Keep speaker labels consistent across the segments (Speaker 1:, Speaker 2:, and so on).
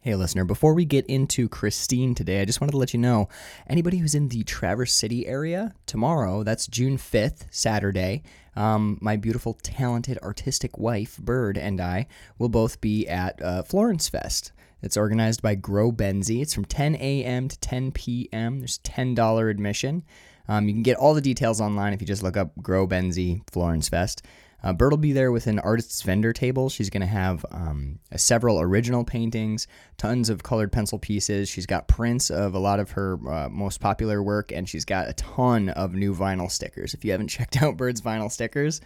Speaker 1: Hey, listener, before we get into Christine today, I just wanted to let you know anybody who's in the Traverse City area tomorrow, that's June 5th, Saturday, um, my beautiful, talented, artistic wife, Bird, and I will both be at uh, Florence Fest. It's organized by Grow Benzie. It's from 10 a.m. to 10 p.m. There's $10 admission. Um, you can get all the details online if you just look up Grow Benzie Florence Fest. Uh, Bert will be there with an artist's vendor table. She's going to have um, uh, several original paintings, tons of colored pencil pieces. She's got prints of a lot of her uh, most popular work, and she's got a ton of new vinyl stickers. If you haven't checked out Bird's vinyl stickers,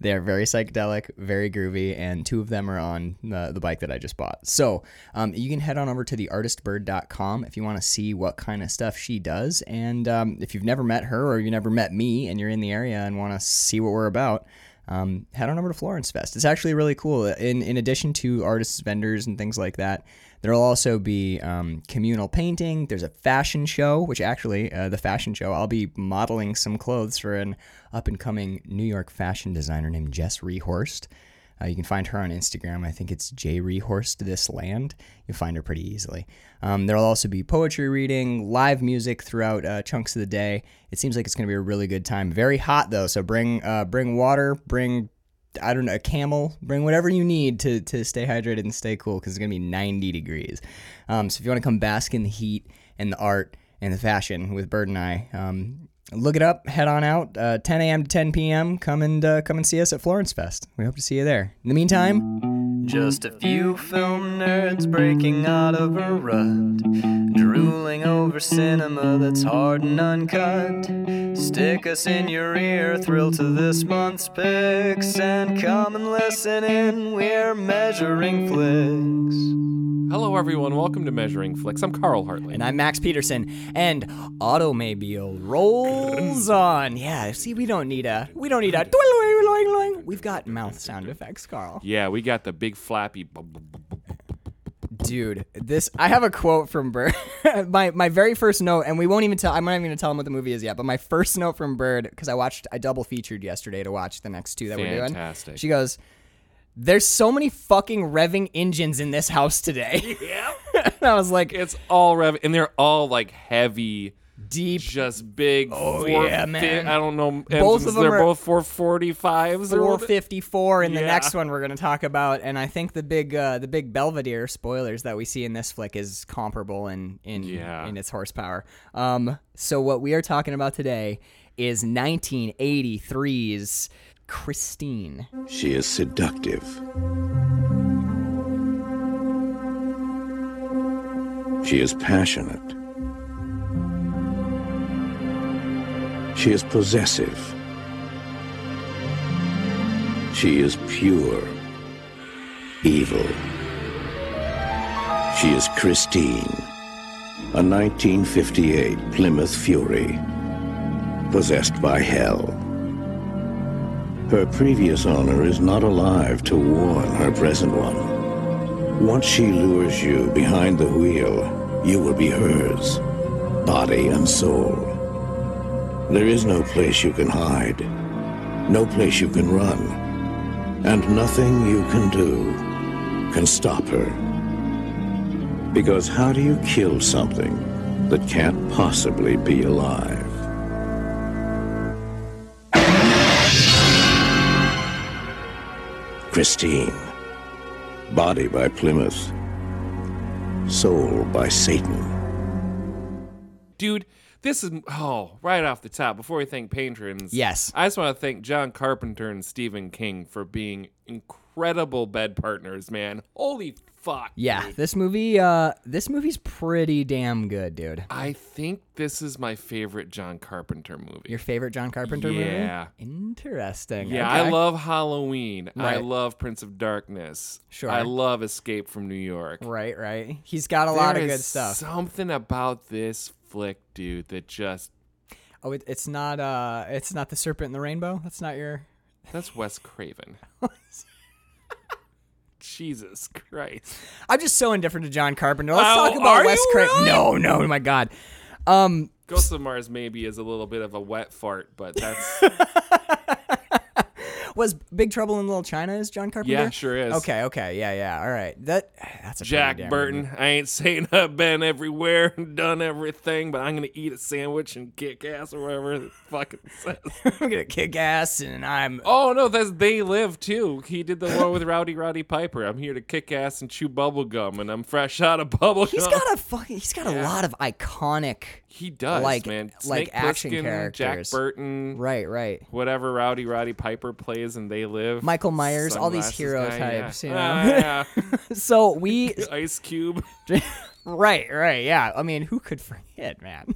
Speaker 1: they're very psychedelic, very groovy, and two of them are on the, the bike that I just bought. So um, you can head on over to theartistbird.com if you want to see what kind of stuff she does. And um, if you've never met her or you never met me and you're in the area and want to see what we're about, um, head on over to Florence Fest. It's actually really cool. In in addition to artists, vendors, and things like that, there'll also be um, communal painting. There's a fashion show, which actually uh, the fashion show I'll be modeling some clothes for an up and coming New York fashion designer named Jess Rehorst. Uh, you can find her on Instagram. I think it's J Rehorst This Land. You'll find her pretty easily. Um, there'll also be poetry reading, live music throughout uh, chunks of the day. It seems like it's going to be a really good time. Very hot though, so bring uh, bring water, bring I don't know, a camel, bring whatever you need to to stay hydrated and stay cool because it's going to be 90 degrees. Um, so if you want to come bask in the heat and the art and the fashion with Bird and I. Um, Look it up. Head on out. Uh, 10 a.m. to 10 p.m. Come and uh, come and see us at Florence Fest. We hope to see you there. In the meantime,
Speaker 2: Just a few film nerds breaking out of a rut, drooling over cinema that's hard and uncut. Stick us in your ear, thrill to this month's picks, and come and listen in. We're measuring flicks.
Speaker 3: Hello, everyone. Welcome to Measuring Flicks. I'm Carl Hartley.
Speaker 1: And I'm Max Peterson, and Automobile rolls on. Yeah, see, we don't need a, we don't need a, we've got mouth sound effects, Carl.
Speaker 3: yeah, we got the big flappy. bu- bu- bu- bu-
Speaker 1: Dude, this, I have a quote from Bird, my, my very first note, and we won't even tell, I'm not even gonna tell him what the movie is yet, but my first note from Bird, because I watched, I double featured yesterday to watch the next two that we're doing.
Speaker 3: Fantastic.
Speaker 1: She goes, there's so many fucking revving engines in this house today. and I was like,
Speaker 3: It's all rev, and they're all like heavy,
Speaker 1: deep
Speaker 3: just big. Oh
Speaker 1: yeah, man.
Speaker 3: I don't know.
Speaker 1: Both
Speaker 3: engines.
Speaker 1: of them
Speaker 3: They're
Speaker 1: are-
Speaker 3: both 445s. or what-
Speaker 1: 454 in the
Speaker 3: Yeah.
Speaker 1: next one we're going to talk about and i think the big uh, the big belvedere spoilers that we see in this flick is comparable in in
Speaker 3: Yeah.
Speaker 1: in its horsepower um so what we are talking about today is 1983's christine
Speaker 4: She is seductive. She is passionate. She is possessive. She is pure. Evil. She is Christine. A 1958 Plymouth Fury. Possessed by hell. Her previous owner is not alive to warn her present one. Once she lures you behind the wheel, you will be hers, body and soul. There is no place you can hide, no place you can run, and nothing you can do can stop her. Because how do you kill something that can't possibly be alive? Christine. Body by Plymouth. Soul by Satan.
Speaker 3: dude. This is oh, right off the top. Before we thank patrons,
Speaker 1: Yes.
Speaker 3: I just want to thank John Carpenter and Stephen King for being incredible bed partners, man. Holy fuck.
Speaker 1: yeah this movie uh this movie's pretty damn good dude
Speaker 3: I think this is my favorite John Carpenter movie.
Speaker 1: your favorite john carpenter
Speaker 3: Yeah.
Speaker 1: movie interesting
Speaker 3: Yeah,
Speaker 1: okay.
Speaker 3: I love Halloween. I
Speaker 1: Right.
Speaker 3: love Prince of Darkness.
Speaker 1: Sure.
Speaker 3: I love Escape from New York.
Speaker 1: right right he's got a lot of
Speaker 3: There
Speaker 1: good
Speaker 3: is
Speaker 1: stuff
Speaker 3: Something about this flick, dude, that just
Speaker 1: oh it, it's not uh it's not the serpent in the rainbow that's not your
Speaker 3: that's Wes Craven. Jesus Christ.
Speaker 1: I'm just so indifferent to John Carpenter. Let's
Speaker 3: Oh,
Speaker 1: talk about
Speaker 3: are
Speaker 1: Wes
Speaker 3: you
Speaker 1: Craven.
Speaker 3: really?
Speaker 1: No, no, oh my God. Um,
Speaker 3: Ghost of Mars maybe is a little bit of a wet fart, but that's
Speaker 1: was Big Trouble in Little China is John Carpenter?
Speaker 3: Yeah, sure is.
Speaker 1: Okay, okay, yeah, yeah. All right, that that's a pretty
Speaker 3: Jack
Speaker 1: damn-
Speaker 3: Burton. I ain't saying I've been everywhere and done everything, but I'm gonna eat a sandwich and kick ass or whatever it fucking says.
Speaker 1: I'm gonna kick ass, and I'm
Speaker 3: oh no, that's They Live too. He did the one with Rowdy Roddy Piper. I'm here to kick ass and chew bubble gum, and I'm fresh out of bubble
Speaker 1: He's
Speaker 3: gum.
Speaker 1: got a fucking. He's got a lot of iconic.
Speaker 3: he does,
Speaker 1: like-
Speaker 3: man.
Speaker 1: like
Speaker 3: Snake
Speaker 1: action
Speaker 3: Plissken,
Speaker 1: characters.
Speaker 3: Jack Burton,
Speaker 1: Right, right.
Speaker 3: whatever Rowdy Roddy Piper plays, and They Live.
Speaker 1: Michael Myers, all these
Speaker 3: Sunglasses
Speaker 1: hero
Speaker 3: guy,
Speaker 1: types, you know.
Speaker 3: yeah. Ah,
Speaker 1: So we.
Speaker 3: yeah. Ice Cube.
Speaker 1: right, right. Yeah. I mean, who could forget, man?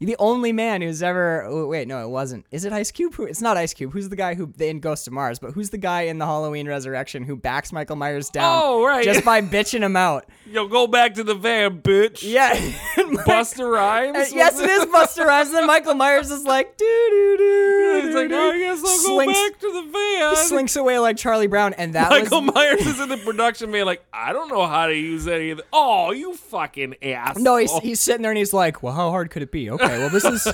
Speaker 1: The only man who's ever. Oh, wait, no, it wasn't. Is it Ice Cube? Who? It's not Ice Cube. Who's the guy who in Ghost of Mars? But who's the guy in the Halloween Resurrection who backs Michael Myers down?
Speaker 3: Oh, right.
Speaker 1: Just by bitching him out.
Speaker 3: Yo, go back to the van, bitch.
Speaker 1: Yeah.
Speaker 3: Buster Rhymes.
Speaker 1: And
Speaker 3: was
Speaker 1: yes, it is Buster Rhymes. And then Michael Myers is like, doo doo doo.
Speaker 3: He's like, oh, I guess I'll
Speaker 1: Slinks-
Speaker 3: go back to the van.
Speaker 1: slinks away like Charlie Brown, and that
Speaker 3: Michael
Speaker 1: was
Speaker 3: Myers is in the production van, like, I don't know how to use any of the. Oh, you fucking ass.
Speaker 1: no. He's, he's sitting there and he's like, "Well, how hard could it be? Okay, well this is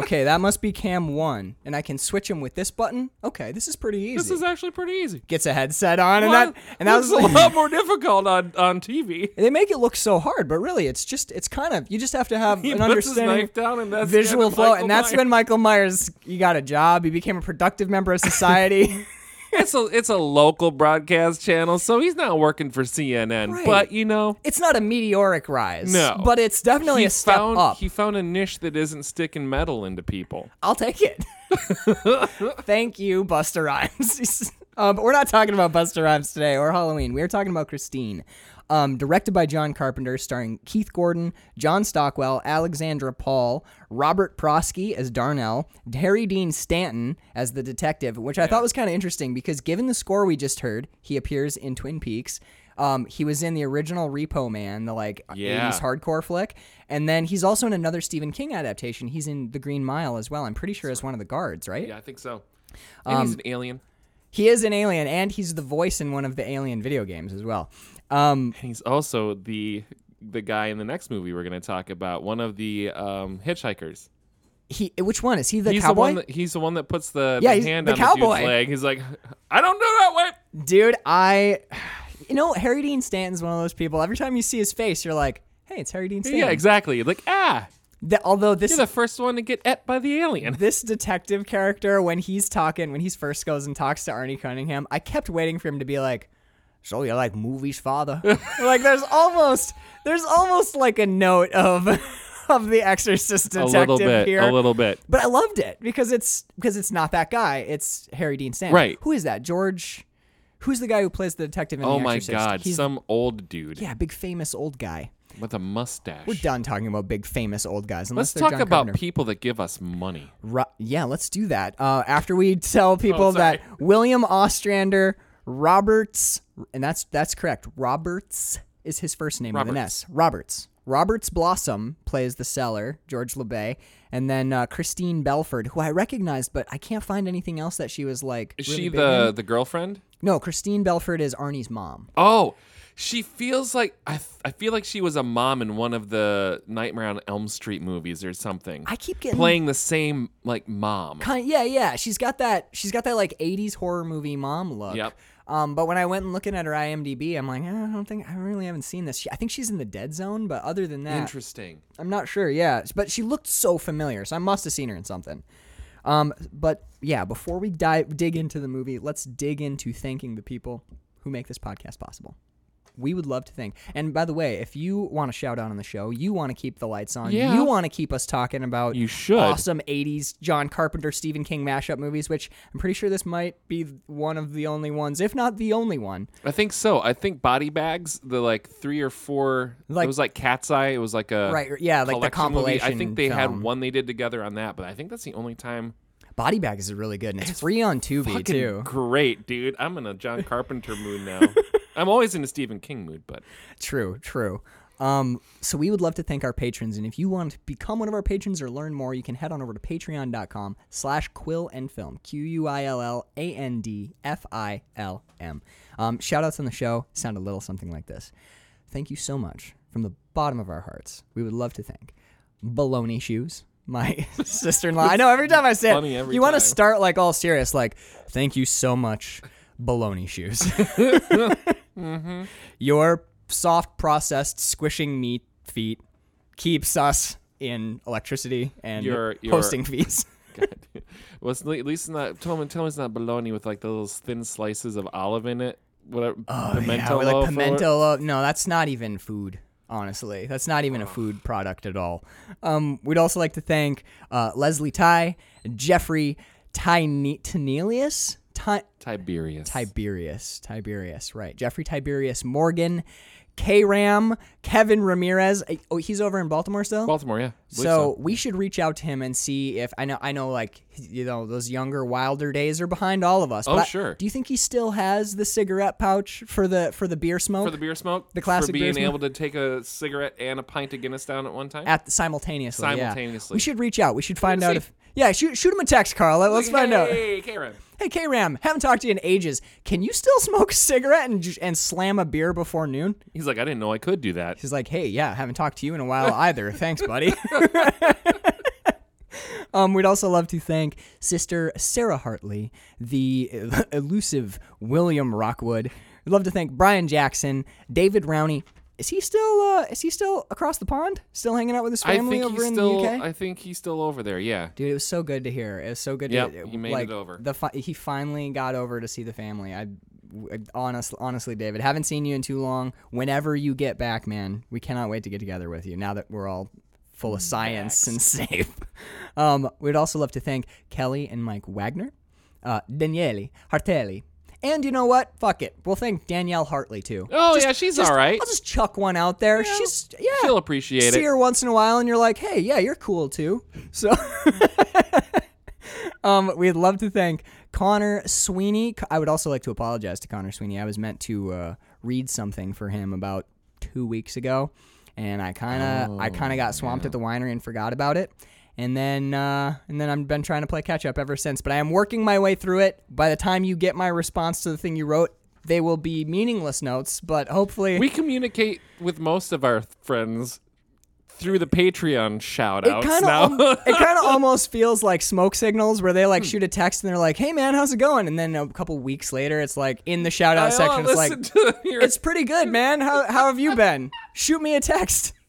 Speaker 1: okay. That must be cam one, and I can switch him with this button. Okay, this is pretty easy.
Speaker 3: This is actually pretty easy.
Speaker 1: Gets a headset on, and
Speaker 3: Well,
Speaker 1: that and that
Speaker 3: this
Speaker 1: was
Speaker 3: is a lot more difficult on, on TV.
Speaker 1: They make it look so hard, but really, it's just it's kind of you just have to have
Speaker 3: He
Speaker 1: an
Speaker 3: puts his
Speaker 1: understanding.
Speaker 3: knife down, and that's
Speaker 1: visual
Speaker 3: the end of
Speaker 1: flow,
Speaker 3: Michael
Speaker 1: and that's
Speaker 3: Myers.
Speaker 1: when Michael Myers he got a job. He became a productive member of society.
Speaker 3: it's a it's a local broadcast channel, so he's not working for CNN.
Speaker 1: Right.
Speaker 3: But you know,
Speaker 1: it's not a meteoric rise,
Speaker 3: No.
Speaker 1: but it's definitely
Speaker 3: he
Speaker 1: a step
Speaker 3: found
Speaker 1: up.
Speaker 3: he found a niche that isn't sticking metal into people.
Speaker 1: I'll take it. Thank you, Buster Rhymes. um, but we're not talking about Buster Rhymes today or Halloween. We're talking about Christine. Um, directed by John Carpenter, starring Keith Gordon, John Stockwell, Alexandra Paul, Robert Prosky as Darnell, Harry Dean Stanton as the detective, which I thought was kind of interesting because given the score we just heard, he appears in Twin Peaks. Um, he was in the original Repo Man, the like
Speaker 3: Yeah.
Speaker 1: 80s hardcore flick. And then he's also in another Stephen King adaptation. He's in The Green Mile as well. I'm pretty sure as one of the guards, right?
Speaker 3: Yeah, I think so. And he's
Speaker 1: Um,
Speaker 3: an alien.
Speaker 1: He is an alien, and he's the voice in one of the Alien video games as well. Um,
Speaker 3: He's also the the guy in the next movie we're going to talk about, one of the um, hitchhikers.
Speaker 1: he which one is he? The
Speaker 3: he's the
Speaker 1: cowboy,
Speaker 3: one. That, he's the one that puts the,
Speaker 1: Yeah,
Speaker 3: the
Speaker 1: he's
Speaker 3: hand
Speaker 1: the
Speaker 3: on the
Speaker 1: cowboy.
Speaker 3: dude's leg. He's like, I don't do that way.
Speaker 1: dude. I, you know, Harry Dean Stanton's one of those people. Every time you see his face, you're like, hey, it's Harry Dean Stanton.
Speaker 3: Yeah, exactly. Like, ah,
Speaker 1: Th- although this
Speaker 3: you're the first one to get et by the alien.
Speaker 1: this detective character when he's talking when he's first goes and talks to Arnie Cunningham, I kept waiting for him to be like, "So you like movies, father?" like there's almost there's almost like a note of of the Exorcist
Speaker 3: A
Speaker 1: detective
Speaker 3: little bit.
Speaker 1: here.
Speaker 3: A little bit.
Speaker 1: But I loved it because it's because it's not that guy. It's Harry Dean Stanton.
Speaker 3: Right.
Speaker 1: Who is that? George. Who's the guy who plays the detective in
Speaker 3: Oh
Speaker 1: The
Speaker 3: my
Speaker 1: Exorcist?
Speaker 3: god,
Speaker 1: He's,
Speaker 3: some old dude
Speaker 1: yeah, big famous old guy.
Speaker 3: with a mustache.
Speaker 1: We're done talking about big famous old guys. Unless
Speaker 3: Let's
Speaker 1: they're
Speaker 3: talk
Speaker 1: John
Speaker 3: about
Speaker 1: Carpenter.
Speaker 3: people that give us money.
Speaker 1: Ru- yeah, let's do that. Uh, after we tell people
Speaker 3: Oh, sorry.
Speaker 1: that William Ostrander Roberts, and that's that's correct. Roberts is his first name with an
Speaker 3: Roberts.
Speaker 1: S. Roberts. Roberts Blossom plays the seller, George LeBay, and then uh, Christine Belford, who I recognized, but I can't find anything else that she was like.
Speaker 3: Is
Speaker 1: really
Speaker 3: she
Speaker 1: big
Speaker 3: the
Speaker 1: in.
Speaker 3: the girlfriend?
Speaker 1: No, Christine Belford is Arnie's mom.
Speaker 3: Oh, she feels like I. f- I feel like she was a mom in one of the Nightmare on Elm Street movies or something.
Speaker 1: I keep getting
Speaker 3: playing the same like mom.
Speaker 1: Kind yeah, yeah. She's got that. She's got that like '80s horror movie mom look.
Speaker 3: Yep.
Speaker 1: Um, but when I went and looking at her IMDb, I'm like, eh, I don't think I really haven't seen this. She, I think she's in the Dead Zone, but other than that,
Speaker 3: Interesting.
Speaker 1: I'm not sure. Yeah, but she looked so familiar, so I must have seen her in something. Um, but yeah, before we dive dig into the movie, let's dig into thanking the people who make this podcast possible. We would love to thank. And by the way, if you want to shout out on the show, you want to keep the lights on,
Speaker 3: Yeah.
Speaker 1: you want to keep us talking about
Speaker 3: You should.
Speaker 1: awesome 80s John Carpenter, Stephen King mashup movies, which I'm pretty sure this might be one of the only ones, if not the only one.
Speaker 3: I think so. I think body bags, the like three or four.
Speaker 1: Like-
Speaker 3: it was like Cat's Eye. It was like a
Speaker 1: Right, yeah, like the
Speaker 3: collection movie. I
Speaker 1: compilation
Speaker 3: think they had
Speaker 1: film.
Speaker 3: one they did together on that, but I think that's the only time.
Speaker 1: Body Bag is really good, and it's, free on Tubi,
Speaker 3: Fucking
Speaker 1: too.
Speaker 3: Great, dude. I'm in a John Carpenter mood now. I'm always in a Stephen King mood, but
Speaker 1: True, true. Um, so we would love to thank our patrons, and if you want to become one of our patrons or learn more, you can head on over to patreon.com slash quill and film, Q-U-I-L-L-A-N-D-F-I-L-M. Um, shout outs on the show sound a little something like this. Thank you so much from the bottom of our hearts. We would love to thank Baloney Shoes, my sister-in-law. I know every time I say
Speaker 3: funny
Speaker 1: it,
Speaker 3: every
Speaker 1: you want to
Speaker 3: time.
Speaker 1: start like all serious, like "Thank you so much, baloney shoes." Your soft processed squishing meat feet keeps us in electricity and
Speaker 3: Your- your-
Speaker 1: hosting fees.
Speaker 3: God. Well, it's, at least it's not. Tell me, tell me it's not bologna with like those thin slices of olive in it. Whatever.
Speaker 1: Oh, yeah,
Speaker 3: pimento
Speaker 1: with, like
Speaker 3: loaf or-
Speaker 1: pimento loaf. No, that's not even food. Honestly, that's not even a food product at all. Um, we'd also like to thank uh, Leslie Ty, Jeffrey Tyne- Tinelius, Ty-
Speaker 3: Tiberius.
Speaker 1: Tiberius, Tiberius, right? Jeffrey Tiberius Morgan, K Ram, Kevin Ramirez. Uh, Oh, he's over in Baltimore still.
Speaker 3: Baltimore, yeah. I believe
Speaker 1: So we should reach out to him and see if I know. I know, like you know, those younger, wilder days are behind all of us.
Speaker 3: Oh,
Speaker 1: but I-
Speaker 3: sure.
Speaker 1: do you think he still has the cigarette pouch for the for the beer smoke
Speaker 3: for the beer smoke,
Speaker 1: The classic
Speaker 3: for
Speaker 1: beer
Speaker 3: being
Speaker 1: smoke.
Speaker 3: able to take a cigarette and a pint of Guinness down at one time.
Speaker 1: at simultaneously? yeah.
Speaker 3: Simultaneously.
Speaker 1: we should reach out. We should find
Speaker 3: gonna
Speaker 1: out
Speaker 3: see.
Speaker 1: if. Yeah, shoot, shoot him a text, Carla. Let's find out.
Speaker 3: Hey, Karen.
Speaker 1: Hey, K Ram, haven't talked to you in ages. Can you still smoke a cigarette and, j- and slam a beer before noon?
Speaker 3: He's like, I didn't know I could do that.
Speaker 1: He's like, hey, yeah, haven't talked to you in a while either. Thanks, buddy. um, we'd also love to thank Sister Sarah Hartley, the el- elusive William Rockwood. We'd love to thank Brian Jackson, David Rowney. Is he still uh, is he still across the pond? Still hanging out with his
Speaker 3: I
Speaker 1: family
Speaker 3: think
Speaker 1: over
Speaker 3: he's
Speaker 1: in
Speaker 3: still.
Speaker 1: the UK?
Speaker 3: I think he's still over there. Yeah.
Speaker 1: Dude, it was so good to hear. It was so good. to,
Speaker 3: Yep, you made it
Speaker 1: like,
Speaker 3: over.
Speaker 1: The fi- he finally got over to see the family. I, I honest, honestly, David, haven't seen you in too long. Whenever you get back, man, we cannot wait to get together with you. Now that we're all full of science and safe, um, we'd also love to thank Kelly and Mike Wagner, uh, Daniele Hartelli, and you know what? Fuck it, we'll thank Danielle Hartley too.
Speaker 3: Oh yeah, she's
Speaker 1: Just-
Speaker 3: all right.
Speaker 1: I'll just chuck one out there. She's yeah.
Speaker 3: She'll appreciate
Speaker 1: see
Speaker 3: it.
Speaker 1: her once in a while and you're like, hey, yeah, you're cool too. So um, we'd love to thank Connor Sweeney. I would also like to apologize to Connor Sweeney. I was meant to uh, read something for him about two weeks ago, and I kind of
Speaker 3: Oh,
Speaker 1: I kind of got swamped at the winery and forgot about it. And then, uh, and then I've been trying to play catch up ever since. But I am working my way through it. By the time you get my response to the thing you wrote, they will be meaningless notes. But hopefully,
Speaker 3: We communicate with most of our friends through the Patreon shout
Speaker 1: It
Speaker 3: outs
Speaker 1: kind
Speaker 3: now.
Speaker 1: of it kind of almost feels like smoke signals where they like
Speaker 3: Hmm.
Speaker 1: shoot a text and they're like, "Hey man, how's it going?" And then a couple weeks later, it's like in the shout
Speaker 3: I
Speaker 1: out
Speaker 3: all
Speaker 1: section, it's like,
Speaker 3: listened to your-
Speaker 1: "It's pretty good, man. How how have you been? Shoot me a text."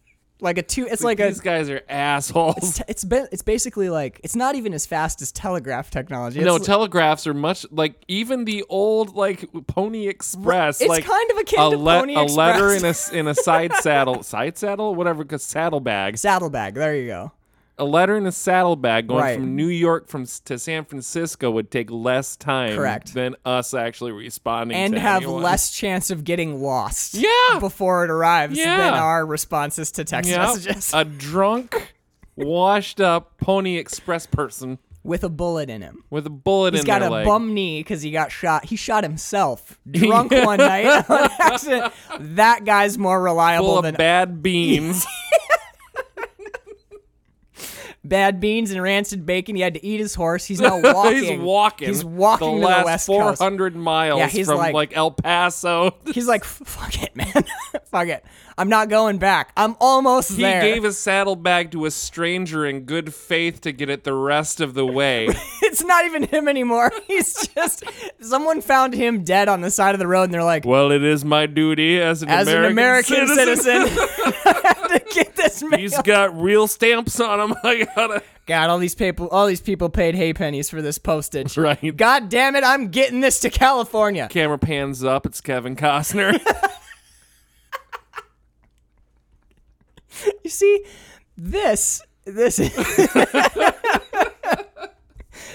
Speaker 1: Like a two, it's like a.
Speaker 3: these guys are assholes.
Speaker 1: t- It's been. It's basically like it's not even as fast as telegraph technology.
Speaker 3: no,
Speaker 1: It's-
Speaker 3: telegraphs are much like even the old like Pony Express.
Speaker 1: It's
Speaker 3: like
Speaker 1: kind of akin
Speaker 3: a,
Speaker 1: to
Speaker 3: le-
Speaker 1: Pony
Speaker 3: a letter in a
Speaker 1: Express.
Speaker 3: s- in a side saddle, side saddle, whatever, 'cause saddlebag.
Speaker 1: saddlebag. There you go.
Speaker 3: A letter in a saddlebag going
Speaker 1: Right.
Speaker 3: from New York from s- to San Francisco would take less time
Speaker 1: Correct.
Speaker 3: than us actually responding
Speaker 1: and
Speaker 3: to
Speaker 1: have
Speaker 3: anyone.
Speaker 1: less chance of getting lost.
Speaker 3: Yeah.
Speaker 1: Before it arrives than
Speaker 3: Yeah.
Speaker 1: our responses to text
Speaker 3: Yep.
Speaker 1: messages
Speaker 3: A drunk, washed up Pony Express person
Speaker 1: with a bullet in him.
Speaker 3: with a bullet
Speaker 1: He's
Speaker 3: in
Speaker 1: got
Speaker 3: their
Speaker 1: a
Speaker 3: leg.
Speaker 1: bum knee because he got shot. He shot himself drunk one night on accident. That guy's more reliable
Speaker 3: Full of
Speaker 1: than
Speaker 3: bad beans.
Speaker 1: bad beans and rancid bacon. He had to eat his horse. He's now walking.
Speaker 3: he's walking.
Speaker 1: He's walking to
Speaker 3: the last
Speaker 1: the west coast.
Speaker 3: 400 miles
Speaker 1: Yeah, he's
Speaker 3: from
Speaker 1: like-
Speaker 3: like, El Paso.
Speaker 1: He's like, fuck it, man. fuck it. I'm not going back. I'm almost
Speaker 3: He
Speaker 1: there.
Speaker 3: gave his saddlebag to a stranger in good faith to get it the rest of the way.
Speaker 1: it's not even him anymore. He's just someone found him dead on the side of the road, and they're like,
Speaker 3: well, it is my duty as an
Speaker 1: as
Speaker 3: American,
Speaker 1: an American citizen, to get this man.
Speaker 3: he's got real stamps on him. I gotta.
Speaker 1: God, all these people, all these people paid hay pennies for this postage.
Speaker 3: Right.
Speaker 1: God damn it, I'm getting this to California.
Speaker 3: Camera pans up. It's Kevin Costner.
Speaker 1: You see, this, this,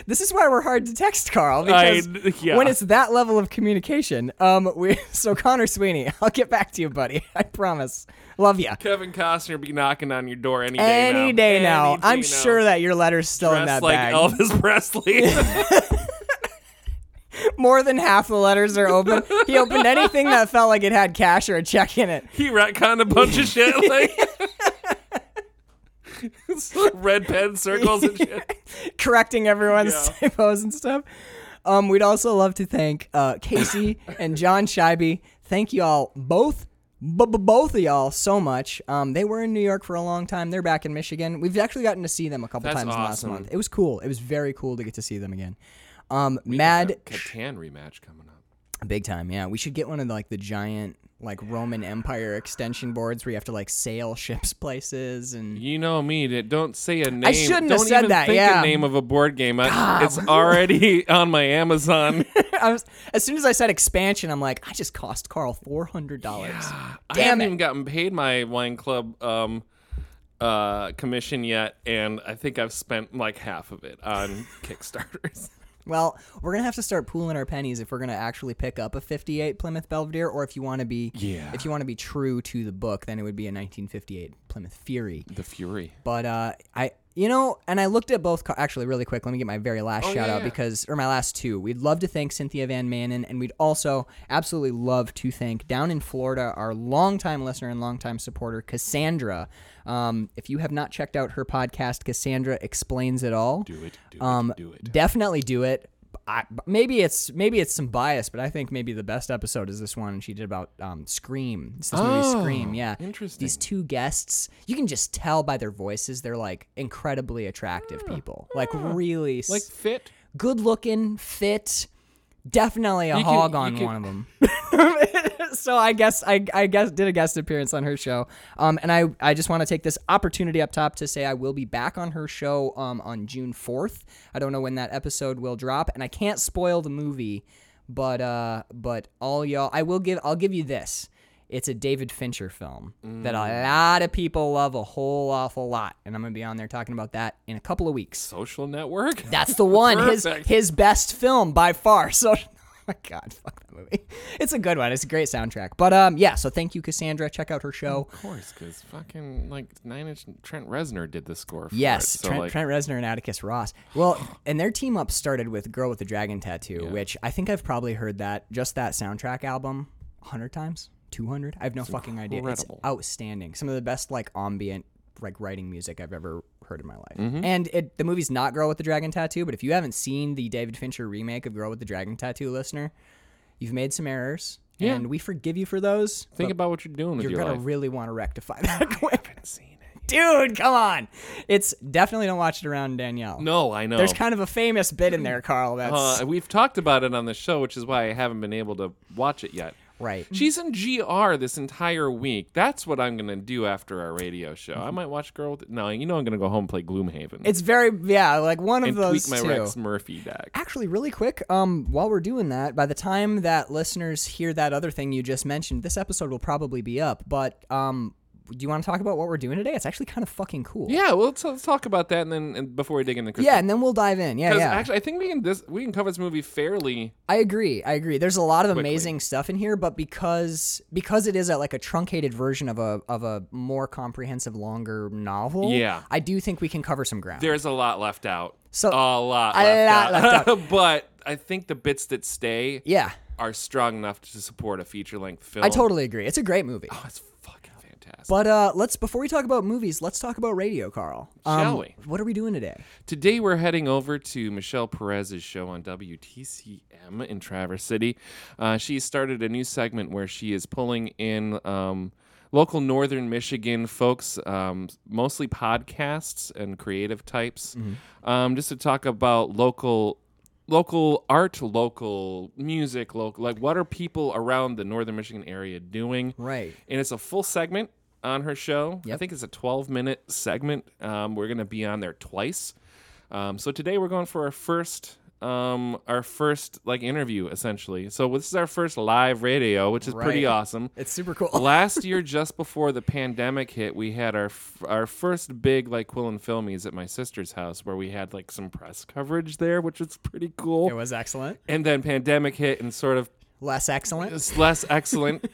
Speaker 1: this is why we're hard to text, Carl. Because
Speaker 3: I- yeah.
Speaker 1: when it's that level of communication, um, we so Connor Sweeney, I'll get back to you, buddy. I promise. Love you.
Speaker 3: Kevin Costner be knocking on your door any day now.
Speaker 1: Any day now.
Speaker 3: Any
Speaker 1: I'm
Speaker 3: day
Speaker 1: sure that your letter's still in that
Speaker 3: Dressed like
Speaker 1: bag.
Speaker 3: Elvis Presley.
Speaker 1: More than half the letters are open. he opened anything that felt like it had cash or a check in it.
Speaker 3: he retconned a bunch of shit like It's like red pen circles and shit.
Speaker 1: correcting everyone's
Speaker 3: Yeah.
Speaker 1: typos and stuff. Um, we'd also love to thank uh, Casey and John Scheibe. Thank you all both but, but both of y'all so much. Um, they were in New York for a long time. They're back in Michigan. We've actually gotten to see them a couple
Speaker 3: That's
Speaker 1: times last
Speaker 3: awesome.
Speaker 1: month. It was cool. It was very cool to get to see them again. Um, Mad,
Speaker 3: Catan rematch coming up.
Speaker 1: big time. Yeah, we should get one of the, like the giant like Roman Empire extension boards where you have to like sail ships places and
Speaker 3: You know me. that Don't say a name.
Speaker 1: shouldn't have
Speaker 3: don't
Speaker 1: said
Speaker 3: even
Speaker 1: that,
Speaker 3: Think
Speaker 1: yeah.
Speaker 3: a name of a board game. I- it's already on my Amazon.
Speaker 1: I was, as soon as I said expansion, I'm like, I just cost Carl four hundred dollars.
Speaker 3: I
Speaker 1: Damn
Speaker 3: haven't
Speaker 1: it.
Speaker 3: even gotten paid my wine club um, uh, commission yet, and I think I've spent like half of it on Kickstarters.
Speaker 1: Well, we're gonna have to start pooling our pennies if we're gonna actually pick up a '58 Plymouth Belvedere, or if you want to be,
Speaker 3: Yeah.
Speaker 1: if you want to be true to the book, then it would be a 1958 Plymouth Fury.
Speaker 3: The Fury.
Speaker 1: But uh, I, you know, and I looked at both. Co- actually, really quick, let me get my very last shout
Speaker 3: yeah,
Speaker 1: out
Speaker 3: Oh, yeah.
Speaker 1: because, or my last two. We'd love to thank Cynthia Van Manen, and we'd also absolutely love to thank down in Florida our longtime listener and longtime supporter Cassandra. Um, if you have not checked out her podcast, Cassandra explains it all. Do
Speaker 3: it, do it,
Speaker 1: um,
Speaker 3: do it.
Speaker 1: Definitely do it. I, maybe it's maybe it's some bias, but I think maybe the best episode is this one she did about um, Scream. It's this movie
Speaker 3: Oh,
Speaker 1: Scream, yeah.
Speaker 3: interesting.
Speaker 1: These two guests, you can just tell by their voices, they're like incredibly attractive people, like really
Speaker 3: Ah. Like fit.
Speaker 1: good looking, fit. Definitely a
Speaker 3: You can-
Speaker 1: hog
Speaker 3: you
Speaker 1: on
Speaker 3: can-
Speaker 1: one of them. so I guess I, I guess did a guest appearance on her show, um, and I I just want to take this opportunity up top to say I will be back on her show um, on June fourth. I don't know when that episode will drop, and I can't spoil the movie, but uh, but all y'all, I will give I'll give you this. It's a David Fincher film that a
Speaker 3: Mm.
Speaker 1: lot of people love a whole awful lot, and I'm gonna be on there talking about that in a couple of weeks.
Speaker 3: Social network.
Speaker 1: That's the one. His
Speaker 3: Perfect.
Speaker 1: his best film by far. So oh my god, fuck that movie. It's a good one. It's a great soundtrack. But um yeah, so thank you Cassandra. Check out her show.
Speaker 3: Of course, because fucking like Nine Inch Trent Reznor did the score. For
Speaker 1: Yes,
Speaker 3: it, so,
Speaker 1: Trent,
Speaker 3: like,
Speaker 1: Trent Reznor and Atticus Ross. Well, and their team up started with "Girl with the Dragon Tattoo," which I think I've probably heard that just that soundtrack album hundred times, two hundred. I have no fucking idea. It's
Speaker 3: incredible.
Speaker 1: outstanding. Some of the best like ambient like writing music I've ever heard in my life.
Speaker 3: Mm-hmm.
Speaker 1: And it the movie's not "Girl with the Dragon Tattoo," but if you haven't seen the David Fincher remake of "Girl with the Dragon Tattoo," listener, you've made some errors,
Speaker 3: Yeah.
Speaker 1: and we forgive you for those.
Speaker 3: Think
Speaker 1: but
Speaker 3: about what you're doing with
Speaker 1: you're
Speaker 3: your
Speaker 1: gonna
Speaker 3: life.
Speaker 1: really want to rectify that quick
Speaker 3: Haven't seen it.
Speaker 1: dude, come on. It's definitely don't watch it around Danielle.
Speaker 3: No, I know.
Speaker 1: There's kind of a famous bit in there, Carl. That's
Speaker 3: Uh, we've talked about it on the show, which is why I haven't been able to watch it yet.
Speaker 1: right.
Speaker 3: She's in GR this entire week. That's what I'm gonna do after our radio show. I might watch Girl. With... No, you know I'm gonna go home and play Gloomhaven.
Speaker 1: It's very yeah, like one of
Speaker 3: and
Speaker 1: those
Speaker 3: tweak my
Speaker 1: two.
Speaker 3: Rex Murphy deck.
Speaker 1: Actually, really quick, um, while we're doing that, by the time that listeners hear that other thing you just mentioned, this episode will probably be up. But um, do you want to talk about what we're doing today? It's actually kind of fucking cool.
Speaker 3: Yeah, well, let's, let's talk about that, and then and before we dig into Christmas.
Speaker 1: Yeah, and then we'll dive in. Yeah,
Speaker 3: because
Speaker 1: yeah.
Speaker 3: actually, I think we can this we can cover this movie fairly.
Speaker 1: I agree. I agree. There's a lot of amazing stuff in here, but because because it is a, like a truncated version of a of a more comprehensive, longer novel.
Speaker 3: Yeah.
Speaker 1: I do think we can cover some ground.
Speaker 3: There's a lot left out.
Speaker 1: So-
Speaker 3: a lot,
Speaker 1: a
Speaker 3: left,
Speaker 1: lot
Speaker 3: out.
Speaker 1: left
Speaker 3: but I think the bits that stay
Speaker 1: yeah,
Speaker 3: are strong enough to support a feature length film.
Speaker 1: I totally agree. It's a great movie.
Speaker 3: That's fucking fantastic.
Speaker 1: But uh, let's before we talk about movies, let's talk about radio, Carl. Um,
Speaker 3: Shall we?
Speaker 1: What are we doing today?
Speaker 3: Today we're heading over to Michelle Perez's show on WTCM in Traverse City. Uh, she started a new segment where she is pulling in um, local northern Michigan folks, um, mostly podcasts and creative types, um, just to talk about local local art, local music, local like what are people around the northern Michigan area doing?
Speaker 1: Right.
Speaker 3: and it's a full segment on her show. I
Speaker 1: Yep.
Speaker 3: think it's a 12 minute segment. Um, we're gonna be on there twice. Um, so today we're going for our first, um, our first like interview essentially. So this is our first live radio, which is pretty
Speaker 1: Right.
Speaker 3: awesome.
Speaker 1: It's super cool.
Speaker 3: Last year, just before the pandemic hit, we had our f- our first big like Quill and Filmies at my sister's house, where we had like some press coverage there, which was pretty cool.
Speaker 1: it was excellent.
Speaker 3: and then pandemic hit, and sort of
Speaker 1: Less excellent.
Speaker 3: it's less excellent.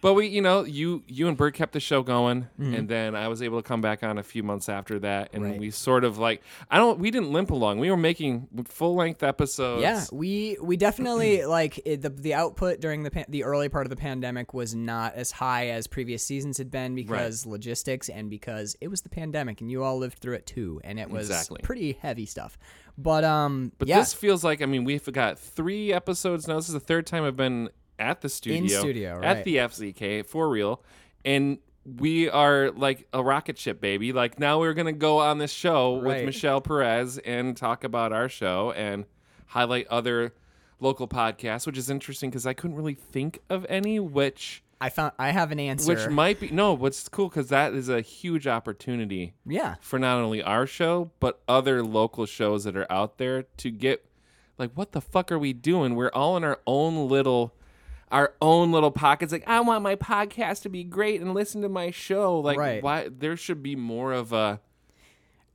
Speaker 3: but we, you know, you you and Bert kept the show going, and then I was able to come back on a few months after that, and
Speaker 1: Mm-hmm. Right.
Speaker 3: we sort of like I don't we didn't limp along. We were making full length episodes.
Speaker 1: Yeah, we we definitely like it, the the output during the pan- the early part of the pandemic was not as high as previous seasons had been because logistics and because it was the pandemic and you all lived through it too and it was
Speaker 3: Exactly.
Speaker 1: pretty heavy stuff. But um
Speaker 3: But
Speaker 1: yeah,
Speaker 3: this feels like I mean we've got three episodes now. This is the third time I've been at the studio,
Speaker 1: studio,
Speaker 3: at
Speaker 1: right.
Speaker 3: the FZK for real, and we are like a rocket ship, baby. Like now we're gonna go on this show
Speaker 1: Right.
Speaker 3: with Michelle Perez and talk about our show and highlight other local podcasts, which is interesting because I couldn't really think of any which.
Speaker 1: I found I have an answer.
Speaker 3: Which might be no. What's cool because that is a huge opportunity
Speaker 1: yeah.
Speaker 3: for not only our show but other local shows that are out there to get like what the fuck are we doing we're all in our own little our own little pockets like i want my podcast to be great and listen to my show like
Speaker 1: Right.
Speaker 3: why there should be more of a,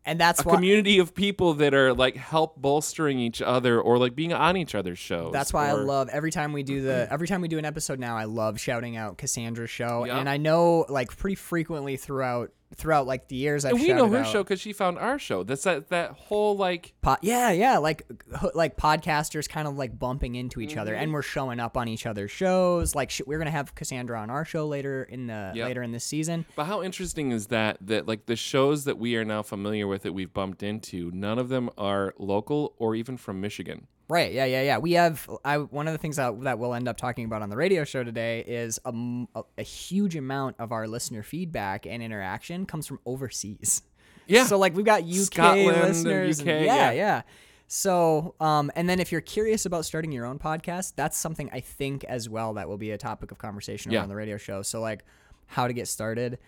Speaker 1: And that's
Speaker 3: a
Speaker 1: why
Speaker 3: community of people that are like help bolstering each other or like being on each other's shows
Speaker 1: That's why I
Speaker 3: or-
Speaker 1: love every time we do the every time we do an episode now. I love shouting out Cassandra's show,
Speaker 3: Yeah.
Speaker 1: and I know like pretty frequently throughout throughout like the years. I've
Speaker 3: and we know
Speaker 1: shouted
Speaker 3: her
Speaker 1: out-
Speaker 3: show because she found our show that's that that whole like
Speaker 1: Po- yeah, yeah, like h- like podcasters kind of like bumping into each other, and we're showing up on each other's shows. Like sh- we're gonna have Cassandra on our show later in the
Speaker 3: Yep.
Speaker 1: later in this season.
Speaker 3: But how interesting is that? That like the shows that we are now familiar with that we've bumped into, none of them are local or even from Michigan.
Speaker 1: Right. Yeah. Yeah. Yeah. We have I, one of the things that, that we'll end up talking about on the radio show today is a, m- a- a huge amount of our listener feedback and interaction comes from overseas.
Speaker 3: Yeah.
Speaker 1: So like we've got UK
Speaker 3: Scotland and
Speaker 1: listeners. and-
Speaker 3: UK,
Speaker 1: yeah, yeah.
Speaker 3: yeah.
Speaker 1: So um, and then if you're curious about starting your own podcast, that's something I think as well that will be a topic of conversation
Speaker 3: Yeah.
Speaker 1: on the radio show. So like how to get started,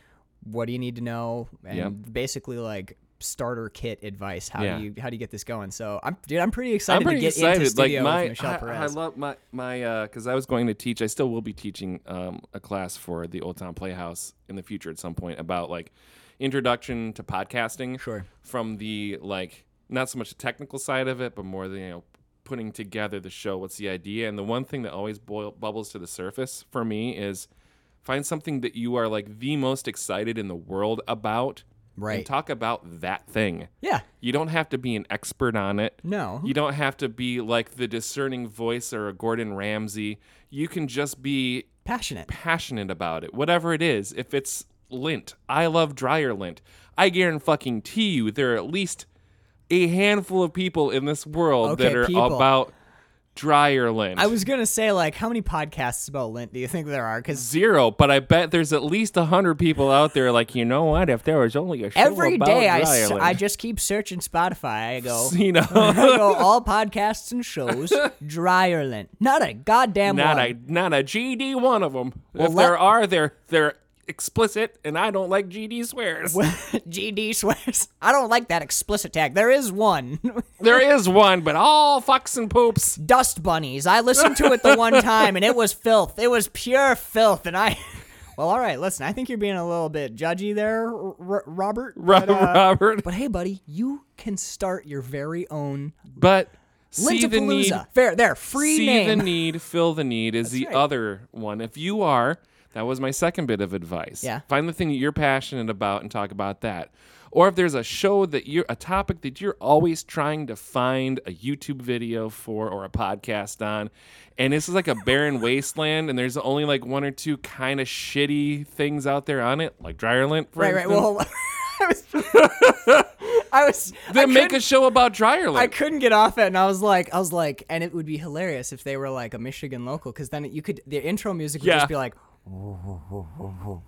Speaker 1: what do you need to know, and
Speaker 3: Yeah.
Speaker 1: basically like starter kit advice. How
Speaker 3: Yeah.
Speaker 1: do you how do you get this going? So I'm dude, I'm pretty excited
Speaker 3: I'm
Speaker 1: to
Speaker 3: pretty
Speaker 1: get
Speaker 3: excited.
Speaker 1: into studio
Speaker 3: like my,
Speaker 1: with Michelle
Speaker 3: I,
Speaker 1: Perez.
Speaker 3: I love my my uh 'cause because I was going to teach. I still will be teaching um, a class for the Old Town Playhouse in the future at some point about like introduction to podcasting.
Speaker 1: Sure.
Speaker 3: From the like not so much the technical side of it, but more the you know putting together the show. What's the idea? And the one thing that always boil, bubbles to the surface for me is find something that you are like the most excited in the world about.
Speaker 1: Right.
Speaker 3: And talk about that thing.
Speaker 1: yeah.
Speaker 3: You don't have to be an expert on it.
Speaker 1: No.
Speaker 3: You don't have to be like the discerning voice or a Gordon Ramsay. You can just be
Speaker 1: Passionate.
Speaker 3: passionate about it, whatever it is. If it's lint, I love dryer lint. I guarantee you there are at least a handful of people in this world that
Speaker 1: Okay,
Speaker 3: are
Speaker 1: people.
Speaker 3: about dryer lint.
Speaker 1: I was gonna say like how many podcasts about lint do you think there are? Because
Speaker 3: Zero, but I bet there's at least a hundred people out there like, you know what? If there was only a show
Speaker 1: every
Speaker 3: about
Speaker 1: day I,
Speaker 3: dryer
Speaker 1: s-
Speaker 3: lint,
Speaker 1: I just keep searching Spotify. I go.
Speaker 3: you
Speaker 1: I
Speaker 3: know,
Speaker 1: go all podcasts and shows. Dryer lint. Not a goddamn
Speaker 3: Not
Speaker 1: one.
Speaker 3: a not a GD one of them. if
Speaker 1: let-
Speaker 3: there are, they're they're explicit, and I don't like GD swears.
Speaker 1: GD swears. I don't like that explicit tag. There is one.
Speaker 3: there is one, but all fucks and poops.
Speaker 1: Dust bunnies. I listened to it the one time and it was filth. It was pure filth. And I. Well, all right. Listen, I think you're being a little bit judgy there, R- Robert.
Speaker 3: Ro-
Speaker 1: But, uh,
Speaker 3: Robert,
Speaker 1: but hey, buddy, you can start your very own
Speaker 3: but see the need,
Speaker 1: Lintapalooza. Fair, there, free
Speaker 3: see
Speaker 1: name.
Speaker 3: the need, fill the need is the
Speaker 1: right.
Speaker 3: other one. If you are, that was my second bit of advice.
Speaker 1: Yeah.
Speaker 3: find the thing that you're passionate about and talk about that. Or if there's a show that you're a topic that you're always trying to find a YouTube video for or a podcast on, and this is like a barren wasteland, and there's only like one or two kind of shitty things out there on it, like dryer lint. For
Speaker 1: right, right.
Speaker 3: instance,
Speaker 1: Well, I was. I was. I
Speaker 3: then make
Speaker 1: couldn't-
Speaker 3: a show about dryer lint.
Speaker 1: I couldn't get off it, and I was like, I was like, and it would be hilarious if they were like a Michigan local, because then you could the intro music would
Speaker 3: Yeah.
Speaker 1: just be like,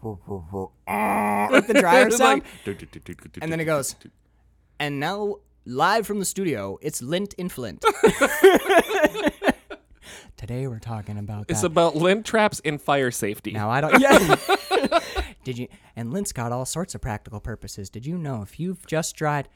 Speaker 1: like the dryer sound, and then it goes, and now live from the studio, it's lint in Flint. Today we're talking about
Speaker 3: It's
Speaker 1: that.
Speaker 3: about lint traps and fire safety.
Speaker 1: Now I don't. Yeah. Did you? And lint's got all sorts of practical purposes. Did you know if you've just dried,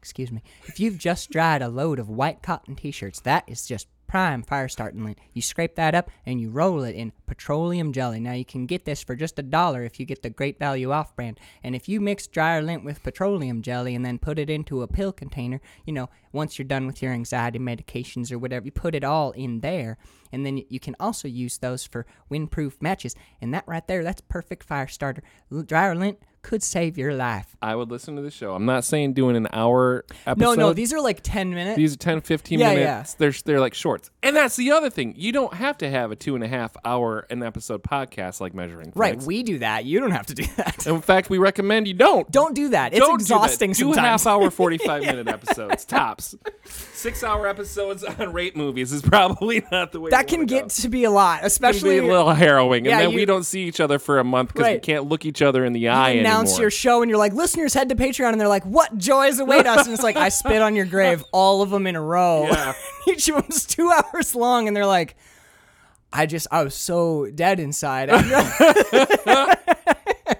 Speaker 1: excuse me, if you've just dried a load of white cotton T-shirts, that is just prime fire starting lint. You scrape that up and you roll it in petroleum jelly. Now you can get this for just a dollar if you get the Great Value Off brand. And if you mix dryer lint with petroleum jelly and then put it into a pill container, you know, once you're done with your anxiety medications or whatever, you put it all in there. And then you can also use those for windproof matches. And that right there, that's perfect fire starter. L- Dryer lint could save your life.
Speaker 3: I would listen to the show. I'm not saying doing an hour
Speaker 1: No,
Speaker 3: episode.
Speaker 1: no, these are like 10 minutes.
Speaker 3: These are 10, 15
Speaker 1: Yeah,
Speaker 3: minutes. They're, they're like shorts. And that's the other thing. You don't have to have a two and a half hour an episode podcast like Measuring
Speaker 1: right,
Speaker 3: Facts.
Speaker 1: we do that. You don't have to do that.
Speaker 3: In fact, we recommend you don't.
Speaker 1: Don't do that. It's
Speaker 3: Don't do that.
Speaker 1: exhausting
Speaker 3: do
Speaker 1: sometimes.
Speaker 3: half hour, 45 minute episodes, tops. Six hour episodes on rate movies is probably not the way
Speaker 1: that
Speaker 3: you
Speaker 1: can
Speaker 3: wanna
Speaker 1: get
Speaker 3: go.
Speaker 1: to be a lot,
Speaker 3: It can
Speaker 1: especially
Speaker 3: be a little harrowing.
Speaker 1: Yeah,
Speaker 3: and then
Speaker 1: you-
Speaker 3: we don't see each other for a month because we
Speaker 1: Right.
Speaker 3: can't look each other in the eye
Speaker 1: announce
Speaker 3: anymore.
Speaker 1: your show and you're like, listeners, head to Patreon, and they're like, what joys await us? And it's like, I spit on your grave, all of them in a row.
Speaker 3: Yeah.
Speaker 1: Each of them's two hours long, and they're like, I just, I was so dead inside.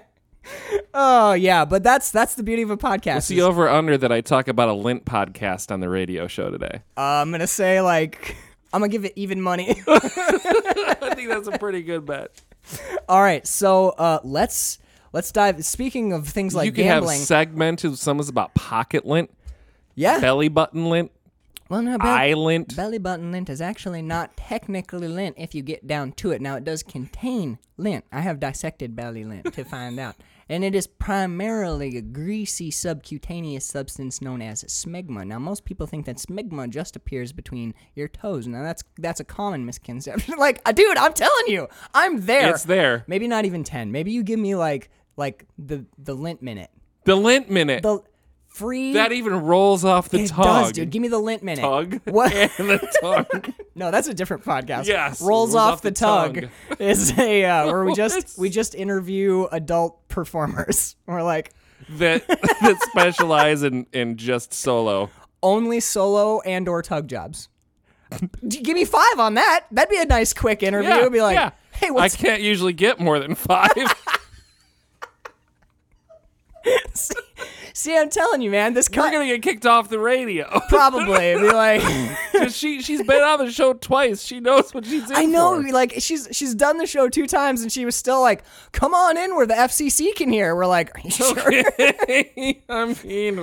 Speaker 1: oh yeah, but that's that's the beauty of a podcast.
Speaker 3: It's the over under that I talk about a lint podcast on the radio show today.
Speaker 1: Uh, I'm gonna say like, I'm gonna give it even money.
Speaker 3: I think that's a pretty good bet.
Speaker 1: all right, so uh, let's let's dive. Speaking of things like
Speaker 3: you can
Speaker 1: gambling,
Speaker 3: have segmented someone's about pocket lint,
Speaker 1: yeah.
Speaker 3: belly button lint,
Speaker 1: well, no, Bill-
Speaker 3: eye lint.
Speaker 1: Belly button lint is actually not technically lint if you get down to it. Now, it does contain lint. I have dissected belly lint to find out. And it is primarily a greasy subcutaneous substance known as smegma. Now, most people think that smegma just appears between your toes. Now, that's that's a common misconception. like, uh, dude, I'm telling you, I'm there.
Speaker 3: It's there.
Speaker 1: Maybe not even ten. Maybe you give me like like the the lint minute.
Speaker 3: The lint minute.
Speaker 1: The free
Speaker 3: that even rolls off the
Speaker 1: it
Speaker 3: tongue.
Speaker 1: does, dude. Give me the lint minute.
Speaker 3: Tongue
Speaker 1: What?
Speaker 3: and the tongue.
Speaker 1: No, that's a different podcast.
Speaker 3: Yes,
Speaker 1: rolls off, the, tongue.
Speaker 3: tongue.
Speaker 1: is a uh, where we just
Speaker 3: What?
Speaker 1: we just interview adult performers. We're like
Speaker 3: that that specialize in, in just solo.
Speaker 1: only solo and or tug jobs. D- Give me five on that. That'd be a nice quick interview.
Speaker 3: Yeah,
Speaker 1: be like,
Speaker 3: yeah.
Speaker 1: hey,
Speaker 3: I
Speaker 1: what's
Speaker 3: can't usually get more than five.
Speaker 1: see? I'm telling you, man, this
Speaker 3: We're
Speaker 1: guy
Speaker 3: gonna get kicked off the radio.
Speaker 1: probably be like,
Speaker 3: 'Cause she she's been on the show twice. She knows what she's in
Speaker 1: I know,
Speaker 3: for.
Speaker 1: like she's she's done the show two times and she was still like, come on in where the FCC can hear. We're like, are you sure?
Speaker 3: I mean,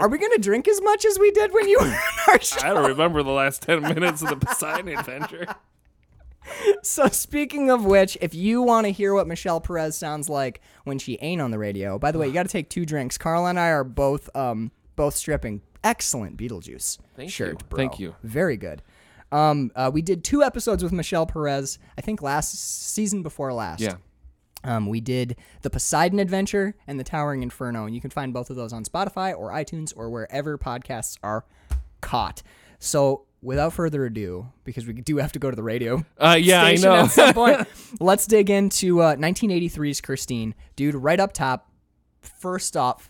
Speaker 1: Are we gonna drink as much as we did when you were on our show?
Speaker 3: I don't remember the last 10 minutes of the Poseidon Adventure.
Speaker 1: So speaking of which, if you want to hear what Michelle Perez sounds like when she ain't on the radio, by the way, you got to take two drinks. Carl and I are both um both stripping. Excellent Beetlejuice
Speaker 3: Thank
Speaker 1: shirt,
Speaker 3: you.
Speaker 1: bro.
Speaker 3: Thank you.
Speaker 1: Very good. Um, uh, we did two episodes with Michelle Perez. I think last season before last.
Speaker 3: Yeah.
Speaker 1: Um, we did the Poseidon Adventure and the Towering Inferno, and you can find both of those on Spotify or iTunes or wherever podcasts are caught. So, without further ado, because we do have to go to the radio.
Speaker 3: Uh, yeah, I
Speaker 1: station
Speaker 3: know.
Speaker 1: At some point, let's dig into uh, 1983's Christine, dude. Right up top. First off,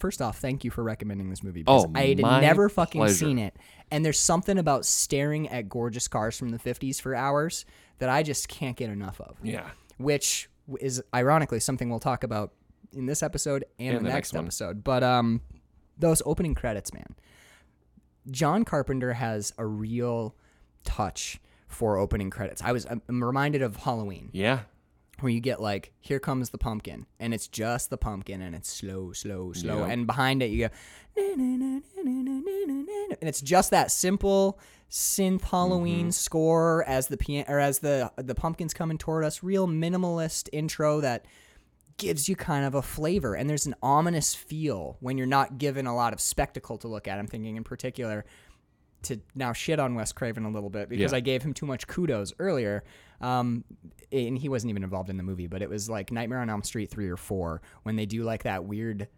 Speaker 1: first off, thank you for recommending this movie. because
Speaker 3: Oh,
Speaker 1: I had
Speaker 3: my
Speaker 1: never fucking
Speaker 3: pleasure.
Speaker 1: seen it, and there's something about staring at gorgeous cars from the 50s for hours that I just can't get enough of
Speaker 3: Yeah.
Speaker 1: which is ironically something we'll talk about in this episode and, the, next,
Speaker 3: one.
Speaker 1: episode. But um, those opening credits, man. John Carpenter has a real touch for opening credits. I was I'm I'm reminded of Halloween
Speaker 3: Yeah.
Speaker 1: where you get like here comes the pumpkin and it's just the pumpkin and it's slow slow slow and behind it you go "Na, na, na, na, na, na, na, na, na," and it's just that simple synth halloween score as the pian- or as the the pumpkins coming toward us real minimalist intro that gives you kind of a flavor and there's an ominous feel when you're not given a lot of spectacle to look at i'm thinking in particular to now shit on Wes Craven a little bit because
Speaker 3: Yeah.
Speaker 1: I gave him too much kudos earlier. Um, and he wasn't even involved in the movie, but it was like Nightmare on Elm Street three or four when they do like that weird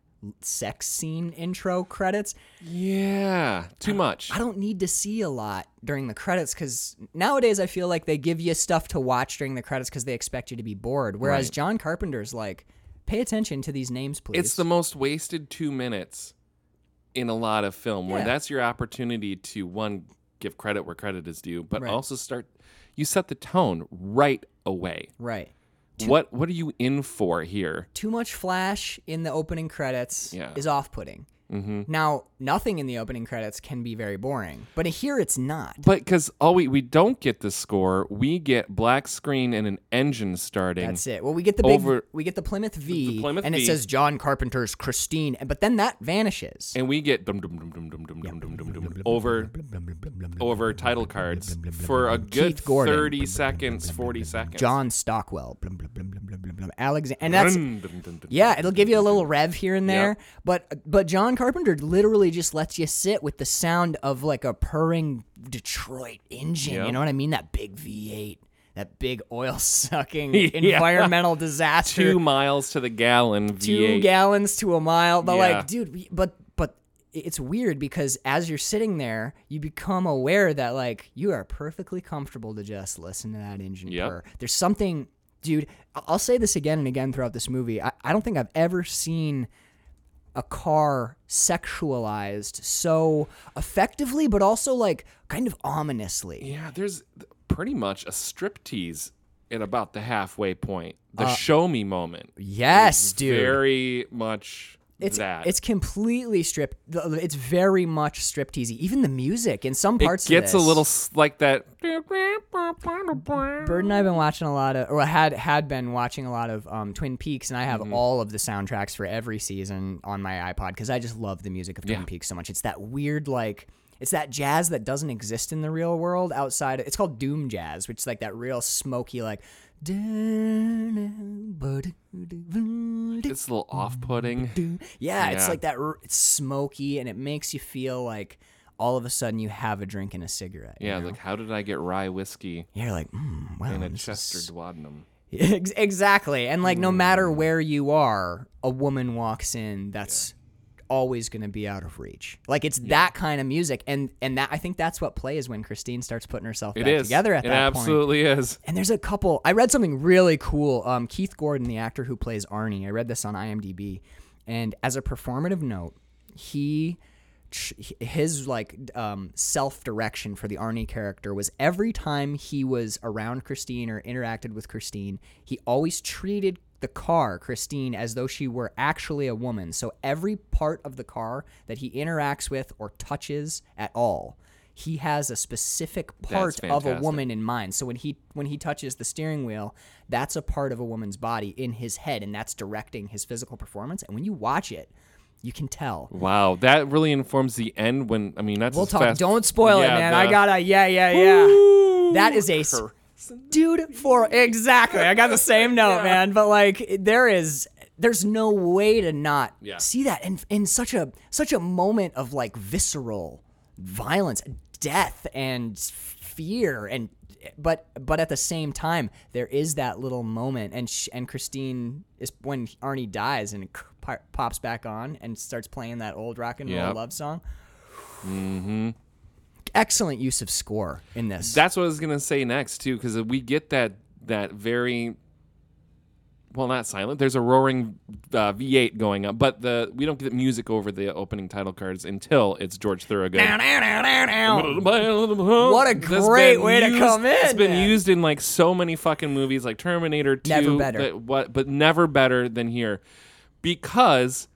Speaker 1: sex scene intro credits.
Speaker 3: Yeah. Too much.
Speaker 1: I don't need to see a lot during the credits because nowadays I feel like they give you stuff to watch during the credits because they expect you to be bored. Whereas John Carpenter's like, pay attention to these names, please.
Speaker 3: It's the most wasted two minutes in a lot of film where
Speaker 1: Yeah.
Speaker 3: that's your opportunity to one give credit where credit is due, but
Speaker 1: Right.
Speaker 3: also start you set the tone right away.
Speaker 1: right.
Speaker 3: what what are you in for here?
Speaker 1: too much flash in the opening credits
Speaker 3: Yeah. Mm-hmm.
Speaker 1: is off-putting. Now, nothing in the opening credits can be very boring, but here it's not.
Speaker 3: But because all we we don't get the score, we get black screen and an engine starting.
Speaker 1: That's it. Well, we get the big,
Speaker 3: Over-
Speaker 1: we get the Plymouth V,
Speaker 3: the Plymouth
Speaker 1: and it
Speaker 3: V.
Speaker 1: says John Carpenter's Christine, and- but then that vanishes.
Speaker 3: and we get dum dum dum dum dum dum dum dum dum dum over over title cards for a good
Speaker 1: Keith Gordon.
Speaker 3: thirty seconds, forty seconds.
Speaker 1: John Stockwell. Alexander, and that's yeah, it'll give you a little rev here and there, but but John Carpenter literally just lets you sit with the sound of like a purring Detroit engine. You
Speaker 3: Yep.
Speaker 1: know what I mean? That big V8, that big oil sucking
Speaker 3: Yeah.
Speaker 1: environmental disaster.
Speaker 3: two miles to the gallon.
Speaker 1: two
Speaker 3: V8.
Speaker 1: gallons to a mile. But
Speaker 3: E Yeah.
Speaker 1: like, dude, we- but but it's weird because as you're sitting there, you become aware that like you are perfectly comfortable to just listen to that engine
Speaker 3: Yep.
Speaker 1: purr. There's something, dude. I- I'll say this again and again throughout this movie. I, I don't think I've ever seen a car sexualized so effectively, but also like kind of ominously.
Speaker 3: Yeah, there's th- pretty much a striptease at about the halfway point. The show me moment.
Speaker 1: Yes, Uh, dude.
Speaker 3: Very much
Speaker 1: it's
Speaker 3: that.
Speaker 1: it's completely stripped. It's very much stripteasy. Even the music in some
Speaker 3: it
Speaker 1: parts of
Speaker 3: gets a
Speaker 1: this-
Speaker 3: little s- like that.
Speaker 1: Bird and I've been watching a lot of, or had had been watching a lot of um, Twin Peaks, and I
Speaker 3: Mm-hmm.
Speaker 1: have all of the soundtracks for every season on my iPod because I just love the music of Twin
Speaker 3: Yeah.
Speaker 1: Peaks so much. It's that weird like. It's that jazz that doesn't exist in the real world outside. It's called doom jazz, which is like that real smoky, like.
Speaker 3: It's a little off-putting.
Speaker 1: Yeah, it's
Speaker 3: Yeah.
Speaker 1: like that. r- It's smoky, and it makes you feel like all of a sudden you have a drink and a cigarette. you
Speaker 3: Yeah,
Speaker 1: know?
Speaker 3: like how did I get rye whiskey
Speaker 1: you're like, mm, wow,
Speaker 3: in a
Speaker 1: this is-
Speaker 3: Chester Dwadnum?
Speaker 1: Ex- exactly. And like, no matter
Speaker 3: Hmm.
Speaker 1: where you are, a woman walks in that's always going to be out of reach. Like it's that kind of music, and and that I think that's what plays when Christine starts putting herself
Speaker 3: It
Speaker 1: back
Speaker 3: is
Speaker 1: together at
Speaker 3: it
Speaker 1: that point.
Speaker 3: absolutely is.
Speaker 1: And there's a couple. I read something really cool. Um, Keith Gordon, the actor who plays Arnie, I read this on IMDb, and as a performative note, he ch- his like um, self direction for the Arnie character was every time he was around Christine or interacted with Christine, he always treated the car Christine as though she were actually a woman. So every part of the car that he interacts with or touches at all. He has a specific part of a
Speaker 3: fantastic.
Speaker 1: woman in mind. So when he when he touches the steering wheel, that's a part of a woman's body in his head, and that's directing his physical performance. And when you watch it, you can tell.
Speaker 3: Wow, that really informs the end. When I mean, that's
Speaker 1: We'll
Speaker 3: as
Speaker 1: talk.
Speaker 3: fast-
Speaker 1: Don't spoil it,
Speaker 3: Yeah,
Speaker 1: man.
Speaker 3: the-
Speaker 1: I gotta. Yeah, yeah, yeah. That is a s- dude for exactly. I got the same note, man. But like, there is. There's no way to not
Speaker 3: Yeah.
Speaker 1: see that in in such a such a moment of like visceral violence, death, and fear, and but but at the same time, there is that little moment, and sh- and Christine is when Arnie dies and it c- po- pops back on and starts playing that old rock and roll
Speaker 3: Yep.
Speaker 1: love song excellent use of score in this.
Speaker 3: That's what I was gonna say next too, because we get that that very well, not silent. There's a roaring uh, V8 going up, but the we don't get music over the opening title cards until it's George Thorogood. What
Speaker 1: a great way to come in,
Speaker 3: It's been
Speaker 1: man.
Speaker 3: used in like so many fucking movies, like Terminator 2,
Speaker 1: Never better.
Speaker 3: But, what, but never better than here, because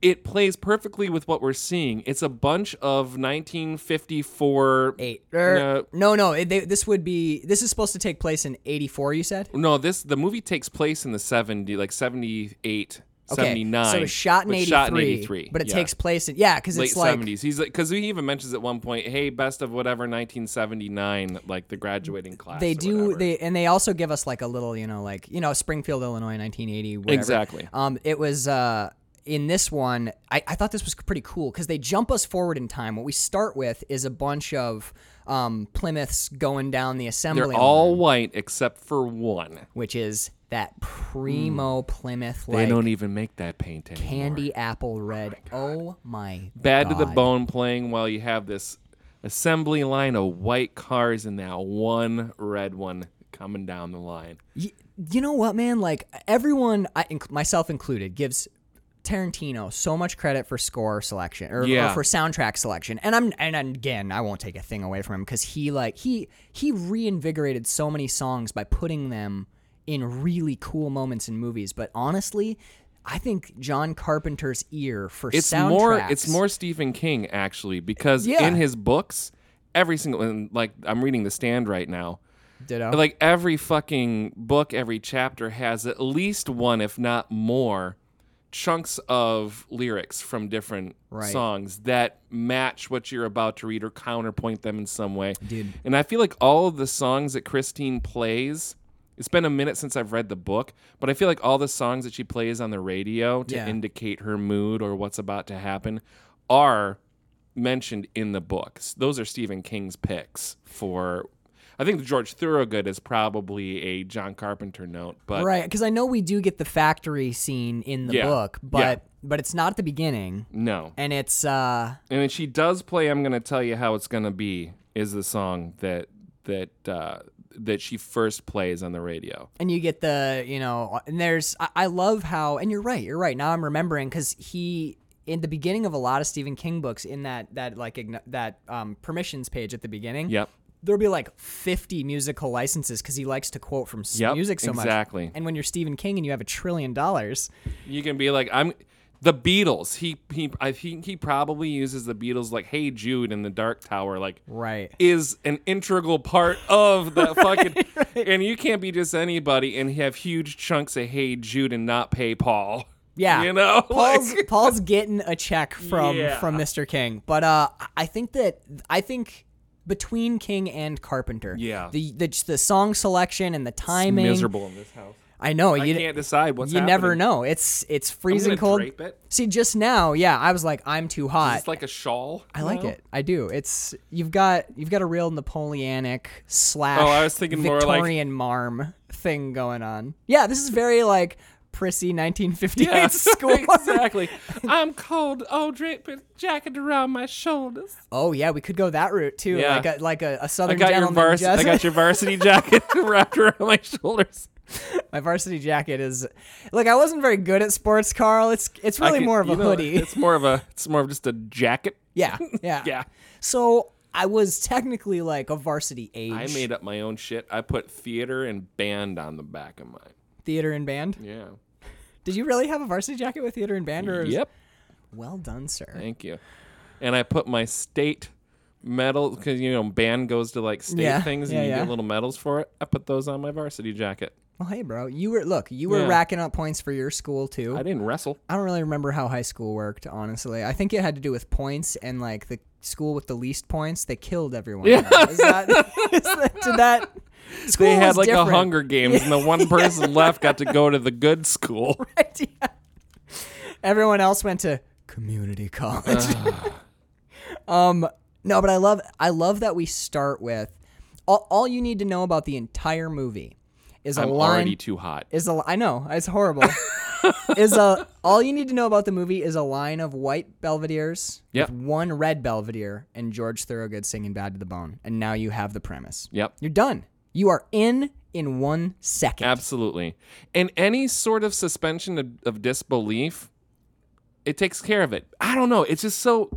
Speaker 3: it plays perfectly with what we're seeing. It's a bunch of 1954
Speaker 1: Eight. Er,
Speaker 3: No.
Speaker 1: no, no. it- they, this would be. This is supposed to take place in '84. You said.
Speaker 3: No, this the movie takes place in the 70 like 78
Speaker 1: Okay.
Speaker 3: 79.
Speaker 1: So it was shot in
Speaker 3: but
Speaker 1: '83.
Speaker 3: shot in 83.
Speaker 1: But it
Speaker 3: yeah.
Speaker 1: takes place in yeah, because
Speaker 3: late
Speaker 1: it's like
Speaker 3: 70s. He's like cuz he even mentions at one point, "Hey, best of whatever 1979 like the graduating class."
Speaker 1: they
Speaker 3: or
Speaker 1: do
Speaker 3: whatever.
Speaker 1: they and they also give us like a little you know like you know Springfield Illinois 1980 whatever.
Speaker 3: Exactly.
Speaker 1: um it was uh in this one I, I thought this was pretty cool because they jump us forward in time what we start with is a bunch of um Plymouths going down the assembly
Speaker 3: They're
Speaker 1: line,
Speaker 3: all white except for one.
Speaker 1: which is that primo Plymouth
Speaker 3: Hmm. They
Speaker 1: like
Speaker 3: don't even make that paint anymore.
Speaker 1: candy apple red oh my
Speaker 3: Bad to the
Speaker 1: God.
Speaker 3: bone playing while you have this assembly line of white cars and that one red one coming down the line.
Speaker 1: Y- you know what, man? Like everyone, I, inc- myself included, gives Tarantino so much credit for score selection or, or
Speaker 3: Yeah.
Speaker 1: for soundtrack selection, and I'm and I'm- again, I won't take a thing away from him because he like he he reinvigorated so many songs by putting them in really cool moments in movies. But honestly, I think John Carpenter's ear for
Speaker 3: it's
Speaker 1: soundtracks
Speaker 3: more it's more Stephen King actually because
Speaker 1: Yeah.
Speaker 3: in his books every single and like I'm reading The Stand right now
Speaker 1: ditto.
Speaker 3: like every fucking book every chapter has at least one if not more chunks of lyrics from different
Speaker 1: Right.
Speaker 3: songs that match what you're about to read or counterpoint them in some way. Dude. And I feel like all of the songs that Christine plays It's been a minute since I've read the book, but I feel like all the songs that she plays on the radio to
Speaker 1: Yeah.
Speaker 3: indicate her mood or what's about to happen are mentioned in the books. Those are Stephen King's picks for. I think George Thorogood is probably a John Carpenter note, but
Speaker 1: right, because I know we do get the factory scene in the
Speaker 3: Yeah.
Speaker 1: book,
Speaker 3: Yeah.
Speaker 1: but but it's not at the beginning,
Speaker 3: no.
Speaker 1: and it's uh,
Speaker 3: And then she does play "I'm Gonna Tell You How It's Gonna Be" is the song that that uh, that she first plays on the radio.
Speaker 1: and you get the you know, and there's I, I love how, and you're right, you're right. Now I'm remembering because he in the beginning of a lot of Stephen King books in that that like igno- that um, permissions page at the beginning,
Speaker 3: Yep.
Speaker 1: there'll be like 50 musical licenses because he likes to quote from s
Speaker 3: Yep,
Speaker 1: music so much.
Speaker 3: exactly.
Speaker 1: And when you're Stephen King and you have a trillion dollars,
Speaker 3: You can be like, "I'm." The Beatles. He he. I think he probably uses the Beatles like "Hey Jude" in the Dark Tower. Like
Speaker 1: right?
Speaker 3: is an integral part of that fucking. And you can't be just anybody and have huge chunks of "Hey Jude" and not pay Paul.
Speaker 1: Yeah,
Speaker 3: You know.
Speaker 1: Paul's
Speaker 3: Like-
Speaker 1: Paul's getting a check from
Speaker 3: Yeah.
Speaker 1: from Mr. King, but uh, I think that I think between King and Carpenter,
Speaker 3: Yeah.
Speaker 1: the the, the song selection and the timing,
Speaker 3: miserable in this house.
Speaker 1: I know
Speaker 3: I
Speaker 1: you
Speaker 3: can't decide what's.
Speaker 1: you never
Speaker 3: happening.
Speaker 1: know. It's it's
Speaker 3: I'm
Speaker 1: freezing
Speaker 3: gonna
Speaker 1: cold.
Speaker 3: drape it.
Speaker 1: See, just now, yeah, I was like, I'm too hot.
Speaker 3: It's like a shawl.
Speaker 1: I like
Speaker 3: now.
Speaker 1: it. I do. It's you've got you've got a real Napoleonic slash
Speaker 3: Oh, I was thinking more like-
Speaker 1: Victorian marm thing going on. Yeah, this is very like prissy 1958 school.
Speaker 3: exactly. I'm cold, old draped jacket around my shoulders.
Speaker 1: Oh yeah, we could go that route too.
Speaker 3: Yeah.
Speaker 1: Like a like a, a
Speaker 3: I
Speaker 1: southern
Speaker 3: got your
Speaker 1: gentleman.
Speaker 3: vars- I
Speaker 1: just-
Speaker 3: got your varsity jacket wrapped around my shoulders.
Speaker 1: My varsity jacket is look. I wasn't very good at sports, Carl. It's it's
Speaker 3: I
Speaker 1: really
Speaker 3: could-
Speaker 1: more of
Speaker 3: you
Speaker 1: a
Speaker 3: know,
Speaker 1: hoodie.
Speaker 3: It's more of a. It's more of just a jacket.
Speaker 1: yeah, yeah,
Speaker 3: Yeah.
Speaker 1: So I was technically like a varsity age.
Speaker 3: I made up my own shit. I put theater and band on the back of mine.
Speaker 1: theater and band.
Speaker 3: Yeah.
Speaker 1: Did you really have a varsity jacket with theater and band? Or
Speaker 3: Yep.
Speaker 1: Well done, sir.
Speaker 3: Thank you. And I put my state medal because you know band goes to like state
Speaker 1: Yeah,
Speaker 3: things
Speaker 1: yeah,
Speaker 3: and you
Speaker 1: yeah.
Speaker 3: get little medals for it. I put those on my varsity jacket.
Speaker 1: Well, hey, bro. You were look. You were
Speaker 3: Yeah.
Speaker 1: racking up points for your school too.
Speaker 3: I didn't wrestle.
Speaker 1: I don't really remember how high school worked, honestly. I think it had to do with points and like the school with the least points, they killed everyone. Is that, is that, did that school
Speaker 3: they had
Speaker 1: was
Speaker 3: like
Speaker 1: different.
Speaker 3: a Hunger Games, and the one person left got to go to the good school.
Speaker 1: Yeah. Everyone else went to community college.
Speaker 3: Ah.
Speaker 1: um, no, but I love I love that we start with all, all you need to know about the entire movie is a
Speaker 3: I'm
Speaker 1: line
Speaker 3: already too hot.
Speaker 1: is a I know it's horrible. is a all you need to know about the movie is a line of white Belvedere's
Speaker 3: Yep.
Speaker 1: with one red Belvedere and George Thorogood singing "Bad to the Bone," and now you have the premise.
Speaker 3: Yep,
Speaker 1: You're done. You are in in one second.
Speaker 3: absolutely. And any sort of suspension of, of disbelief, it takes care of it. I don't know. It's just so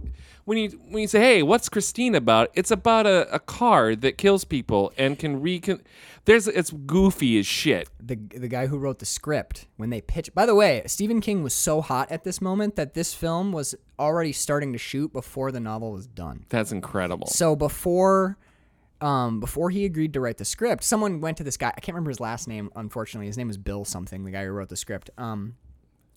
Speaker 3: when you when you say, "Hey, what's Christine about?" It's about a, a car that kills people and can recon. There's it's goofy as shit.
Speaker 1: the the guy who wrote the script when they pitched. By the way, Stephen King was so hot at this moment that this film was already starting to shoot before the novel was done.
Speaker 3: That's incredible.
Speaker 1: So before um before he agreed to write the script, someone went to this guy. I can't remember his last name, unfortunately. His name was Bill something, the guy who wrote the script. Um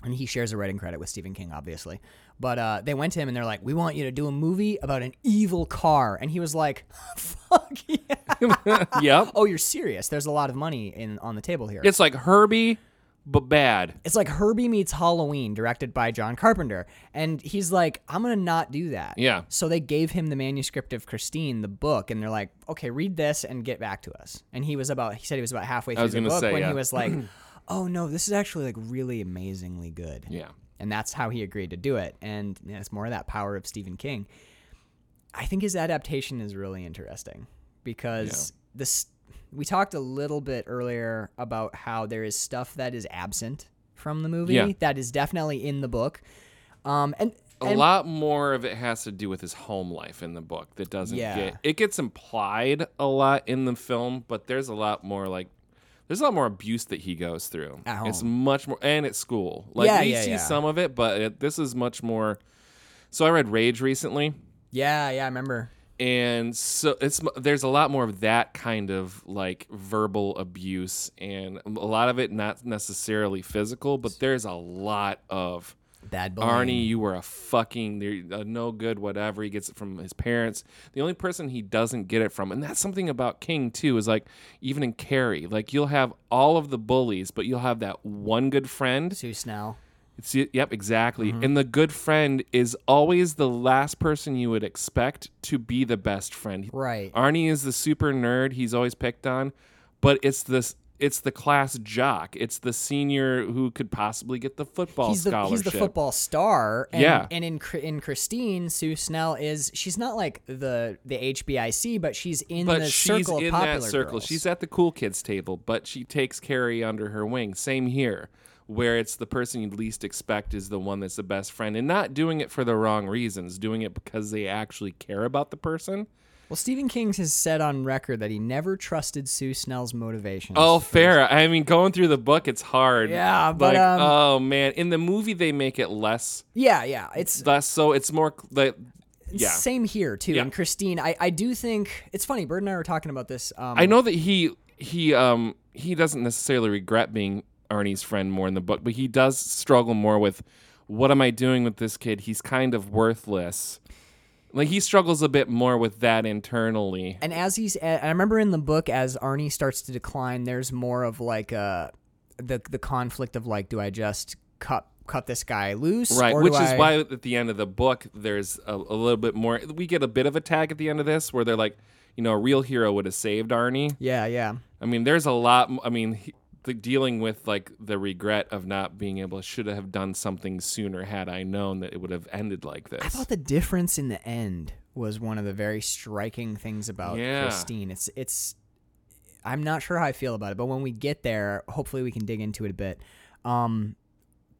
Speaker 1: and he shares a writing credit with Stephen King, obviously. But uh, they went to him and they're like, "We want you to do a movie about an evil car," and he was like, "Fuck yeah!
Speaker 3: yep,
Speaker 1: Oh, you're serious? There's a lot of money in on the table here."
Speaker 3: it's like Herbie, but bad.
Speaker 1: It's like Herbie meets Halloween, directed by John Carpenter. And he's like, I'm going to not do that.
Speaker 3: Yeah.
Speaker 1: So they gave him the manuscript of Christine, the book, and they're like, okay, read this and get back to us. And he was about, he said he was about halfway through
Speaker 3: was
Speaker 1: the
Speaker 3: gonna
Speaker 1: book
Speaker 3: say,
Speaker 1: when
Speaker 3: yeah.
Speaker 1: he was like, oh no, this is actually like really amazingly good.
Speaker 3: Yeah.
Speaker 1: And that's how he agreed to do it. And yeah, it's more of that power of Stephen King. I think his adaptation is really interesting because this we talked a little bit earlier about how there is stuff that is absent from the movie
Speaker 3: Yeah.
Speaker 1: that is definitely in the book. Um and,
Speaker 3: a
Speaker 1: and
Speaker 3: lot more of it has to do with his home life in the book that doesn't
Speaker 1: Yeah.
Speaker 3: get it gets implied a lot in the film but there's a lot more like there's a lot more abuse that he goes through
Speaker 1: At
Speaker 3: it's
Speaker 1: home.
Speaker 3: much more and at school like
Speaker 1: Yeah,
Speaker 3: we
Speaker 1: yeah,
Speaker 3: see
Speaker 1: yeah.
Speaker 3: some of it but it, this is much more so i read rage recently
Speaker 1: yeah, yeah, I remember.
Speaker 3: and so it's m- there's a lot more of that kind of like verbal abuse and a lot of it not necessarily physical but there's a lot of
Speaker 1: Bad boy.
Speaker 3: Arnie, you were a fucking you're a no good whatever. He gets it from his parents. The only person he doesn't get it from, and that's something about King too, is like even in Carrie, like you'll have all of the bullies, but you'll have that one good friend.
Speaker 1: Sue Snell.
Speaker 3: It's, yep, exactly.
Speaker 1: Mm-hmm.
Speaker 3: And the good friend is always the last person you would expect to be the best friend.
Speaker 1: Right.
Speaker 3: Arnie is the super nerd he's always picked on, but it's this it's the class jock. It's the senior who could possibly get the football
Speaker 1: he's the, he's
Speaker 3: scholarship.
Speaker 1: the football star. And,
Speaker 3: Yeah.
Speaker 1: And in Cr- in Christine, Sue Snell is she's not like the the HBIC, but she's in
Speaker 3: but
Speaker 1: the
Speaker 3: she's
Speaker 1: circle
Speaker 3: in
Speaker 1: of popular
Speaker 3: that circle.
Speaker 1: girls.
Speaker 3: She's at the cool kids table, but she takes Carrie under her wing. Same here, where it's the person you least expect is the one that's the best friend, and not doing it for the wrong reasons, doing it because they actually care about the person.
Speaker 1: well, Stephen King has said on record that he never trusted Sue Snell's motivations.
Speaker 3: Oh, fair. I mean, going through the book, it's hard.
Speaker 1: Yeah, but,
Speaker 3: like,
Speaker 1: um,
Speaker 3: oh man, in the movie they make it less,
Speaker 1: yeah, yeah. It's
Speaker 3: less so. It's more like, yeah.
Speaker 1: Same here too.
Speaker 3: Yeah.
Speaker 1: And Christine, I, I do think it's funny. Bird and I were talking about this. Um,
Speaker 3: I know that he he um he doesn't necessarily regret being Arnie's friend more in the book, but he does struggle more with what am I doing with this kid? He's kind of worthless. Like he struggles a bit more with that internally.
Speaker 1: And as he's, I remember in the book, as Arnie starts to decline, there's more of like uh the the conflict of like, do I just cut cut this guy loose,
Speaker 3: Right,
Speaker 1: or
Speaker 3: which
Speaker 1: do
Speaker 3: is
Speaker 1: I-
Speaker 3: why at the end of the book there's a, a little bit more. We get a bit of a tag at the end of this where they're like, you know, a real hero would have saved Arnie.
Speaker 1: Yeah, yeah.
Speaker 3: I mean, there's a lot. m- I mean, he, the dealing with like the regret of not being able should have done something sooner had I known that it would have ended like this.
Speaker 1: I thought the difference in the end was one of the very striking things about
Speaker 3: Yeah.
Speaker 1: Christine. It's it's I'm not sure how I feel about it, but when we get there, hopefully we can dig into it a bit. Um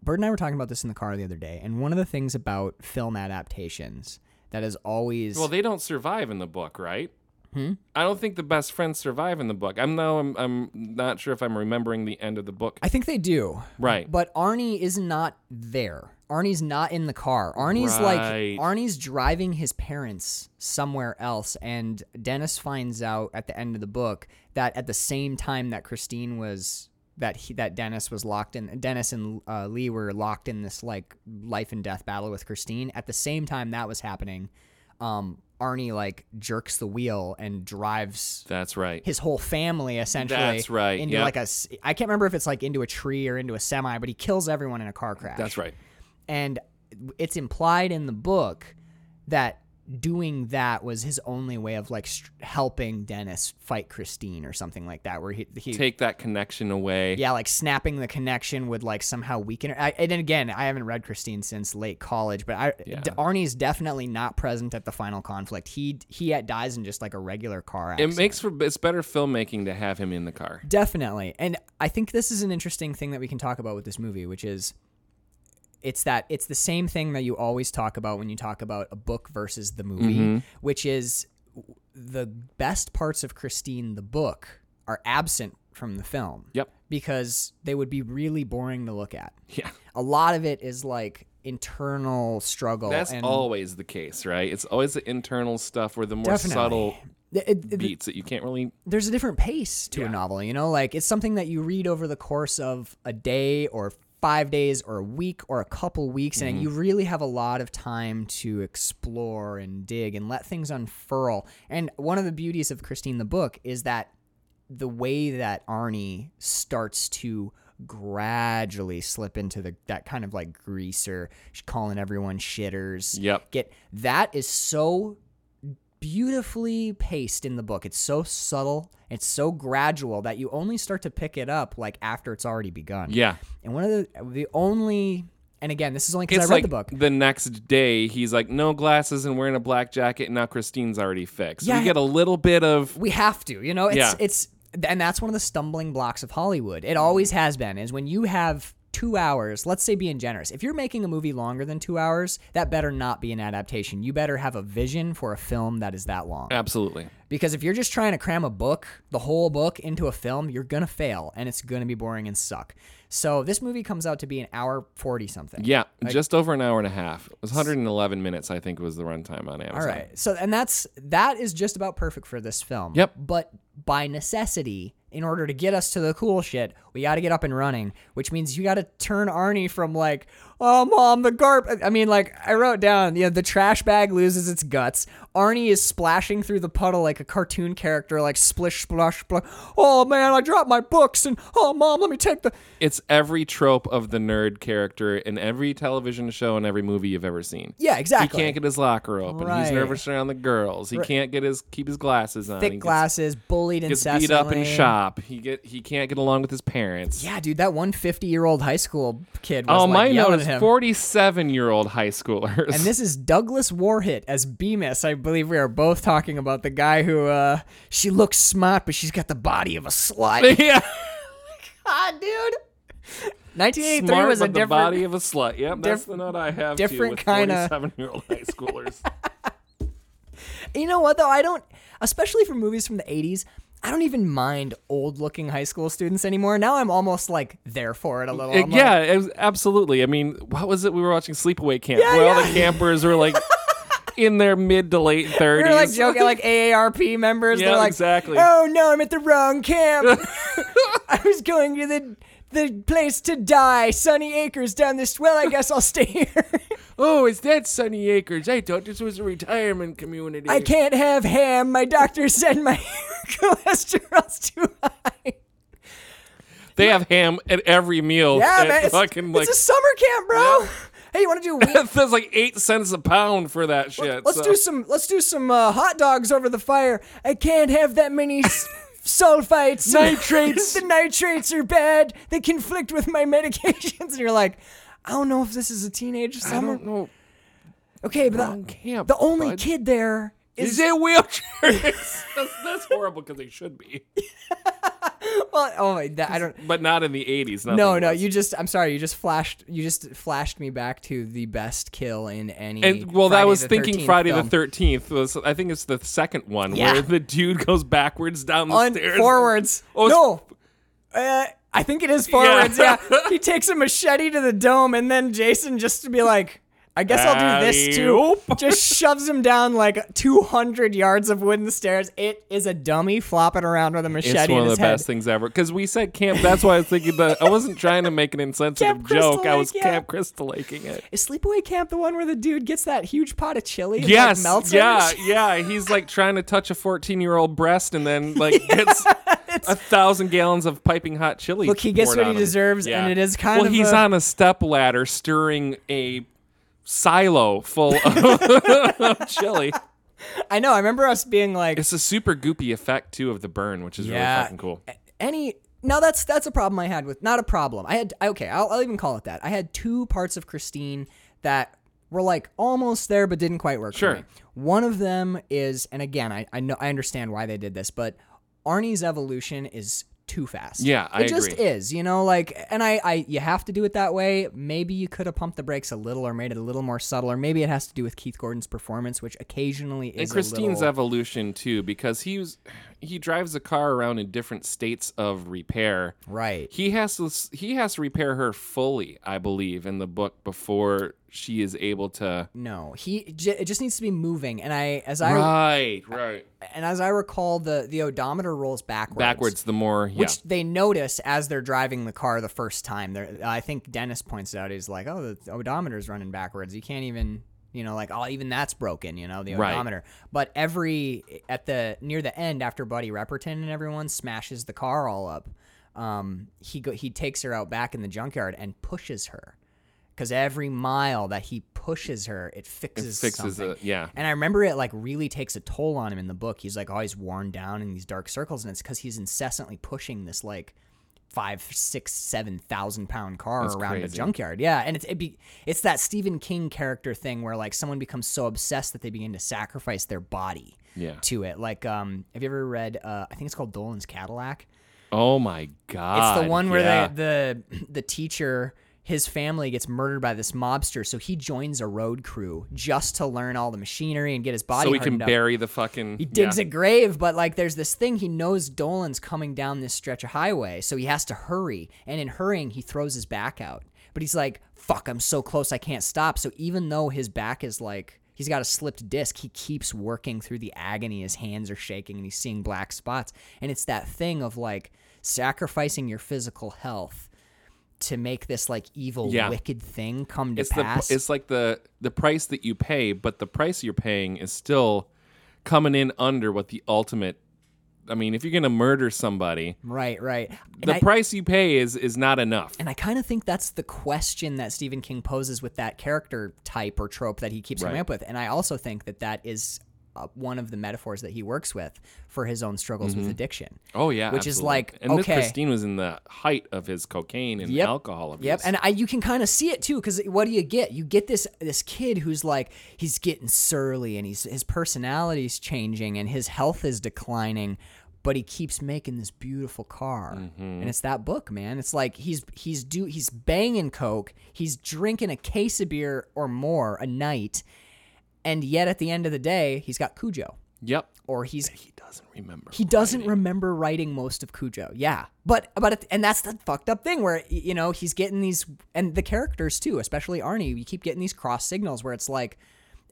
Speaker 1: Bird and I were talking about this in the car the other day, and one of the things about film adaptations that is always
Speaker 3: Well, they don't survive in the book, right?
Speaker 1: Hmm?
Speaker 3: I don't think the best friends survive in the book. I'm now I'm, I'm not sure if I'm remembering the end of the book.
Speaker 1: I think they do.
Speaker 3: Right.
Speaker 1: But Arnie is not there. Arnie's not in the car. Arnie's
Speaker 3: Right.
Speaker 1: like Arnie's driving his parents somewhere else and Dennis finds out at the end of the book that at the same time that Christine was that he that Dennis was locked in Dennis and uh, Lee were locked in this like life and death battle with Christine at the same time that was happening um Arnie like jerks the wheel and drives
Speaker 3: That's right.
Speaker 1: his whole family essentially.
Speaker 3: That's right,
Speaker 1: Into
Speaker 3: yep.
Speaker 1: like a, s- I can't remember if it's like into a tree or into a semi, but he kills everyone in a car crash.
Speaker 3: That's right.
Speaker 1: And it's implied in the book that doing that was his only way of like str helping Dennis fight Christine or something like that, where he, he
Speaker 3: Take that connection away.
Speaker 1: yeah, like snapping the connection would like somehow weaken her. I, and then again, I haven't read Christine since late college, but I, D- Arnie's definitely not present at the final conflict. He he uh, dies in just like a regular car accident.
Speaker 3: It makes for it's better filmmaking to have him in the car.
Speaker 1: Definitely. And I think this is an interesting thing that we can talk about with this movie, which is it's that it's the same thing that you always talk about when you talk about a book versus the movie,
Speaker 3: Mm-hmm.
Speaker 1: which is w- the best parts of Christine the book are absent from the film.
Speaker 3: Yep.
Speaker 1: Because they would be really boring to look at.
Speaker 3: Yeah.
Speaker 1: A lot of it is like internal struggle
Speaker 3: That's
Speaker 1: Oh, and
Speaker 3: always the case, right? It's always the internal stuff where the more
Speaker 1: Definitely.
Speaker 3: subtle
Speaker 1: Th- it- it-
Speaker 3: beats that you can't really
Speaker 1: there's a different pace to a novel, you know? Like it's something that you read over the course of a day or five days or a week or a couple weeks, and you really have a lot of time to explore and dig and let things unfurl. And one of the beauties of Christine the book is that the way that Arnie starts to gradually slip into the that kind of like greaser calling everyone shitters
Speaker 3: Yep.
Speaker 1: get that is so beautifully paced in the book. It's so subtle, it's so gradual that you only start to pick it up like after it's already begun.
Speaker 3: Yeah.
Speaker 1: And one of the the only and again, this is only because I
Speaker 3: It's
Speaker 1: read
Speaker 3: like
Speaker 1: the book.
Speaker 3: next day he's like no glasses and wearing a black jacket and now Christine's already fixed.
Speaker 1: Yeah.
Speaker 3: We get a little bit of
Speaker 1: We have to, you know. It's
Speaker 3: Yeah.
Speaker 1: it's and that's one of the stumbling blocks of Hollywood. It always has been is when you have 2 hours, let's say being generous. If you're making a movie longer than 2 hours, that better not be an adaptation. You better have a vision for a film that is that long.
Speaker 3: absolutely.
Speaker 1: Because if you're just trying to cram a book, the whole book, into a film, you're going to fail and it's going to be boring and suck. So this movie comes out to be an hour 40 something.
Speaker 3: Yeah, just over an hour and a half. It was 111 minutes, I think, was the runtime on Amazon.
Speaker 1: All right. So and that's that is just about perfect for this film.
Speaker 3: Yep.
Speaker 1: But by necessity, in order to get us to the cool shit, we got to get up and running, which means you got to turn Arnie from like, oh mom, the garp. I mean, like I wrote down, you know, the trash bag loses its guts. Arnie is splashing through the puddle like a cartoon character, like splish, splash, splash. Oh man, I dropped my books, and oh mom, let me take the.
Speaker 3: It's every trope of the nerd character in every television show and every movie you've ever seen.
Speaker 1: Yeah, exactly.
Speaker 3: He can't get his locker open. He's
Speaker 1: Right.
Speaker 3: nervous around the girls. He can't get his keep his glasses on. he
Speaker 1: thick
Speaker 3: gets-
Speaker 1: glasses, bullied
Speaker 3: Gets
Speaker 1: incessantly.
Speaker 3: beat up in shop. He get he can't get along with his parents.
Speaker 1: Yeah, dude, that one 50 year old high school kid was
Speaker 3: Oh,
Speaker 1: like
Speaker 3: my
Speaker 1: yelling
Speaker 3: note
Speaker 1: at
Speaker 3: is
Speaker 1: him.
Speaker 3: forty-seven year old high schoolers.
Speaker 1: and this is Douglas Warhit as Bemis. I believe we are both talking about the guy who uh she looks smart, but she's got the body of a slut.
Speaker 3: yeah,
Speaker 1: God, dude. 1983
Speaker 3: smart
Speaker 1: was a
Speaker 3: with the
Speaker 1: different
Speaker 3: body of a slut. Yep, that's
Speaker 1: diff-
Speaker 3: the note I have.
Speaker 1: different
Speaker 3: kind
Speaker 1: kinda-
Speaker 3: year old high schoolers.
Speaker 1: You know what though? I don't, especially for movies from the '80s. I don't even mind old-looking high school students anymore. Now I'm almost like there for it a little. I'm like,
Speaker 3: yeah, it was, absolutely. I mean, what was it? We were watching Sleepaway Camp,
Speaker 1: Yeah,
Speaker 3: where all
Speaker 1: yeah.
Speaker 3: the campers were like in their mid to late
Speaker 1: we
Speaker 3: thirties.
Speaker 1: were like joking, like AARP members.
Speaker 3: Yeah,
Speaker 1: They're like,
Speaker 3: exactly.
Speaker 1: "Oh no, I'm at the wrong camp. I was going to the the place to die, Sunny Acres down this. Well, I guess I'll stay here.
Speaker 3: "Oh, is that Sunny Acres? I thought this was a retirement community."
Speaker 1: I can't have ham. My doctor said my cholesterol's too high.
Speaker 3: They have ham at every meal.
Speaker 1: Yeah,
Speaker 3: at
Speaker 1: man, it's,
Speaker 3: fucking like
Speaker 1: it's a summer camp, bro.
Speaker 3: Yeah.
Speaker 1: Hey, you want to do? Week-
Speaker 3: that's like eight cents a pound for that shit.
Speaker 1: Let's
Speaker 3: so-
Speaker 1: do some. Let's do some uh, hot dogs over the fire. I can't have that many s- sulfites.
Speaker 3: Nitrates.
Speaker 1: the nitrates are bad. They conflict with my medications. And you're like, I don't know if this is a teenage
Speaker 3: I
Speaker 1: summer.
Speaker 3: don't know.
Speaker 1: Okay, but
Speaker 3: Wrong
Speaker 1: the,
Speaker 3: camp,
Speaker 1: the only
Speaker 3: bud.
Speaker 1: kid there
Speaker 3: Is
Speaker 1: is.
Speaker 3: it wheelchair? that's, that's horrible because they should be,
Speaker 1: well, oh, my- that, I don't.
Speaker 3: but not in the eighties.
Speaker 1: No, no, you just. I'm sorry. You just flashed. You just flashed me back to the best kill in any.
Speaker 3: And well,
Speaker 1: Friday
Speaker 3: that was
Speaker 1: the
Speaker 3: thinking
Speaker 1: 13th
Speaker 3: Friday
Speaker 1: film.
Speaker 3: the Thirteenth was. I think it's the second one
Speaker 1: Yeah.
Speaker 3: where the dude goes backwards down the
Speaker 1: on
Speaker 3: stairs.
Speaker 1: forwards.
Speaker 3: Oh, it's-
Speaker 1: no. Uh, I think it is forwards. Yeah. he takes a machete to the dome, and then Jason just to be like, I guess I'll do this too.
Speaker 3: Alley-oop.
Speaker 1: Just shoves him down like 200 yards of wooden stairs. It is a dummy flopping around with a machete
Speaker 3: It's
Speaker 1: in
Speaker 3: one of the
Speaker 1: his head.
Speaker 3: best things ever. Because we said camp. That's why I was thinking that I wasn't trying to make an insensitive
Speaker 1: Camp Crystal
Speaker 3: joke. I
Speaker 1: Lake,
Speaker 3: was
Speaker 1: yeah.
Speaker 3: camp crystal laking it.
Speaker 1: Is Sleepaway Camp the one where the dude gets that huge pot of chili? And
Speaker 3: Yes.
Speaker 1: Like melts it?
Speaker 3: yeah. Yeah. He's like trying to touch a 14 year old breast and then like gets a thousand gallons of piping hot chili.
Speaker 1: Look, he gets
Speaker 3: poured
Speaker 1: what he
Speaker 3: on him.
Speaker 1: deserves, and it is kind
Speaker 3: well,
Speaker 1: of
Speaker 3: he's
Speaker 1: a-
Speaker 3: on a step ladder stirring a silo full of chili.
Speaker 1: I know. I remember us being like,
Speaker 3: It's a super goopy effect too of the burn, which is
Speaker 1: Yeah.
Speaker 3: really fucking cool.
Speaker 1: any now that's that's a problem I had with not a problem. I had okay, I'll, I'll even call it that. I had two parts of Christine that were like almost there but didn't quite work. for
Speaker 3: Sure.
Speaker 1: me. One of them is, and again, I I know I understand why they did this, but Arnie's evolution is too fast.
Speaker 3: Yeah,
Speaker 1: it
Speaker 3: I
Speaker 1: just
Speaker 3: agree.
Speaker 1: is, you know, like, and I, I, you have to do it that way. Maybe you could have pumped the brakes a little, or made it a little more subtle, or maybe it has to do with Keith Gordon's performance, which occasionally is
Speaker 3: And
Speaker 1: a
Speaker 3: Christine's
Speaker 1: little-
Speaker 3: evolution too, because he was, he drives a car around in different states of repair.
Speaker 1: right.
Speaker 3: He has to he has to repair her fully, I believe, in the book before she is able to.
Speaker 1: No, he j- it just needs to be moving, and I, as I,
Speaker 3: Right, right.
Speaker 1: and as I recall, the the odometer rolls backwards.
Speaker 3: Backwards, the more yeah.
Speaker 1: Which they notice as they're driving the car the first time. They're, I think Dennis points it out he's like, "Oh, the odometer's running backwards. You can't even, you know, like, oh, even that's broken. You know, the
Speaker 3: Right.
Speaker 1: odometer." But every at the near the end, after Buddy Repperton and everyone smashes the car all up, um, he go, he takes her out back in the junkyard and pushes her because every mile that he pushes her, it fixes
Speaker 3: fixes
Speaker 1: something.
Speaker 3: it, yeah.
Speaker 1: And I remember it like really takes a toll on him in the book. He's like always worn down in these dark circles, and it's because he's incessantly pushing this like five, six, seven thousand pound car around the
Speaker 3: crazy.
Speaker 1: junkyard. Yeah, and it's it be, it's that Stephen King character thing where like someone becomes so obsessed that they begin to sacrifice their body
Speaker 3: Yeah.
Speaker 1: to it. Like, um, have you ever read? Uh, I think it's called Dolan's Cadillac.
Speaker 3: Oh my god!
Speaker 1: It's the one where
Speaker 3: yeah.
Speaker 1: the, the the teacher his family gets murdered by this mobster, so he joins a road crew just to learn all the machinery and get his body.
Speaker 3: so we can
Speaker 1: hardened up.
Speaker 3: bury the fucking.
Speaker 1: He digs a grave, but like there's this thing he knows Dolan's coming down this stretch of highway, so he has to hurry. And in hurrying, he throws his back out. But he's like, "Fuck, I'm so close, I can't stop." So even though his back is like he's got a slipped disc, he keeps working through the agony. His hands are shaking, and he's seeing black spots. And it's that thing of like sacrificing your physical health to make this like evil,
Speaker 3: Yeah.
Speaker 1: wicked thing come to
Speaker 3: It's the
Speaker 1: pass.
Speaker 3: it's like the the price that you pay, but the price you're paying is still coming in under what the ultimate. I mean, if you're gonna murder somebody,
Speaker 1: right, right. And
Speaker 3: the
Speaker 1: I-
Speaker 3: price you pay is is not enough.
Speaker 1: And I kind of think that's the question that Stephen King poses with that character type or trope that he keeps coming
Speaker 3: Right.
Speaker 1: up with. And I also think that that is uh, one of the metaphors that he works with for his own struggles with addiction.
Speaker 3: Oh yeah,
Speaker 1: Which is
Speaker 3: absolutely.
Speaker 1: like,
Speaker 3: and Miss
Speaker 1: okay.
Speaker 3: Christine was in the height of his cocaine and
Speaker 1: Yep.
Speaker 3: alcohol abuse.
Speaker 1: Yep, and I you can kind of see it too because what do you get? You get this this kid who's like he's getting surly and he's his personality's changing and his health is declining, but he keeps making this beautiful car, and it's that book, man. It's like he's he's do he's banging coke, he's drinking a case of beer or more a night, and yet at the end of the day, he's got Cujo
Speaker 3: yep.
Speaker 1: or he's
Speaker 3: He doesn't remember.
Speaker 1: he doesn't remember writing most of Cujo. Yeah, but but it, and that's the fucked up thing where y- you know he's getting these and the characters too, especially Arnie. You keep getting these cross signals where it's like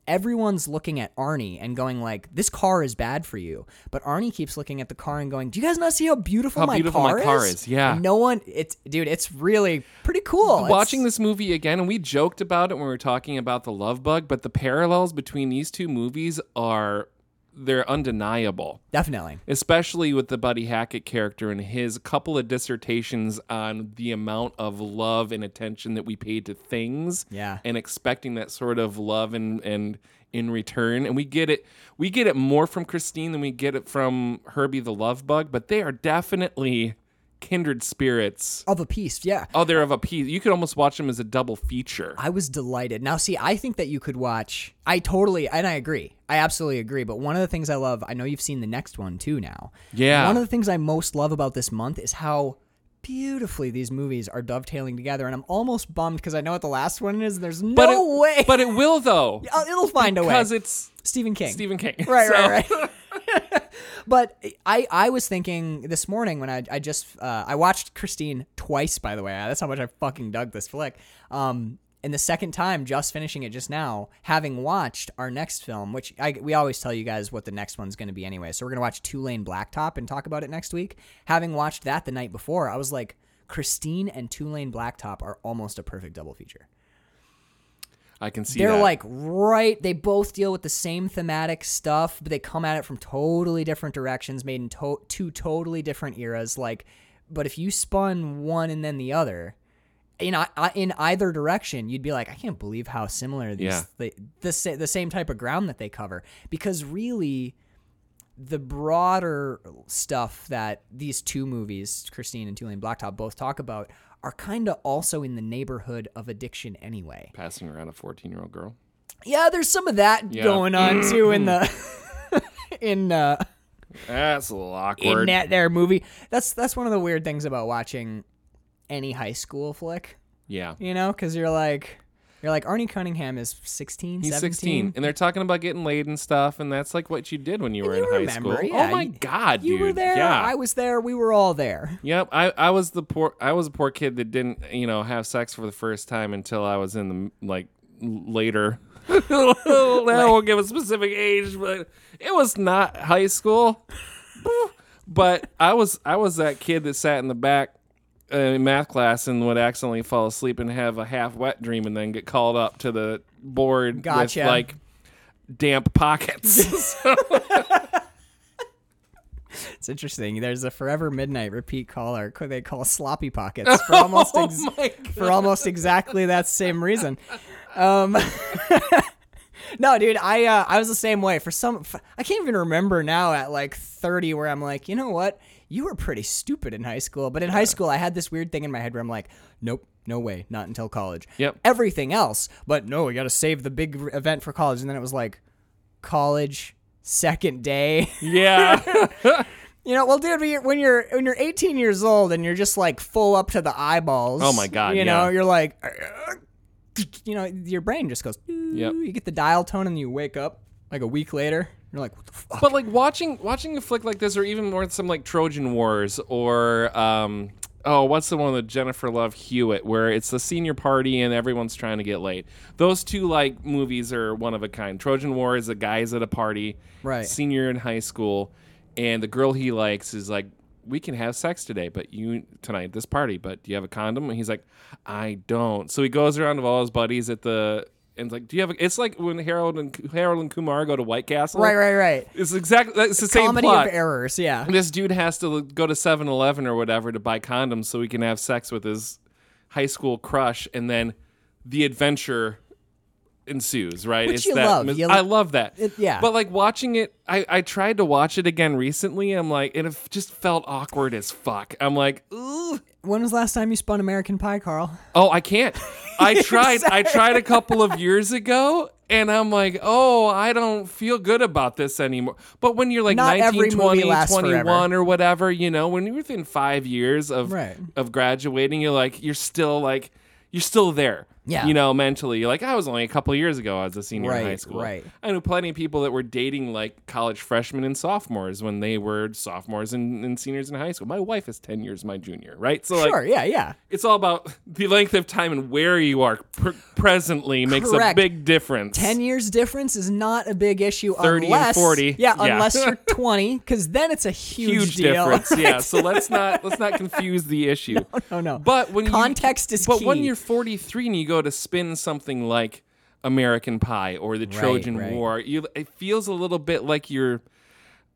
Speaker 1: everyone's looking at Arnie and going like, "This car is bad for you," but Arnie keeps looking at the car and going, "Do you guys not see how beautiful,
Speaker 3: How
Speaker 1: my,
Speaker 3: beautiful my
Speaker 1: car
Speaker 3: car
Speaker 1: is?"
Speaker 3: is, yeah.
Speaker 1: And no one. It's dude. It's really pretty cool. It's-
Speaker 3: Watching this movie again, and we joked about it when we were talking about the love bug, but the parallels between these two movies are they're undeniable.
Speaker 1: definitely.
Speaker 3: especially with the Buddy Hackett character and his couple of dissertations on the amount of love and attention that we paid to things.
Speaker 1: Yeah.
Speaker 3: And expecting that sort of love and and in return. And we get it we get it more from Christine than we get it from Herbie the Love Bug, but they are definitely kindred spirits.
Speaker 1: Of a piece, yeah.
Speaker 3: Oh, they're of a piece. You could almost watch them as a double feature.
Speaker 1: I was delighted. Now, see, I think that you could watch. I totally, and I agree. I absolutely agree. But one of the things I love, I know you've seen the next one too now.
Speaker 3: Yeah.
Speaker 1: One of the things I most love about this month is how beautifully these movies are dovetailing together. And I'm almost bummed because I know what the last one is. There's no
Speaker 3: but it,
Speaker 1: way.
Speaker 3: But it will though.
Speaker 1: Oh, it'll find a way.
Speaker 3: Because it's
Speaker 1: Stephen King.
Speaker 3: Stephen King.
Speaker 1: Right,
Speaker 3: So-
Speaker 1: right, right. but I, I was thinking this morning when I, I just uh, I watched Christine twice. By the way, that's how much I fucking dug this flick. Um, and the second time, just finishing it just now, having watched our next film, which I, we always tell you guys what the next one's going to be anyway. So we're going to watch Tulane Blacktop and talk about it next week. Having watched that the night before, I was like, Christine and Tulane Blacktop are almost a perfect double feature.
Speaker 3: I can see
Speaker 1: They're
Speaker 3: that.
Speaker 1: like right. They both deal with the same thematic stuff, but they come at it from totally different directions, made in to- two totally different eras. Like, but if you spun one and then the other, in I, I- in either direction, you'd be like, I can't believe how similar these
Speaker 3: Yeah.
Speaker 1: the, the sa- the same type of ground that they cover. Because really, the broader stuff that these two movies, Christine and Tulane Blacktop, both talk about. Are kind of also in the neighborhood of addiction anyway.
Speaker 3: passing around a 14-year-old girl.
Speaker 1: Yeah, there's some of that
Speaker 3: Yeah. Mm-hmm.
Speaker 1: going on too in the in uh
Speaker 3: That's a little
Speaker 1: in
Speaker 3: awkward.
Speaker 1: that there movie. That's that's one of the weird things about watching any high school flick,
Speaker 3: yeah.
Speaker 1: you know, cuz you're like you're like Arnie Cunningham is 16,
Speaker 3: He's
Speaker 1: 17.
Speaker 3: 16, and they're talking about getting laid and stuff, and that's like what you did when you were in
Speaker 1: You
Speaker 3: high
Speaker 1: remember,
Speaker 3: school.
Speaker 1: yeah.
Speaker 3: oh my god,
Speaker 1: You
Speaker 3: dude!
Speaker 1: were there,
Speaker 3: Yeah.
Speaker 1: I was there, we were all there.
Speaker 3: Yep, I, I was the poor I was a poor kid that didn't you know have sex for the first time until I was in the like later. I won't give a specific age, but it was not high school. but I was I was that kid that sat in the back uh, in math class and would accidentally fall asleep and have a half wet dream and then get called up to the board
Speaker 1: Gotcha.
Speaker 3: with like damp pockets.
Speaker 1: It's interesting. There's a Forever Midnight repeat caller could they call sloppy pockets for almost ex- for almost exactly that same reason. Um, no, dude, I uh, I was the same way. For some, f- I can't even remember now at like 30 where I'm like, you know what? You were pretty stupid in high school. But in high school, I had this weird thing in my head where I'm like, nope. No way, not until college.
Speaker 3: Yep.
Speaker 1: Everything else, but no, we got to save the big r- event for college. And then it was like, college, second day.
Speaker 3: yeah.
Speaker 1: You know, well, dude, when you're, when you're when you're 18 years old and you're just like full up to the eyeballs.
Speaker 3: Oh my God,
Speaker 1: You know,
Speaker 3: yeah.
Speaker 1: you're like, you know, your brain just goes. You get the dial tone and you wake up like a week later. You're like, what the fuck?
Speaker 3: But like watching watching a flick like this, or even more some like Trojan Wars, or um, oh, what's the one with Jennifer Love Hewitt, where it's the senior party and everyone's trying to get laid. Those two like movies are one of a kind. Trojan War is a guy's at a party,
Speaker 1: Right.
Speaker 3: Senior in high school, and the girl he likes is like we can have sex today, but you tonight this party. But do you have a condom? And he's like, I don't. So he goes around with all his buddies at the and it's like, do you have? A, it's like when Harold and Harold and Kumar go to White Castle.
Speaker 1: Right, right, right.
Speaker 3: It's exactly it's the same
Speaker 1: Comedy
Speaker 3: plot.
Speaker 1: of errors, yeah.
Speaker 3: this dude has to go to 7-Eleven or whatever to buy condoms so he can have sex with his high school crush, and then the adventure ensues. Right?
Speaker 1: Which you love.
Speaker 3: mis-
Speaker 1: You-
Speaker 3: I love that.
Speaker 1: It- yeah.
Speaker 3: But like watching it, I I tried to watch it again recently. I'm like, and it just felt awkward as fuck. I'm like, ooh.
Speaker 1: When was the last time you spun American Pie, Carl?
Speaker 3: Oh, I can't. I tried. I tried a couple of years ago, and I'm like, oh, I don't feel good about this anymore. But when you're like
Speaker 1: Not every
Speaker 3: 19,
Speaker 1: movie
Speaker 3: 20,
Speaker 1: lasts
Speaker 3: 21,
Speaker 1: forever.
Speaker 3: or whatever, you know, when you're within five years of
Speaker 1: Right.
Speaker 3: of graduating, you're like, you're still like, you're still there.
Speaker 1: Yeah.
Speaker 3: You know, mentally, you're like, I was only a couple of years ago. I was a senior in high
Speaker 1: Right,
Speaker 3: school.
Speaker 1: right.
Speaker 3: I knew plenty of people that were dating like college freshmen and sophomores when they were sophomores and, and seniors in high school. My wife is 10 years my junior, right? So, like,
Speaker 1: sure, yeah, yeah.
Speaker 3: it's all about the length of time and where you are pr- presently makes
Speaker 1: Correct.
Speaker 3: a big difference.
Speaker 1: 10 years difference is not a big issue
Speaker 3: 30 and
Speaker 1: unless
Speaker 3: 40,
Speaker 1: yeah,
Speaker 3: yeah.
Speaker 1: unless you're 20 cuz then it's a huge,
Speaker 3: huge
Speaker 1: deal.
Speaker 3: difference. yeah. So let's not let's not confuse the issue.
Speaker 1: no, oh, no.
Speaker 3: But when
Speaker 1: Context
Speaker 3: you,
Speaker 1: is
Speaker 3: But when
Speaker 1: key.
Speaker 3: you're 43 and you go to spin something like American Pie or the Trojan
Speaker 1: right.
Speaker 3: War, you it feels a little bit like you're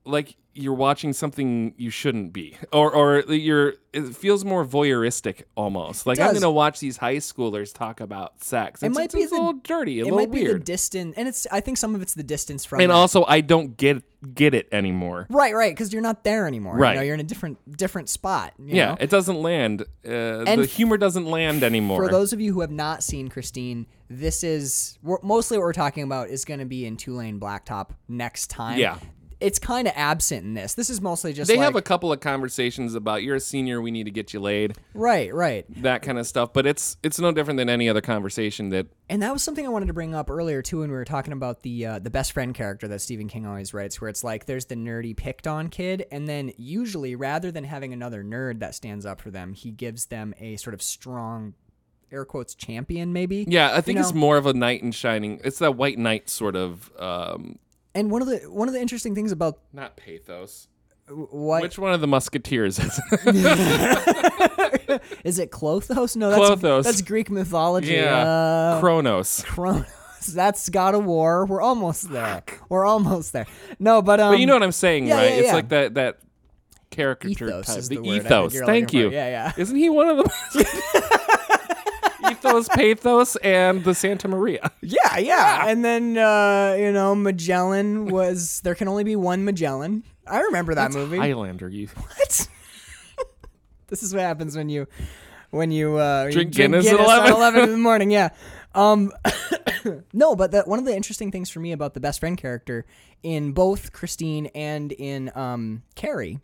Speaker 3: like you're watching something you shouldn't be or or you're it feels more voyeuristic almost like i'm
Speaker 1: does.
Speaker 3: gonna watch these high schoolers talk about sex
Speaker 1: It
Speaker 3: it's,
Speaker 1: might
Speaker 3: it's
Speaker 1: be
Speaker 3: a
Speaker 1: the-
Speaker 3: little dirty a
Speaker 1: it
Speaker 3: little
Speaker 1: might be the
Speaker 3: weird
Speaker 1: distance and it's I think some of it's the distance from
Speaker 3: and
Speaker 1: that.
Speaker 3: also I don't get get it anymore.
Speaker 1: Right, right, because you're not there anymore.
Speaker 3: Right.
Speaker 1: you know, you're in a different different spot. you
Speaker 3: Yeah,
Speaker 1: know?
Speaker 3: it doesn't land. Uh,
Speaker 1: And
Speaker 3: the humor doesn't land anymore.
Speaker 1: For those of you who have not seen Christine, this is we're, mostly what we're talking about is going to be in Tulane Blacktop next time.
Speaker 3: Yeah.
Speaker 1: it's kind of absent in this. This is mostly just
Speaker 3: they
Speaker 1: like,
Speaker 3: have a couple of conversations about you're a senior, we need to get you laid,
Speaker 1: right, right.
Speaker 3: that kind of stuff. But it's it's no different than any other conversation that
Speaker 1: And that was something I wanted to bring up earlier too, when we were talking about the uh, the best friend character that Stephen King always writes, where it's like there's the nerdy picked on kid, and then usually rather than having another nerd that stands up for them, he gives them a sort of strong, air quotes champion maybe.
Speaker 3: yeah, I think
Speaker 1: know-
Speaker 3: it's more of a knight in shining. It's that white knight sort of um,
Speaker 1: And one of the one of the interesting things about
Speaker 3: not pathos.
Speaker 1: w- what
Speaker 3: Which one of the musketeers is?
Speaker 1: Is it Clothos? No, that's,
Speaker 3: Clothos.
Speaker 1: that's Greek mythology.
Speaker 3: yeah,
Speaker 1: Uh,
Speaker 3: Kronos.
Speaker 1: Kronos. That's God of War. We're almost there. We're almost there. No, but um,
Speaker 3: But you know what I'm saying,
Speaker 1: yeah,
Speaker 3: right?
Speaker 1: yeah,
Speaker 3: it's
Speaker 1: yeah.
Speaker 3: like that that caricature
Speaker 1: Ethos
Speaker 3: type.
Speaker 1: is
Speaker 3: the,
Speaker 1: the word I think
Speaker 3: ethos.
Speaker 1: you're
Speaker 3: Thank
Speaker 1: looking
Speaker 3: you.
Speaker 1: for. Yeah, yeah.
Speaker 3: Isn't he one of the ethos, pathos, and the Santa Maria?
Speaker 1: yeah, yeah, And then uh, you know Magellan was there can only be one Magellan. I remember that movie.
Speaker 3: Highlander, you
Speaker 1: What? this is what happens when you when you uh,
Speaker 3: Drink
Speaker 1: you
Speaker 3: Guinness at
Speaker 1: at
Speaker 3: 11.
Speaker 1: eleven in the morning. Yeah. Um, no, but that one of the interesting things for me about the best friend character in both Christine and in um, Carrie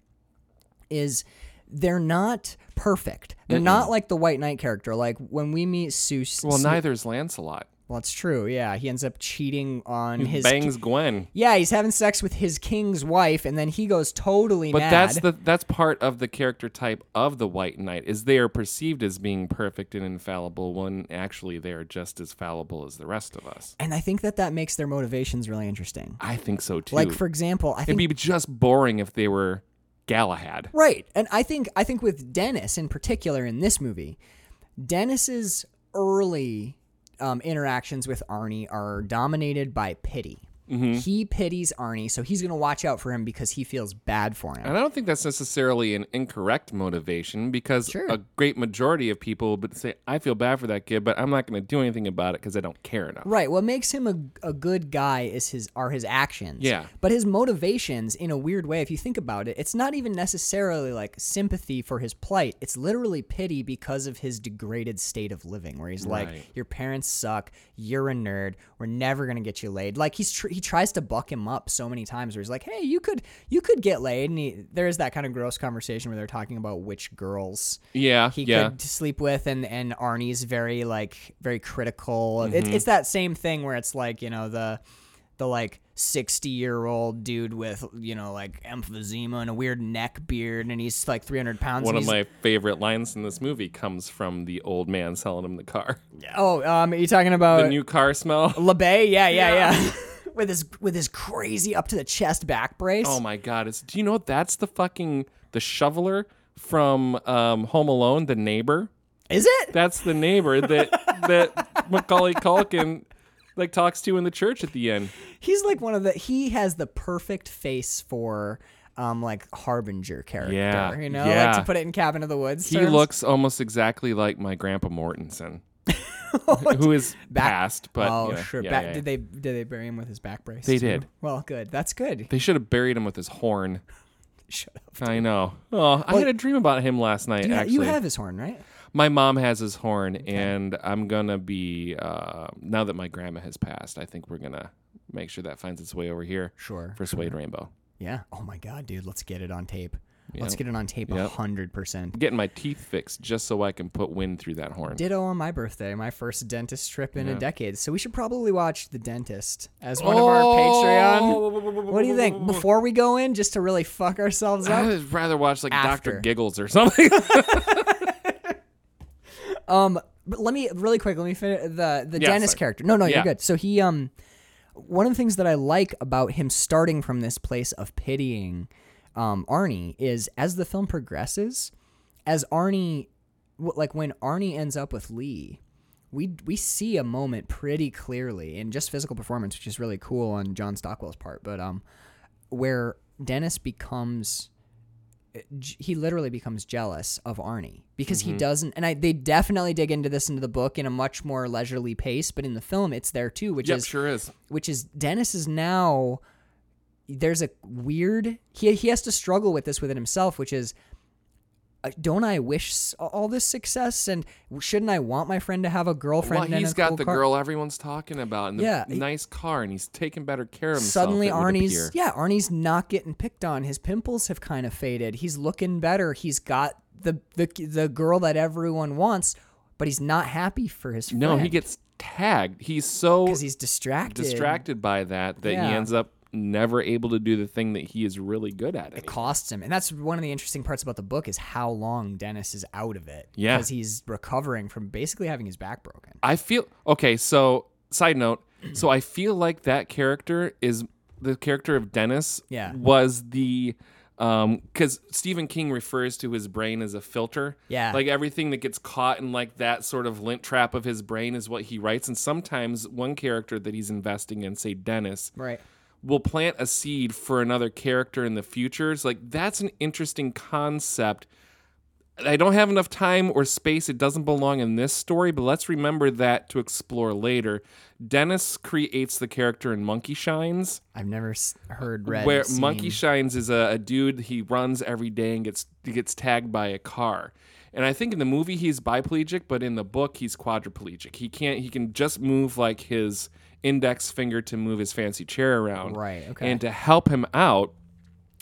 Speaker 1: is they're not perfect. They're not like the White Knight character. Like when we meet Seuss.
Speaker 3: Well, neither is Lancelot.
Speaker 1: well, it's true. Yeah, he ends up cheating on his.
Speaker 3: Bangs Gwen.
Speaker 1: yeah, he's having sex with his king's wife, and then he goes totally
Speaker 3: But
Speaker 1: mad.
Speaker 3: that's the that's part of the character type of the White Knight is they are perceived as being perfect and infallible when actually they are just as fallible as the rest of us.
Speaker 1: And I think that that makes their motivations really interesting.
Speaker 3: I think so too.
Speaker 1: Like for example, I
Speaker 3: it'd
Speaker 1: think
Speaker 3: be just boring if they were Galahad.
Speaker 1: right, and I think I think with Dennis in particular in this movie, Dennis's early um, interactions with Arnie are dominated by pity.
Speaker 3: Mm-hmm.
Speaker 1: He pities Arnie, so he's going to watch out for him because he feels bad for him.
Speaker 3: And I don't think that's necessarily an incorrect motivation because
Speaker 1: Sure.
Speaker 3: a great majority of people would say, I feel bad for that kid, but I'm not going to do anything about it because I don't care enough.
Speaker 1: Right. What makes him a, a good guy is his are his actions.
Speaker 3: Yeah.
Speaker 1: But his motivations, in a weird way, if you think about it, it's not even necessarily like sympathy for his plight. It's literally pity because of his degraded state of living, where he's
Speaker 3: Right.
Speaker 1: like, "Your parents suck. You're a nerd. We're never gonna get you laid." Like he's tr- he tries to buck him up so many times, where he's like, "Hey, you could you could get laid." And he, there is that kind of gross conversation where they're talking about which girls
Speaker 3: Yeah.
Speaker 1: he
Speaker 3: yeah.
Speaker 1: could sleep with and and arnie's very like very critical It-
Speaker 3: Mm-hmm.
Speaker 1: it's that same thing where it's like you know the the like 60 year old dude with you know like emphysema and a weird neck beard and he's like 300 pounds
Speaker 3: One
Speaker 1: and
Speaker 3: of
Speaker 1: he's-
Speaker 3: my favorite lines in this movie comes from the old man selling him the car.
Speaker 1: oh um are you talking about
Speaker 3: The new car smell.
Speaker 1: LeBay? yeah yeah yeah, with his with his crazy up to the chest back brace
Speaker 3: Oh my God. It's, do you know that's the fucking the shoveler from um, Home Alone, the neighbor.
Speaker 1: Is it?
Speaker 3: That's the neighbor that that Macaulay Culkin like talks to in the church at the end.
Speaker 1: He's like one of the. He has the perfect face for. Um, like harbinger character,
Speaker 3: Yeah,
Speaker 1: you know,
Speaker 3: yeah.
Speaker 1: like to put it in Cabin of the Woods.
Speaker 3: He
Speaker 1: terms.
Speaker 3: looks almost exactly like my grandpa Mortensen, who is
Speaker 1: Oh, Back-
Speaker 3: passed. But
Speaker 1: oh,
Speaker 3: you know,
Speaker 1: sure.
Speaker 3: yeah,
Speaker 1: Back-
Speaker 3: yeah, yeah.
Speaker 1: Did they did they bury him with his back brace?
Speaker 3: They
Speaker 1: too?
Speaker 3: did.
Speaker 1: Well, good. That's good.
Speaker 3: They should have buried him with his horn.
Speaker 1: Shut up.
Speaker 3: I know. Oh, I had a dream about him last night.
Speaker 1: You, ha-
Speaker 3: actually,
Speaker 1: you have his horn, right?
Speaker 3: my mom has his horn, and I'm gonna be uh, now that my grandma has passed. I think we're gonna make sure that finds its way over here
Speaker 1: Sure.
Speaker 3: for Suede Rainbow.
Speaker 1: Yeah. Oh my God, dude. Let's get it on tape. Let's get it on tape. A
Speaker 3: Yep.
Speaker 1: hundred percent.
Speaker 3: Getting my teeth fixed just so I can put wind through that horn.
Speaker 1: Ditto on my birthday, my first dentist trip in a decade. So we should probably watch The Dentist as one of our
Speaker 3: Oh!
Speaker 1: Patreon. What do you think? Before we go in, just to really fuck ourselves
Speaker 3: I
Speaker 1: up.
Speaker 3: would rather watch like
Speaker 1: After.
Speaker 3: Doctor Giggles or something.
Speaker 1: But let me really quick. Let me finish the the
Speaker 3: Yeah,
Speaker 1: dentist
Speaker 3: sorry.
Speaker 1: character. No, no,
Speaker 3: Yeah.
Speaker 1: you're good. So he um, one of the things that I like about him starting from this place of pitying, um, Arnie is as the film progresses, as Arnie, w- like when Arnie ends up with Lee, we we see a moment pretty clearly in just physical performance, which is really cool on John Stockwell's part, but um, where Dennis becomes j- he literally becomes jealous of Arnie because he doesn't. And I, they definitely dig into this into the book in a much more leisurely pace, but in the film, it's there too, which
Speaker 3: yep,
Speaker 1: is
Speaker 3: sure is.
Speaker 1: which is Dennis is now there's a weird he he has to struggle with this within himself, which is uh, don't I wish s- all this success and shouldn't I want my friend to have a girlfriend?
Speaker 3: Well,
Speaker 1: and
Speaker 3: he's
Speaker 1: a
Speaker 3: got
Speaker 1: cool
Speaker 3: the
Speaker 1: car?
Speaker 3: girl everyone's talking about and the
Speaker 1: Yeah, he-
Speaker 3: nice car, and he's taking better care of himself.
Speaker 1: Suddenly,
Speaker 3: it would
Speaker 1: Arnie's
Speaker 3: appear.
Speaker 1: yeah, Arnie's not getting picked on. His pimples have kind of faded. He's looking better. He's got the the the girl that everyone wants, but he's not happy for his friend.
Speaker 3: No, he gets tagged. He's so
Speaker 1: because he's distracted.
Speaker 3: distracted by that that he
Speaker 1: Yeah.
Speaker 3: ends up never able to do the thing that he is really good at.
Speaker 1: it
Speaker 3: anymore.
Speaker 1: costs him and that's one of the interesting parts about the book is how long dennis is out of it
Speaker 3: Yeah.
Speaker 1: because he's recovering from basically having his back broken
Speaker 3: I feel okay. So, side note. So, I feel like that character is the character of Dennis.
Speaker 1: Yeah.
Speaker 3: Was the um because Stephen King refers to his brain as a filter.
Speaker 1: Yeah.
Speaker 3: Like everything that gets caught in like that sort of lint trap of his brain is what he writes. And sometimes one character that he's investing in, say Dennis,
Speaker 1: right
Speaker 3: will plant a seed for another character in the future. It's like that's an interesting concept. I don't have enough time or space. It doesn't belong in this story, but let's remember that to explore later. Dennis creates the character in Monkey Shines,
Speaker 1: i've never s- heard read
Speaker 3: where
Speaker 1: seen-
Speaker 3: Monkey Shines is a, a dude he runs every day and gets he gets tagged by a car. And I think in the movie he's biplegic, but in the book he's quadriplegic. He can't he can just move like his index finger to move his fancy chair around.
Speaker 1: Right, okay.
Speaker 3: And to help him out,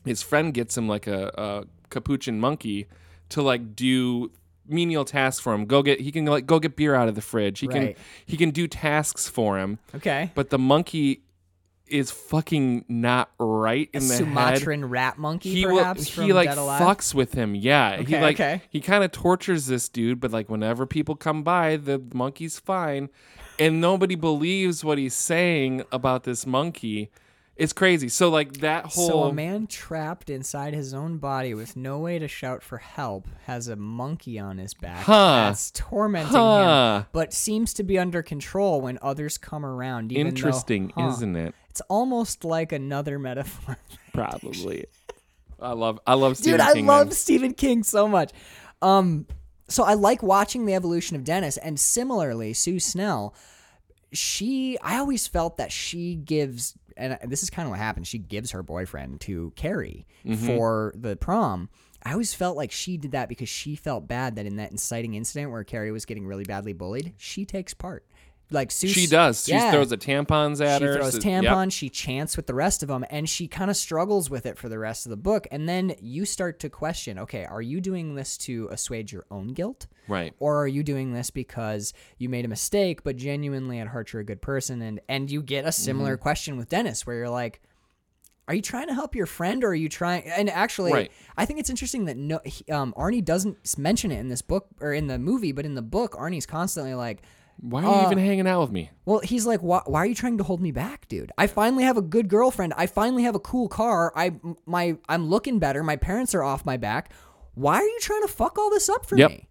Speaker 3: his friend gets him like a, a capuchin monkey to like do menial tasks for him. Go get he can like go get beer out of the fridge. He
Speaker 1: Right.
Speaker 3: can he can do tasks for him
Speaker 1: okay
Speaker 3: but the monkey is fucking not right in the head.
Speaker 1: sumatran rat monkey
Speaker 3: He
Speaker 1: perhaps
Speaker 3: will.
Speaker 1: from
Speaker 3: He like
Speaker 1: Dead Alive?
Speaker 3: fucks with him. Yeah. he
Speaker 1: Okay,
Speaker 3: like
Speaker 1: okay.
Speaker 3: he kind of tortures this dude, but like whenever people come by, the monkey's fine, and nobody believes what he's saying about this monkey. It's crazy. So like that whole
Speaker 1: so a man trapped inside his own body with no way to shout for help has a monkey on his back
Speaker 3: Huh.
Speaker 1: that's tormenting
Speaker 3: Huh.
Speaker 1: him but seems to be under control when others come around even though-
Speaker 3: interesting,
Speaker 1: Huh.
Speaker 3: isn't it?
Speaker 1: it's almost like another metaphor
Speaker 3: Probably. I love. I love. Stephen
Speaker 1: Dude, I
Speaker 3: King,
Speaker 1: love
Speaker 3: man.
Speaker 1: Stephen King so much. Um, so I like watching the evolution of Dennis, and similarly, Sue Snell. She, I always felt that she gives, and this is kind of what happened. She gives her boyfriend to Carrie
Speaker 3: Mm-hmm.
Speaker 1: for the prom. I always felt like she did that because she felt bad that in that inciting incident where Carrie was getting really badly bullied, she takes part. Like Sue,
Speaker 3: She does. She
Speaker 1: yeah.
Speaker 3: throws a tampons at
Speaker 1: She
Speaker 3: her.
Speaker 1: throws
Speaker 3: so- yep.
Speaker 1: tampons. She chants with the rest of them, and she kind of struggles with it for the rest of the book. And then you start to question: Okay, are you doing this to assuage your own guilt,
Speaker 3: Right.
Speaker 1: or are you doing this because you made a mistake, but genuinely at heart you're a good person? And and you get a similar
Speaker 3: Mm-hmm.
Speaker 1: question with Dennis, where you're like. Are you trying to help your friend, or are you trying? And actually,
Speaker 3: Right.
Speaker 1: I think it's interesting that no, he- um, Arnie doesn't s- mention it in this book or in the movie, but in the book, Arnie's constantly like,
Speaker 3: Why are you even hanging out with me?
Speaker 1: Well, he's like, why, why are you trying to hold me back, dude? I finally have a good girlfriend. I finally have a cool car. I m- my I'm looking better. My parents are off my back. Why are you trying to fuck all this up for
Speaker 3: Yep.
Speaker 1: me?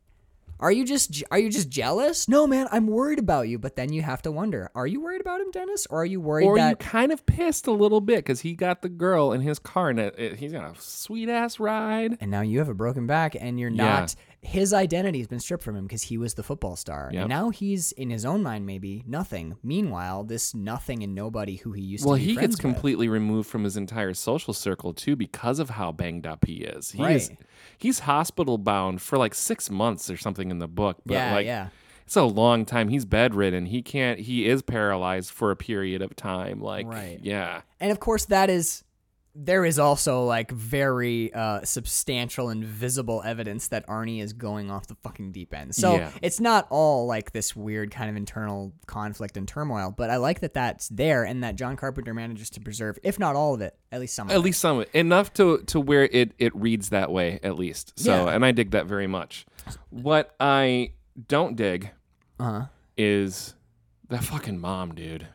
Speaker 1: Are you just je- are you just jealous? No, man, I'm worried about you. But then you have to wonder: Are you worried about him, Dennis, or are you worried
Speaker 3: Or you
Speaker 1: that
Speaker 3: kind of pissed a little bit because he got the girl in his car and it, it- he's got a sweet ass ride.
Speaker 1: and now you have a broken back and you're
Speaker 3: Yeah.
Speaker 1: not his identity has been stripped from him because he was the football star
Speaker 3: Yep.
Speaker 1: and now he's in his own mind maybe nothing meanwhile this nothing and nobody who he used
Speaker 3: Well,
Speaker 1: to be
Speaker 3: he gets
Speaker 1: friends with-
Speaker 3: completely removed from his entire social circle too because of how banged up he is. He is
Speaker 1: Right.
Speaker 3: he's hospital bound for like six months or something in the book. But
Speaker 1: yeah
Speaker 3: like
Speaker 1: yeah
Speaker 3: it's a long time. He's bedridden. He can't he is paralyzed for a period of time. Like
Speaker 1: Right.
Speaker 3: yeah.
Speaker 1: and of course that is there is also like very uh, substantial and visible evidence that Arnie is going off the fucking deep end. So
Speaker 3: Yeah.
Speaker 1: it's not all like this weird kind of internal conflict and turmoil, but I like that that's there and that John Carpenter manages to preserve, if not all of it, at least some of
Speaker 3: At
Speaker 1: it.
Speaker 3: least some enough to to where it it reads that way at least. So
Speaker 1: Yeah.
Speaker 3: and I dig that very much. What I don't dig
Speaker 1: Uh-huh.
Speaker 3: is that fucking mom, dude.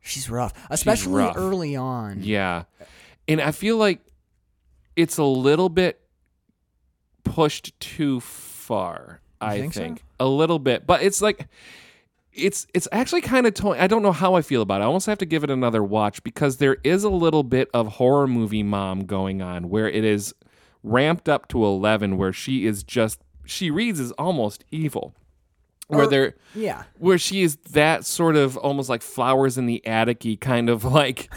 Speaker 1: She's rough, especially
Speaker 3: rough.
Speaker 1: early on.
Speaker 3: Yeah. And I feel like it's a little bit pushed too far, I
Speaker 1: think
Speaker 3: think.
Speaker 1: so?
Speaker 3: A little bit. But it's like it's it's actually kind of tone I don't know how I feel about it. I almost have to give it another watch because there is a little bit of horror movie mom going on where it is ramped up to 11 where she is just she reads as almost evil. Where
Speaker 1: Or-
Speaker 3: they're
Speaker 1: Yeah.
Speaker 3: where she is that sort of almost like flowers in the attic kind of like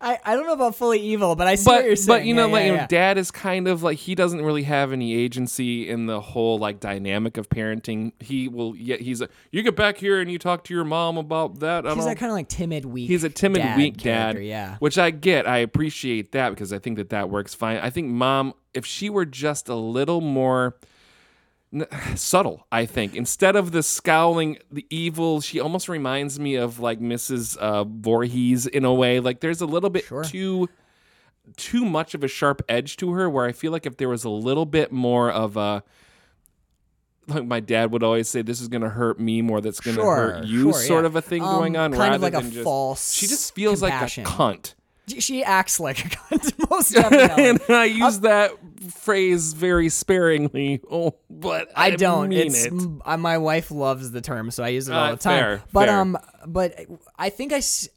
Speaker 1: I, I don't know about fully evil, but I see what
Speaker 3: but
Speaker 1: you're saying.
Speaker 3: but you know
Speaker 1: Yeah,
Speaker 3: like
Speaker 1: yeah,
Speaker 3: you know,
Speaker 1: yeah.
Speaker 3: dad is kind of like he doesn't really have any agency in the whole like dynamic of parenting he will yeah he's a you get back here and you talk to your mom about that I
Speaker 1: He's
Speaker 3: don't-
Speaker 1: that kind of like timid, weak.
Speaker 3: he's a timid
Speaker 1: dad
Speaker 3: weak
Speaker 1: character,
Speaker 3: dad
Speaker 1: Yeah.
Speaker 3: which i get i appreciate that because i think that that works fine i think mom if she were just a little more n- subtle i think instead of the scowling the evil she almost reminds me of like mrs uh Voorhees in a way like there's a little bit
Speaker 1: Sure.
Speaker 3: too too much of a sharp edge to her where i feel like if there was a little bit more of a like my dad would always say this is going to hurt me more that's going to hurt you
Speaker 1: sure,
Speaker 3: sort
Speaker 1: yeah.
Speaker 3: of a thing
Speaker 1: Um,
Speaker 3: going on
Speaker 1: kind
Speaker 3: rather
Speaker 1: of like
Speaker 3: than
Speaker 1: a
Speaker 3: just
Speaker 1: false.
Speaker 3: she just feels
Speaker 1: compassion.
Speaker 3: like a cunt.
Speaker 1: She acts like a cunt most definitely.
Speaker 3: and I use that phrase very sparingly. Oh, but I,
Speaker 1: I don't.
Speaker 3: mean
Speaker 1: it's
Speaker 3: it.
Speaker 1: m- uh, my wife loves the term, so I use it all
Speaker 3: Uh,
Speaker 1: the time.
Speaker 3: fair,
Speaker 1: but
Speaker 3: fair.
Speaker 1: um, but I think I s-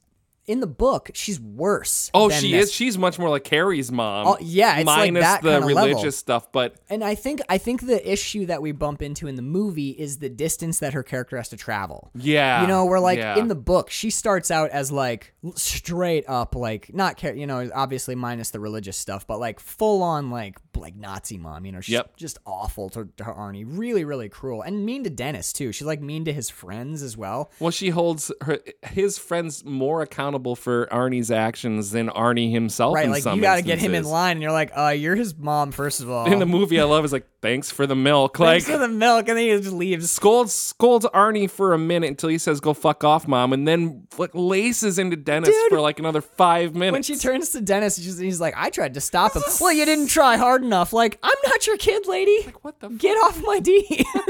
Speaker 1: in the book she's worse.
Speaker 3: Oh,
Speaker 1: than
Speaker 3: she
Speaker 1: this.
Speaker 3: is. She's much more like Carrie's mom.
Speaker 1: Oh, yeah, it's like
Speaker 3: minus
Speaker 1: that
Speaker 3: the
Speaker 1: kinda
Speaker 3: religious
Speaker 1: level.
Speaker 3: stuff. But
Speaker 1: And I think I think the issue that we bump into in the movie is the distance that her character has to travel.
Speaker 3: yeah,
Speaker 1: You know, we're like
Speaker 3: yeah.
Speaker 1: in the book, she starts out as like l- straight up, like not care, you know, obviously minus the religious stuff, but like full on like like Nazi mom. You know, she's
Speaker 3: Yep.
Speaker 1: just awful to, to Arnie, really, really cruel and mean to Dennis too. She's like mean to his friends as well.
Speaker 3: Well, she holds her his friends more accountable for Arnie's actions than Arnie himself.
Speaker 1: Right,
Speaker 3: in
Speaker 1: like
Speaker 3: some
Speaker 1: you got to get him in
Speaker 3: instances.
Speaker 1: line, and you're like, uh, you're his mom first of all.
Speaker 3: In the movie, I love is like thanks for the milk. Like
Speaker 1: Thanks for the milk, and then he just leaves.
Speaker 3: scolds scolds Arnie for a minute until he says "Go fuck off, mom," and then like laces into Dennis for like another five minutes.
Speaker 1: When she turns to Dennis, she's, he's like, "I tried to stop him. Well, you didn't try hard enough. Like, I'm not your kid, lady.
Speaker 3: what the
Speaker 1: Get off my D.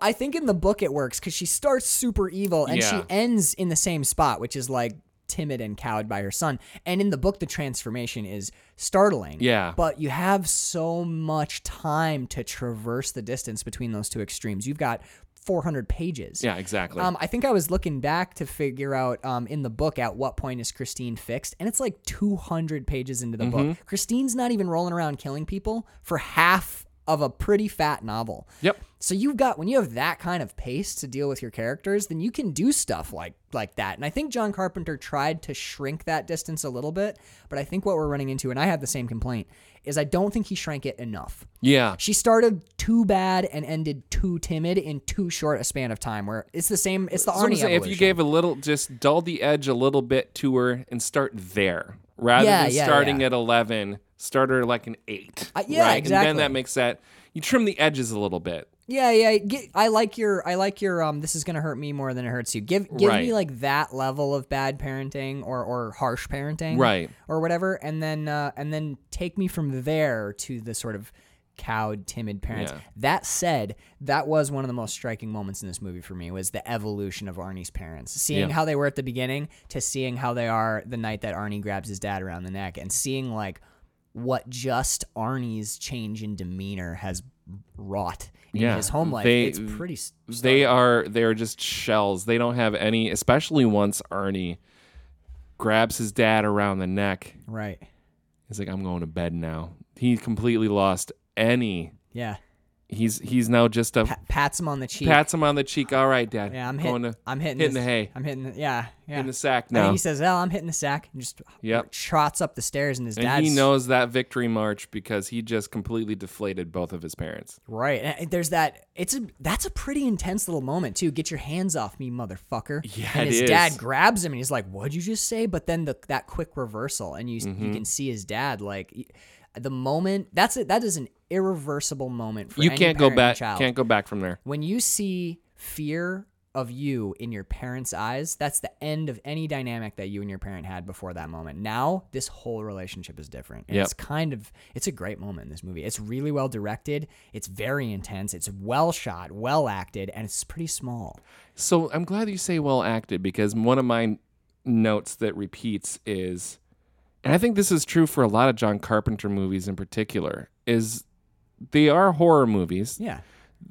Speaker 1: I think in the book it works because she starts super evil and
Speaker 3: Yeah.
Speaker 1: she ends in the same spot, which is like timid and cowed by her son. And in the book, the transformation is startling.
Speaker 3: Yeah.
Speaker 1: But you have so much time to traverse the distance between those two extremes. You've got 400 pages.
Speaker 3: Yeah, exactly.
Speaker 1: Um, I think I was looking back to figure out um, in the book at what point is Christine fixed, and it's like 200 pages into the book. Christine's not even rolling around killing people for half of a pretty fat novel.
Speaker 3: yep.
Speaker 1: So you've got when you have that kind of pace to deal with your characters, then you can do stuff like like that. And I think John Carpenter tried to shrink that distance a little bit, but I think what we're running into, and I had the same complaint, is I don't think he shrank it enough.
Speaker 3: Yeah.
Speaker 1: She started too bad and ended too timid in too short a span of time. Where it's the same, it's the
Speaker 3: So I'm
Speaker 1: Arnie
Speaker 3: saying if you
Speaker 1: evolution.
Speaker 3: gave a little, just dull the edge a little bit to her and start there rather
Speaker 1: Yeah,
Speaker 3: than
Speaker 1: yeah,
Speaker 3: starting
Speaker 1: yeah.
Speaker 3: at 11, start her like an eight.
Speaker 1: Uh, yeah,
Speaker 3: right? And then
Speaker 1: exactly.
Speaker 3: that makes that, you trim the edges a little bit.
Speaker 1: yeah, yeah. Get, I like your, I like your. Um, this is gonna hurt me more than it hurts you. Give, give
Speaker 3: Right.
Speaker 1: me like that level of bad parenting or or harsh parenting,
Speaker 3: Right.
Speaker 1: or whatever, and then uh, and then take me from there to the sort of cowed, timid parents.
Speaker 3: Yeah.
Speaker 1: That said, that was one of the most striking moments in this movie for me was the evolution of Arnie's parents. Seeing
Speaker 3: Yeah.
Speaker 1: how they were at the beginning to seeing how they are the night that Arnie grabs his dad around the neck and seeing like what just Arnie's change in demeanor has wrought in
Speaker 3: Yeah.
Speaker 1: his home life.
Speaker 3: They-
Speaker 1: it's pretty s-
Speaker 3: They are they are just shells. They don't have any, especially once Arnie grabs his dad around the neck.
Speaker 1: right.
Speaker 3: He's like, "I'm going to bed now." He completely lost any.
Speaker 1: Yeah.
Speaker 3: He's he's now just a
Speaker 1: Pa- pats him on the cheek.
Speaker 3: pats him on the cheek. All right, dad.
Speaker 1: yeah, I'm
Speaker 3: going
Speaker 1: hitting.
Speaker 3: to
Speaker 1: I'm hitting,
Speaker 3: hitting
Speaker 1: this-
Speaker 3: the hay.
Speaker 1: I'm hitting. The, yeah, yeah.
Speaker 3: in the sack
Speaker 1: I
Speaker 3: now.
Speaker 1: think he says, "Oh, I'm hitting the sack," and just
Speaker 3: Yep.
Speaker 1: trots up the stairs, and his
Speaker 3: and
Speaker 1: dad's
Speaker 3: he knows that victory march because he just completely deflated both of his parents.
Speaker 1: right. And there's that. It's a that's a pretty intense little moment too. Get your hands off me, motherfucker!
Speaker 3: Yeah,
Speaker 1: and
Speaker 3: it
Speaker 1: his
Speaker 3: is.
Speaker 1: dad grabs him, and he's like, "What'd you just say?" But then the, that quick reversal, and you
Speaker 3: Mm-hmm.
Speaker 1: you can see his dad like y- the moment. That's it. That is an irreversible moment for
Speaker 3: you
Speaker 1: any
Speaker 3: can't go
Speaker 1: parent and
Speaker 3: back.
Speaker 1: Child.
Speaker 3: Can't go back from there.
Speaker 1: when you see fear of you in your parents' eyes, that's the end of any dynamic that you and your parent had before that moment. Now, this whole relationship is different. And
Speaker 3: Yep.
Speaker 1: It's kind of it's a great moment in this movie. It's really well directed, it's very intense, it's well shot, well acted, and it's pretty small.
Speaker 3: So I'm glad you say well acted because one of my notes that repeats is, and I think this is true for a lot of John Carpenter movies in particular, is they are horror movies.
Speaker 1: Yeah.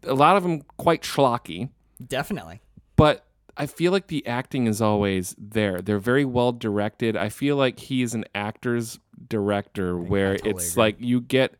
Speaker 3: A lot of them quite schlocky,
Speaker 1: Definitely.
Speaker 3: but I feel like the acting is always there. They're very well directed. I feel like he is an actor's director where
Speaker 1: totally
Speaker 3: it's
Speaker 1: agree.
Speaker 3: like you get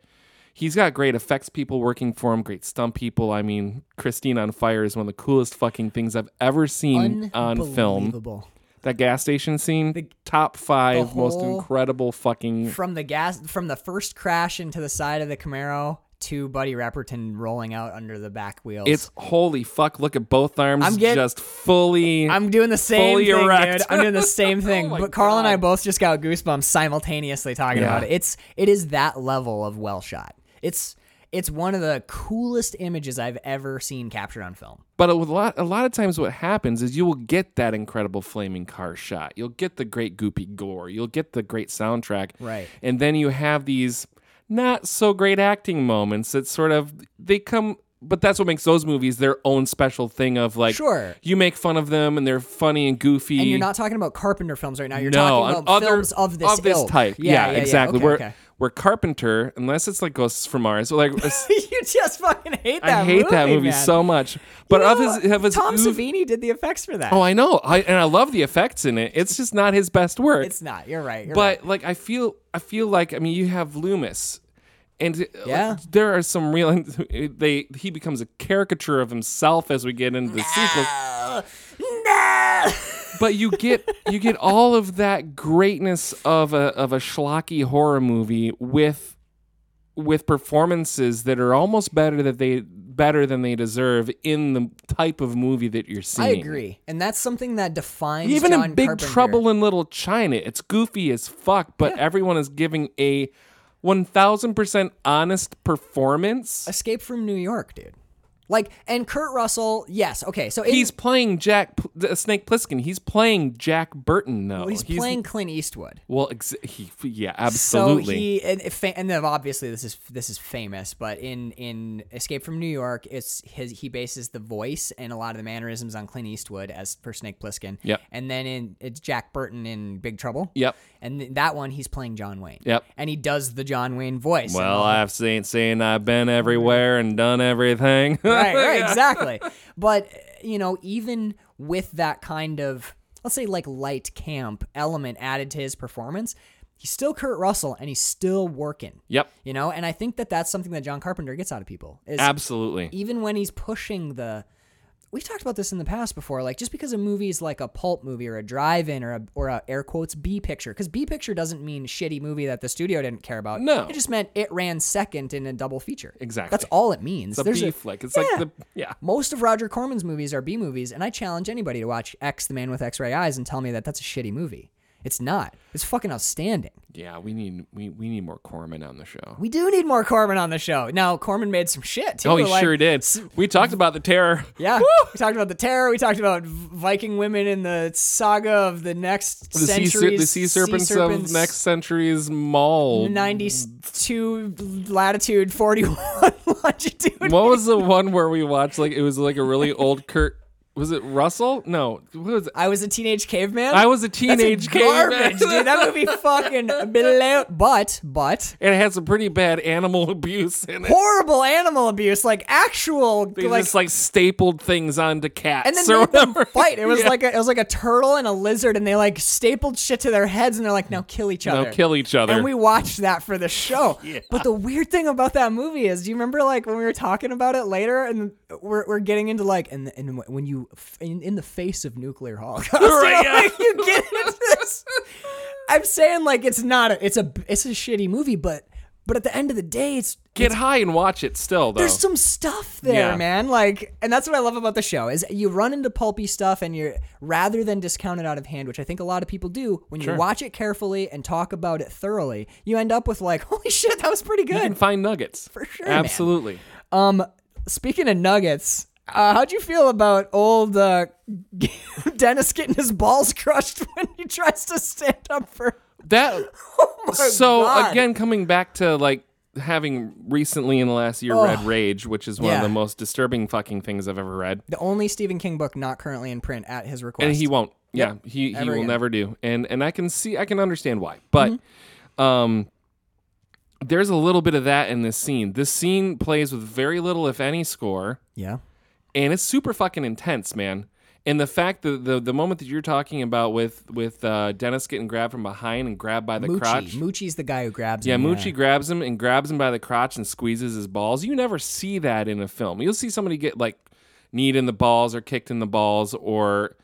Speaker 3: he's got great effects people working for him, great stunt people. I mean, Christine on Fire is one of the coolest fucking things I've ever seen on film.
Speaker 1: Unbelievable.
Speaker 3: That gas station scene, top 5 most
Speaker 1: whole-
Speaker 3: incredible fucking
Speaker 1: From the gas from the first crash into the side of the Camaro to Buddy Rapperton rolling out under the back wheels.
Speaker 3: It's holy fuck, look at both arms
Speaker 1: I'm getting-
Speaker 3: just fully
Speaker 1: I'm doing the same
Speaker 3: Fully
Speaker 1: thing,
Speaker 3: erect. Oh
Speaker 1: dude. I'm doing the same thing.
Speaker 3: my
Speaker 1: but Carl and I
Speaker 3: God.
Speaker 1: both just got goosebumps simultaneously talking
Speaker 3: Yeah.
Speaker 1: about it. It's it is that level of well shot. It's it's one of the coolest images I've ever seen captured on film.
Speaker 3: But a lot, a lot of times, what happens is you will get that incredible flaming car shot. You'll get the great goopy gore. You'll get the great soundtrack.
Speaker 1: Right.
Speaker 3: And then you have these not so great acting moments that sort of they come. But that's what makes those movies their own special thing of like,
Speaker 1: Sure.
Speaker 3: you make fun of them and they're funny and goofy.
Speaker 1: And you're not talking about Carpenter films right now. You're
Speaker 3: no,
Speaker 1: talking
Speaker 3: on
Speaker 1: about
Speaker 3: other,
Speaker 1: films of this ilk.
Speaker 3: type.
Speaker 1: Yeah, yeah, yeah.
Speaker 3: exactly.
Speaker 1: Okay,
Speaker 3: where
Speaker 1: okay.
Speaker 3: where Carpenter, unless it's like Ghosts from Mars, or like
Speaker 1: you just fucking hate that.
Speaker 3: I hate that movie
Speaker 1: man.
Speaker 3: so much. But
Speaker 1: You
Speaker 3: of
Speaker 1: know,
Speaker 3: his, of his
Speaker 1: Tom
Speaker 3: oof-
Speaker 1: Savini did the effects for that.
Speaker 3: Oh, I know, I, and I love the effects in it. It's just not his best work.
Speaker 1: it's not. You're right. You're right.
Speaker 3: but like, I feel, I feel like, I mean, you have Loomis, and uh,
Speaker 1: Yeah.
Speaker 3: there are some real. They he becomes a caricature of himself as we get into the sequel.
Speaker 1: Uh, No!
Speaker 3: But you get you get all of that greatness of a of a schlocky horror movie with with performances that are almost better that they better than they deserve in the type of movie that you're
Speaker 1: I
Speaker 3: seeing.
Speaker 1: agree, and that's something that defines
Speaker 3: Even
Speaker 1: John
Speaker 3: in Big
Speaker 1: Carpenter.
Speaker 3: Trouble in Little China, it's goofy as fuck, but everyone is giving a 1000% honest performance.
Speaker 1: Escape from New York, dude. Like, and Kurt Russell, yes, okay. So in-
Speaker 3: He's playing Jack P- the Snake Plissken. He's playing Jack Burton though.
Speaker 1: oh, he's playing Clint Eastwood.
Speaker 3: Well, ex- he, yeah, absolutely.
Speaker 1: So he and, if fa- and then obviously this is this is famous, but in in Escape from New York, it's his he bases the voice and a lot of the mannerisms on Clint Eastwood as for Snake Plissken.
Speaker 3: Yep.
Speaker 1: And then in it's Jack Burton in Big Trouble.
Speaker 3: Yep.
Speaker 1: And th- that one he's playing John Wayne.
Speaker 3: Yep.
Speaker 1: And he does the John Wayne voice. and
Speaker 3: well,
Speaker 1: all
Speaker 3: I've seen seen I've been everywhere and done everything.
Speaker 1: right, right, exactly. But you know, even with that kind of let's say like light camp element added to his performance, he's still Kurt Russell and he's still working.
Speaker 3: Yep.
Speaker 1: You know, and I think that that's something that John Carpenter gets out of people. Is
Speaker 3: Absolutely.
Speaker 1: even when he's pushing the We've talked about this in the past before. Like, just because a movie is like a pulp movie or a drive-in or a or a air quotes B picture, because B picture doesn't mean shitty movie that the studio didn't care about.
Speaker 3: No.
Speaker 1: it just meant it ran second in a double feature.
Speaker 3: Exactly.
Speaker 1: That's all it means.
Speaker 3: It's a
Speaker 1: There's
Speaker 3: B flick. It's like
Speaker 1: Yeah.
Speaker 3: the yeah.
Speaker 1: most of Roger Corman's movies are B movies, and I challenge anybody to watch X, The Man with X-Ray Eyes, and tell me that that's a shitty movie. It's not. It's fucking outstanding.
Speaker 3: Yeah, we need we, we need more Corman on the show.
Speaker 1: We do need more Corman on the show. Now, Corman made some shit too.
Speaker 3: Oh, he
Speaker 1: Like,
Speaker 3: sure did. We talked about the terror.
Speaker 1: Yeah, we talked about the terror. We talked about V- Viking women in the saga of the next
Speaker 3: The sea, ser-
Speaker 1: centuries,
Speaker 3: the sea serpents, of next century's maul.
Speaker 1: ninety-two latitude, forty-one longitude.
Speaker 3: What was the one where we watched? Like it was like a really old Kurt. Was it Russell? No, what was it?
Speaker 1: I was a teenage caveman.
Speaker 3: I was a
Speaker 1: That's a
Speaker 3: teenage
Speaker 1: garbage,
Speaker 3: caveman.
Speaker 1: dude. That movie fucking below. But but
Speaker 3: and it had some pretty bad animal abuse in it.
Speaker 1: horrible animal abuse, like actual
Speaker 3: They
Speaker 1: like
Speaker 3: just like stapled things onto cats
Speaker 1: and then
Speaker 3: or
Speaker 1: made them
Speaker 3: whatever.
Speaker 1: fight. It was
Speaker 3: Yeah.
Speaker 1: like a, it was like a turtle and a lizard, and they like stapled shit to their heads, and they're like, now kill each
Speaker 3: Now
Speaker 1: other.
Speaker 3: kill each other.
Speaker 1: And we watched that for the show. But the weird thing about that movie is, do you remember like when we were talking about it later, and we're, we're getting into like and and when you f- in, in the face of nuclear holocaust, you,
Speaker 3: Right,
Speaker 1: know,
Speaker 3: yeah.
Speaker 1: like, you get into this. I'm saying like it's not a, it's a it's a shitty movie, but but at the end of the day, it's
Speaker 3: Get high and watch it still though.
Speaker 1: there's some stuff there,
Speaker 3: Yeah.
Speaker 1: man. Like, and that's what I love about the show is you run into pulpy stuff, and you're rather than discount it out of hand, which I think a lot of people do. When you watch it carefully and talk about it thoroughly, you end up with like, holy shit, that was pretty
Speaker 3: you can
Speaker 1: good.
Speaker 3: find nuggets
Speaker 1: For sure, man.
Speaker 3: Absolutely.
Speaker 1: Um, speaking of nuggets, uh, how'd you feel about old uh, Dennis getting his balls crushed when he tries to stand up for? oh
Speaker 3: That
Speaker 1: my
Speaker 3: so
Speaker 1: God.
Speaker 3: again coming back to like having recently in the last year read Rage, which is one
Speaker 1: Yeah.
Speaker 3: of the most disturbing fucking things I've ever read.
Speaker 1: The only Stephen King book not currently in print at his request.
Speaker 3: And he won't. Yeah, he he
Speaker 1: Ever
Speaker 3: will
Speaker 1: again.
Speaker 3: never do. And and I can see I can understand why. But
Speaker 1: Mm-hmm.
Speaker 3: um there's a little bit of that in this scene. This scene plays with very little if any score.
Speaker 1: yeah.
Speaker 3: and it's super fucking intense, man. And the fact that the the moment that you're talking about with with uh, Dennis getting grabbed from behind and grabbed by the
Speaker 1: Moochie.
Speaker 3: crotch,
Speaker 1: Moochie's the guy who grabs
Speaker 3: yeah,
Speaker 1: him.
Speaker 3: Moochie grabs him and grabs him by the crotch and squeezes his balls. You never see that in a film. You'll see somebody get like kneed in the balls or kicked in the balls or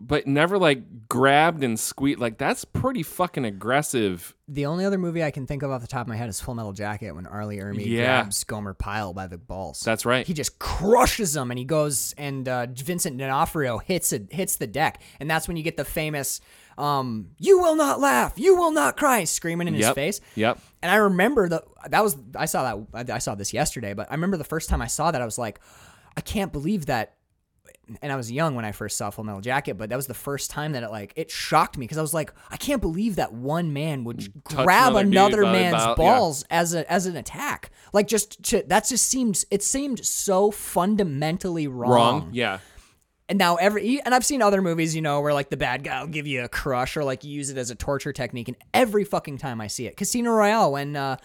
Speaker 3: but never like grabbed and squeezed like that's pretty fucking aggressive
Speaker 1: The only other movie I can think of off the top of my head is Full Metal Jacket when Arlie Ermey
Speaker 3: Yeah.
Speaker 1: grabs Gomer Pyle by the balls.
Speaker 3: That's right.
Speaker 1: He just crushes him, and he goes and uh, Vincent D'Onofrio hits it, hits the deck, and that's when you get the famous um, "You will not laugh, you will not cry" screaming in his
Speaker 3: Yep.
Speaker 1: face.
Speaker 3: Yep.
Speaker 1: And I remember the that was I saw that I saw this yesterday, but I remember the first time I saw that I was like, I can't believe that and I was young when I first saw Full Metal Jacket, but that was the first time that it like it shocked me because I was like, I can't believe that one man would j- grab
Speaker 3: Mm, another dude
Speaker 1: another,
Speaker 3: by the
Speaker 1: man's
Speaker 3: ball- yeah.
Speaker 1: balls as a as an attack. Like just to, that just seemed it seemed so fundamentally wrong.
Speaker 3: wrong yeah
Speaker 1: And now every and I've seen other movies, you know, where like the bad guy will give you a crush or like use it as a torture technique. And every fucking time I see it, Casino Royale when uh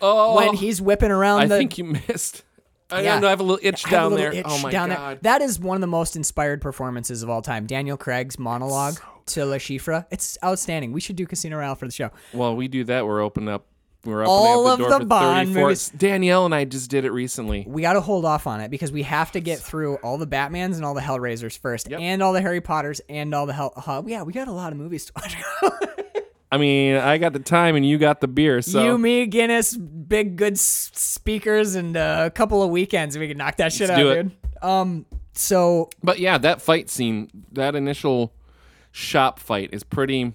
Speaker 3: oh
Speaker 1: when he's whipping around
Speaker 3: i
Speaker 1: the
Speaker 3: think you missed i
Speaker 1: Yeah.
Speaker 3: don't know i have a little itch
Speaker 1: I have a
Speaker 3: down
Speaker 1: little
Speaker 3: there
Speaker 1: itch
Speaker 3: oh my
Speaker 1: down there.
Speaker 3: god
Speaker 1: That is one of the most inspired performances of all time. Daniel Craig's monologue to La Chifra. It's outstanding. We should do Casino Royale for the show.
Speaker 3: Well, we do that. We're open up. We're opening
Speaker 1: All
Speaker 3: up
Speaker 1: of
Speaker 3: the door
Speaker 1: the
Speaker 3: for
Speaker 1: Bond
Speaker 3: 34.
Speaker 1: movies.
Speaker 3: Danielle and I just did it recently.
Speaker 1: We got to hold off on it because we have to get through all the Batmans and all the Hellraisers first, and all the Harry Potters and all the Hell. Uh, yeah, we got a lot of movies to watch.
Speaker 3: I mean, I got the time and you got the beer, so
Speaker 1: you, me, Guinness, big good s- speakers, and uh, a couple of weekends, and we can knock that shit
Speaker 3: Let's
Speaker 1: out,
Speaker 3: do it.
Speaker 1: dude. Um, so
Speaker 3: But yeah, that fight scene, that initial shop fight is pretty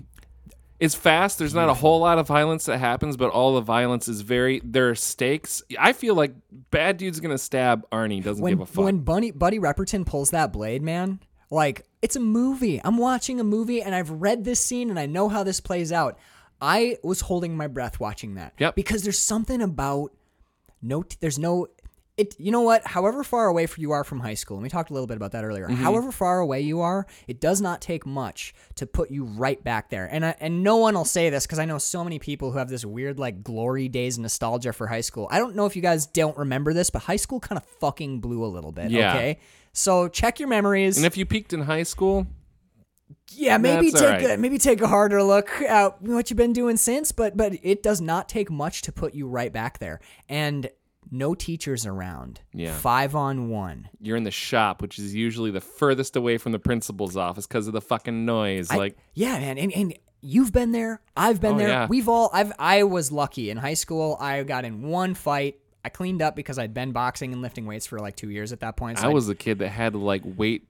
Speaker 3: it's fast. There's not a whole lot of violence that happens, but all the violence is very there are stakes. I feel like bad dude's going to stab Arnie, doesn't
Speaker 1: when
Speaker 3: give a fuck.
Speaker 1: when Bunny Buddy Repperton pulls that blade, man, like it's a movie. I'm watching a movie and I've read this scene and I know how this plays out. I was holding my breath watching that.
Speaker 3: Yep.
Speaker 1: Because there's something about no t- there's no it you know what however far away for you are from high school and we talked a little bit about that earlier
Speaker 3: Mm-hmm.
Speaker 1: however far away you are it does not take much to put you right back there and I, and no one will say this because i know so many people who have this weird like glory days nostalgia for high school i don't know if you guys don't remember this but high school kind of fucking blew a little bit
Speaker 3: Yeah.
Speaker 1: okay so check your memories
Speaker 3: and if you peaked in high school,
Speaker 1: yeah, maybe
Speaker 3: That's
Speaker 1: take
Speaker 3: all right.
Speaker 1: a, maybe take a harder look at what you've been doing since, but but it does not take much to put you right back there, and no teachers around.
Speaker 3: Yeah.
Speaker 1: five on one.
Speaker 3: you're in the shop, which is usually the furthest away from the principal's office because of the fucking noise.
Speaker 1: I-
Speaker 3: like
Speaker 1: yeah, man, and, and you've been there. I've been
Speaker 3: Oh,
Speaker 1: there.
Speaker 3: yeah.
Speaker 1: We've all. I've. I was lucky in high school. I got in one fight. I cleaned up because I'd been boxing and lifting weights for like two years at that point. So
Speaker 3: I was the kid that had to like wait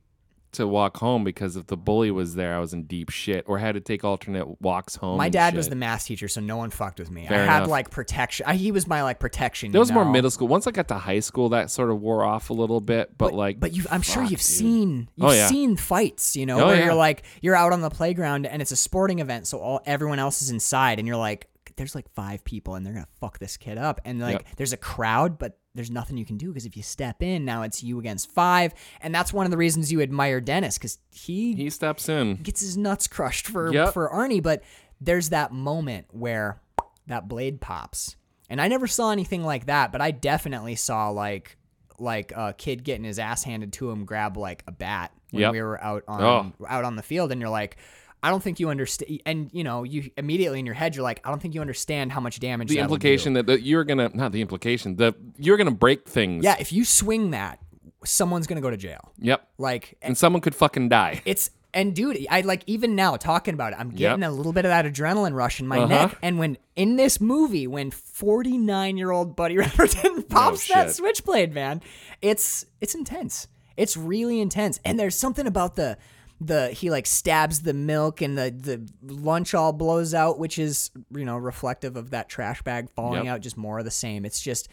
Speaker 3: to walk home because if the bully was there, I was in deep shit or had to take alternate walks home.
Speaker 1: My
Speaker 3: and
Speaker 1: dad
Speaker 3: shit.
Speaker 1: was the math teacher, so no one fucked with me.
Speaker 3: Fair
Speaker 1: I had
Speaker 3: enough.
Speaker 1: like protection. I, he was my like protection.
Speaker 3: That was more
Speaker 1: no.
Speaker 3: middle school. Once I got to high school, that sort of wore off a little bit. But, like,
Speaker 1: But you, I'm sure
Speaker 3: fuck,
Speaker 1: you've
Speaker 3: dude.
Speaker 1: seen you've
Speaker 3: Oh, yeah.
Speaker 1: seen fights, you know,
Speaker 3: Oh,
Speaker 1: where
Speaker 3: yeah.
Speaker 1: you're like you're out on the playground and it's a sporting event, so all everyone else is inside, and you're like, there's like five people and they're gonna fuck this kid up, and like there's a crowd, but there's nothing you can do because if you step in, now it's you against five, and that's one of the reasons you admire Dennis because he
Speaker 3: he steps in.
Speaker 1: gets his nuts crushed for
Speaker 3: Yep.
Speaker 1: for Arnie, but there's that moment where that blade pops. And I never saw anything like that, but I definitely saw like like a kid getting his ass handed to him grab like a bat when
Speaker 3: Yep.
Speaker 1: we were out on
Speaker 3: Oh.
Speaker 1: out on the field and you're like I don't think you understand and you know you immediately in your head you're like I don't think you understand how much damage
Speaker 3: The
Speaker 1: that'll do."
Speaker 3: implication that, that you're gonna not the implication that you're gonna break things.
Speaker 1: Yeah, if you swing that, someone's going to go to jail.
Speaker 3: Yep.
Speaker 1: Like
Speaker 3: And someone could fucking die.
Speaker 1: It's and dude, I like even now talking about it, I'm getting
Speaker 3: Yep.
Speaker 1: a little bit of that adrenaline rush in my neck. And when in this movie, when 49 year old Buddy Ripperton pops that
Speaker 3: Oh, shit.
Speaker 1: switchblade, man, it's it's intense. It's really intense. And there's something about the the he like stabs the milk and the the lunch all blows out, which is you know reflective of that trash bag falling
Speaker 3: Yep.
Speaker 1: out. Just more of the same. It's just.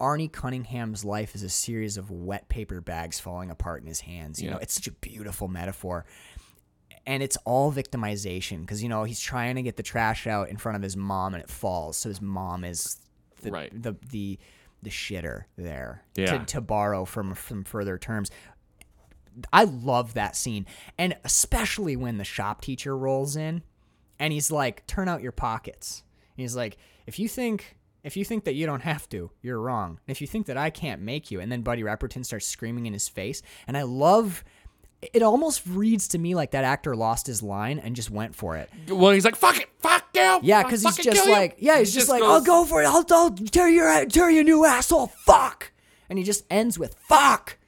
Speaker 1: Arnie Cunningham's life is a series of wet paper bags falling apart in his hands. You know, it's such a beautiful metaphor and it's all victimization because you know he's trying to get the trash out in front of his mom and it falls so his mom is the
Speaker 3: Right.
Speaker 1: the, the the shitter there
Speaker 3: Yeah.
Speaker 1: to, to borrow from from further terms i love that scene and especially when the shop teacher rolls in and he's like turn out your pockets and he's like if you think if you think that you don't have to you're wrong and if you think that i can't make you and then buddy rapperton starts screaming in his face and i love it almost reads to me like that actor lost his line and just went for it.
Speaker 3: Well, he's like, "Fuck it, fuck you."
Speaker 1: Yeah,
Speaker 3: I'll
Speaker 1: because he's
Speaker 3: fucking
Speaker 1: just
Speaker 3: kill you."
Speaker 1: like, yeah, he's
Speaker 3: He
Speaker 1: just, like, I'll
Speaker 3: goes-
Speaker 1: go for it. I'll, I'll tear your tear your new asshole. Fuck, and he just ends with fuck,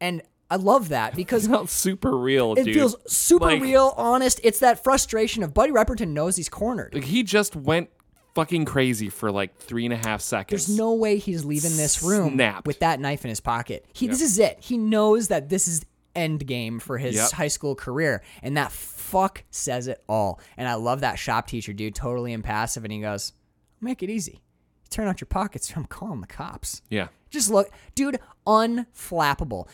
Speaker 1: and I love that because
Speaker 3: Felt super real,
Speaker 1: it
Speaker 3: dude.
Speaker 1: feels super
Speaker 3: Like-
Speaker 1: real, honest. It's that frustration of Buddy Repperton knows he's cornered.
Speaker 3: Like, he just went fucking crazy for like three and a half seconds.
Speaker 1: There's no way he's leaving this room
Speaker 3: Snapped.
Speaker 1: with that knife in his pocket. He, This is it. He knows that this is end game for his
Speaker 3: Yep.
Speaker 1: high school career, and that fuck says it all. And I love that shop teacher dude, totally impassive, and he goes, "Make it easy. Turn out your pockets, or I'm calling the cops."
Speaker 3: Yeah.
Speaker 1: Just look, dude, unflappable.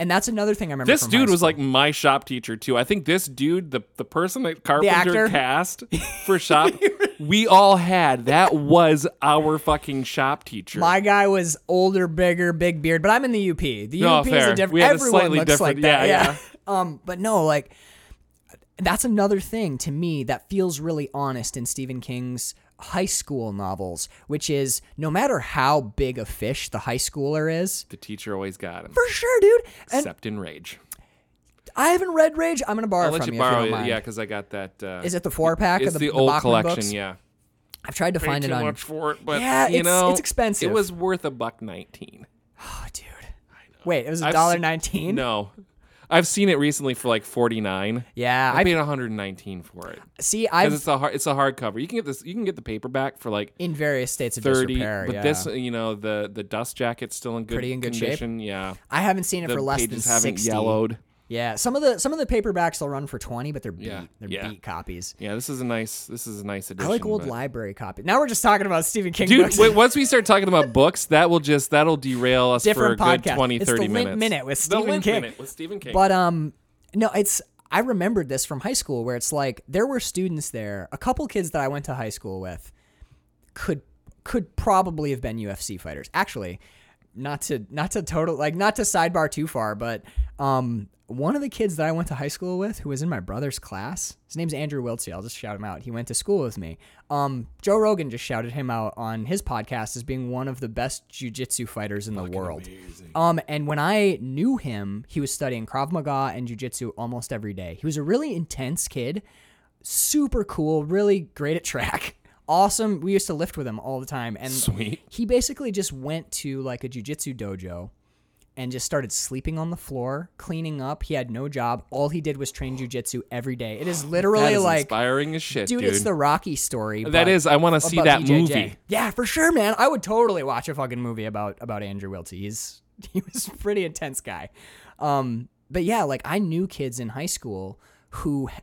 Speaker 1: And that's another thing I remember.
Speaker 3: This
Speaker 1: from
Speaker 3: dude
Speaker 1: high
Speaker 3: was
Speaker 1: school.
Speaker 3: like my shop teacher too. I think this dude, the the person that Carpenter
Speaker 1: actor?
Speaker 3: cast for shop, we all had. That was our fucking shop teacher.
Speaker 1: My guy was older, bigger, big beard, but I'm in the UP. The
Speaker 3: No,
Speaker 1: UP is
Speaker 3: fair.
Speaker 1: a different.
Speaker 3: We had a
Speaker 1: everyone
Speaker 3: slightly
Speaker 1: looks like
Speaker 3: different-
Speaker 1: that.
Speaker 3: yeah,
Speaker 1: Yeah. um, but no, like that's another thing to me that feels really honest in Stephen King's high school novels, which is no matter how big a fish the high schooler is,
Speaker 3: the teacher always got him,
Speaker 1: for sure, dude. And
Speaker 3: except in rage.
Speaker 1: I haven't read Rage. I'm gonna borrow
Speaker 3: I'll let
Speaker 1: from
Speaker 3: you
Speaker 1: you,
Speaker 3: borrow
Speaker 1: if you
Speaker 3: it,
Speaker 1: don't mind.
Speaker 3: yeah, because I got that. Uh,
Speaker 1: Is it the four pack
Speaker 3: it's
Speaker 1: of the,
Speaker 3: the, old
Speaker 1: Bachman
Speaker 3: collection,
Speaker 1: books?
Speaker 3: yeah.
Speaker 1: I've tried to
Speaker 3: Pay
Speaker 1: find
Speaker 3: too
Speaker 1: it on.
Speaker 3: much for it, but
Speaker 1: Yeah,
Speaker 3: you
Speaker 1: it's-
Speaker 3: know,
Speaker 1: it's expensive.
Speaker 3: It was worth a buck nineteen.
Speaker 1: Oh, dude. Wait, it was a
Speaker 3: I've
Speaker 1: dollar
Speaker 3: se-
Speaker 1: nineteen.
Speaker 3: No, I've seen it recently for like forty nine.
Speaker 1: Yeah,
Speaker 3: I
Speaker 1: I
Speaker 3: paid one hundred nineteen for it
Speaker 1: see.
Speaker 3: because
Speaker 1: I've
Speaker 3: it's a hard it's a hardcover. You can get this. You can get the paperback for like
Speaker 1: in various states of
Speaker 3: thirty,
Speaker 1: disrepair.
Speaker 3: but
Speaker 1: yeah.
Speaker 3: this you know the the dust jacket's still in good
Speaker 1: Pretty in good shape.
Speaker 3: condition. Yeah,
Speaker 1: I haven't seen it
Speaker 3: the
Speaker 1: for less than
Speaker 3: pages haven't
Speaker 1: sixty.
Speaker 3: yellowed.
Speaker 1: Yeah, some of the some of the paperbacks will run for twenty, but they're beat.
Speaker 3: Yeah,
Speaker 1: They're
Speaker 3: yeah.
Speaker 1: beat copies.
Speaker 3: Yeah, this is a nice this is a nice
Speaker 1: I
Speaker 3: edition.
Speaker 1: like old
Speaker 3: but-
Speaker 1: library copies. Now we're just talking about Stephen King
Speaker 3: Dude,
Speaker 1: books.
Speaker 3: wait, once we start talking about books, that will just that'll derail us
Speaker 1: Different
Speaker 3: for a good
Speaker 1: podcast.
Speaker 3: 20,
Speaker 1: It's
Speaker 3: 30
Speaker 1: the Lint
Speaker 3: minutes.
Speaker 1: Minute with
Speaker 3: The
Speaker 1: Stephen
Speaker 3: Lint
Speaker 1: King.
Speaker 3: Minute with Stephen King.
Speaker 1: But um, no, it's I remembered this from high school where it's like there were students there, a couple kids that I went to high school with, could could probably have been UFC fighters. Actually, not to not to total like not to sidebar too far, but um, one of the kids that I went to high school with, who was in my brother's class, his name's Andrew Wiltsey. I'll just shout him out. He went to school with me. Um, Joe Rogan just shouted him out on his podcast as being one of the best jujitsu fighters in the world. Um, and when I knew him, he was studying Krav Maga and jujitsu almost every day. He was a really intense kid super cool, really great at track. Awesome. We used to lift with him all the time. And
Speaker 3: Sweet.
Speaker 1: he basically just went to like a jujitsu dojo and just started sleeping on the floor, cleaning up. He had no job. All he did was train jujitsu every day. It is literally
Speaker 3: that is
Speaker 1: like
Speaker 3: inspiring as shit, dude.
Speaker 1: dude, it's the Rocky story.
Speaker 3: That
Speaker 1: but-
Speaker 3: is, I wanna see
Speaker 1: about
Speaker 3: that
Speaker 1: BJJ.
Speaker 3: movie.
Speaker 1: Yeah, for sure, man. I would totally watch a fucking movie about about Andrew Wiltsey. He's he was a pretty intense guy. Um, but yeah, like I knew kids in high school who h-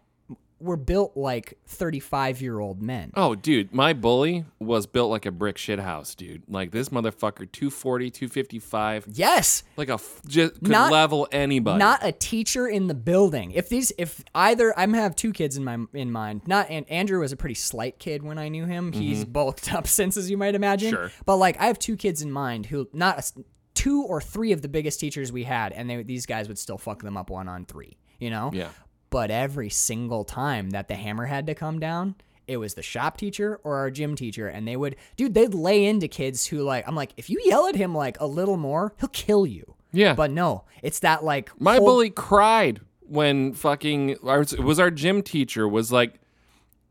Speaker 1: were built like 35 year old men.
Speaker 3: Oh, dude, my bully was built like a brick shit house, dude. Like this motherfucker, 240, 255,
Speaker 1: Yes,
Speaker 3: like a f- just could
Speaker 1: Not-
Speaker 3: level anybody.
Speaker 1: not a teacher in the building. If these, if either, I'm have two kids in my in mind. Not and Andrew was a pretty slight kid when I knew him. He's bulked up since, as you might imagine.
Speaker 3: Mm-hmm. Sure.
Speaker 1: But like, I have two kids in mind who not a s two or three of the biggest teachers we had, and they these guys would still fuck them up one on three. You know.
Speaker 3: Yeah.
Speaker 1: But every single time that the hammer had to come down. It was the shop teacher or our gym teacher, and they would, dude, they'd lay into kids who, like, I'm like, if you yell at him, like, a little more, he'll kill you.
Speaker 3: Yeah.
Speaker 1: But no, it's that, like,
Speaker 3: My
Speaker 1: whole-
Speaker 3: bully cried when fucking our, it was our gym teacher was like,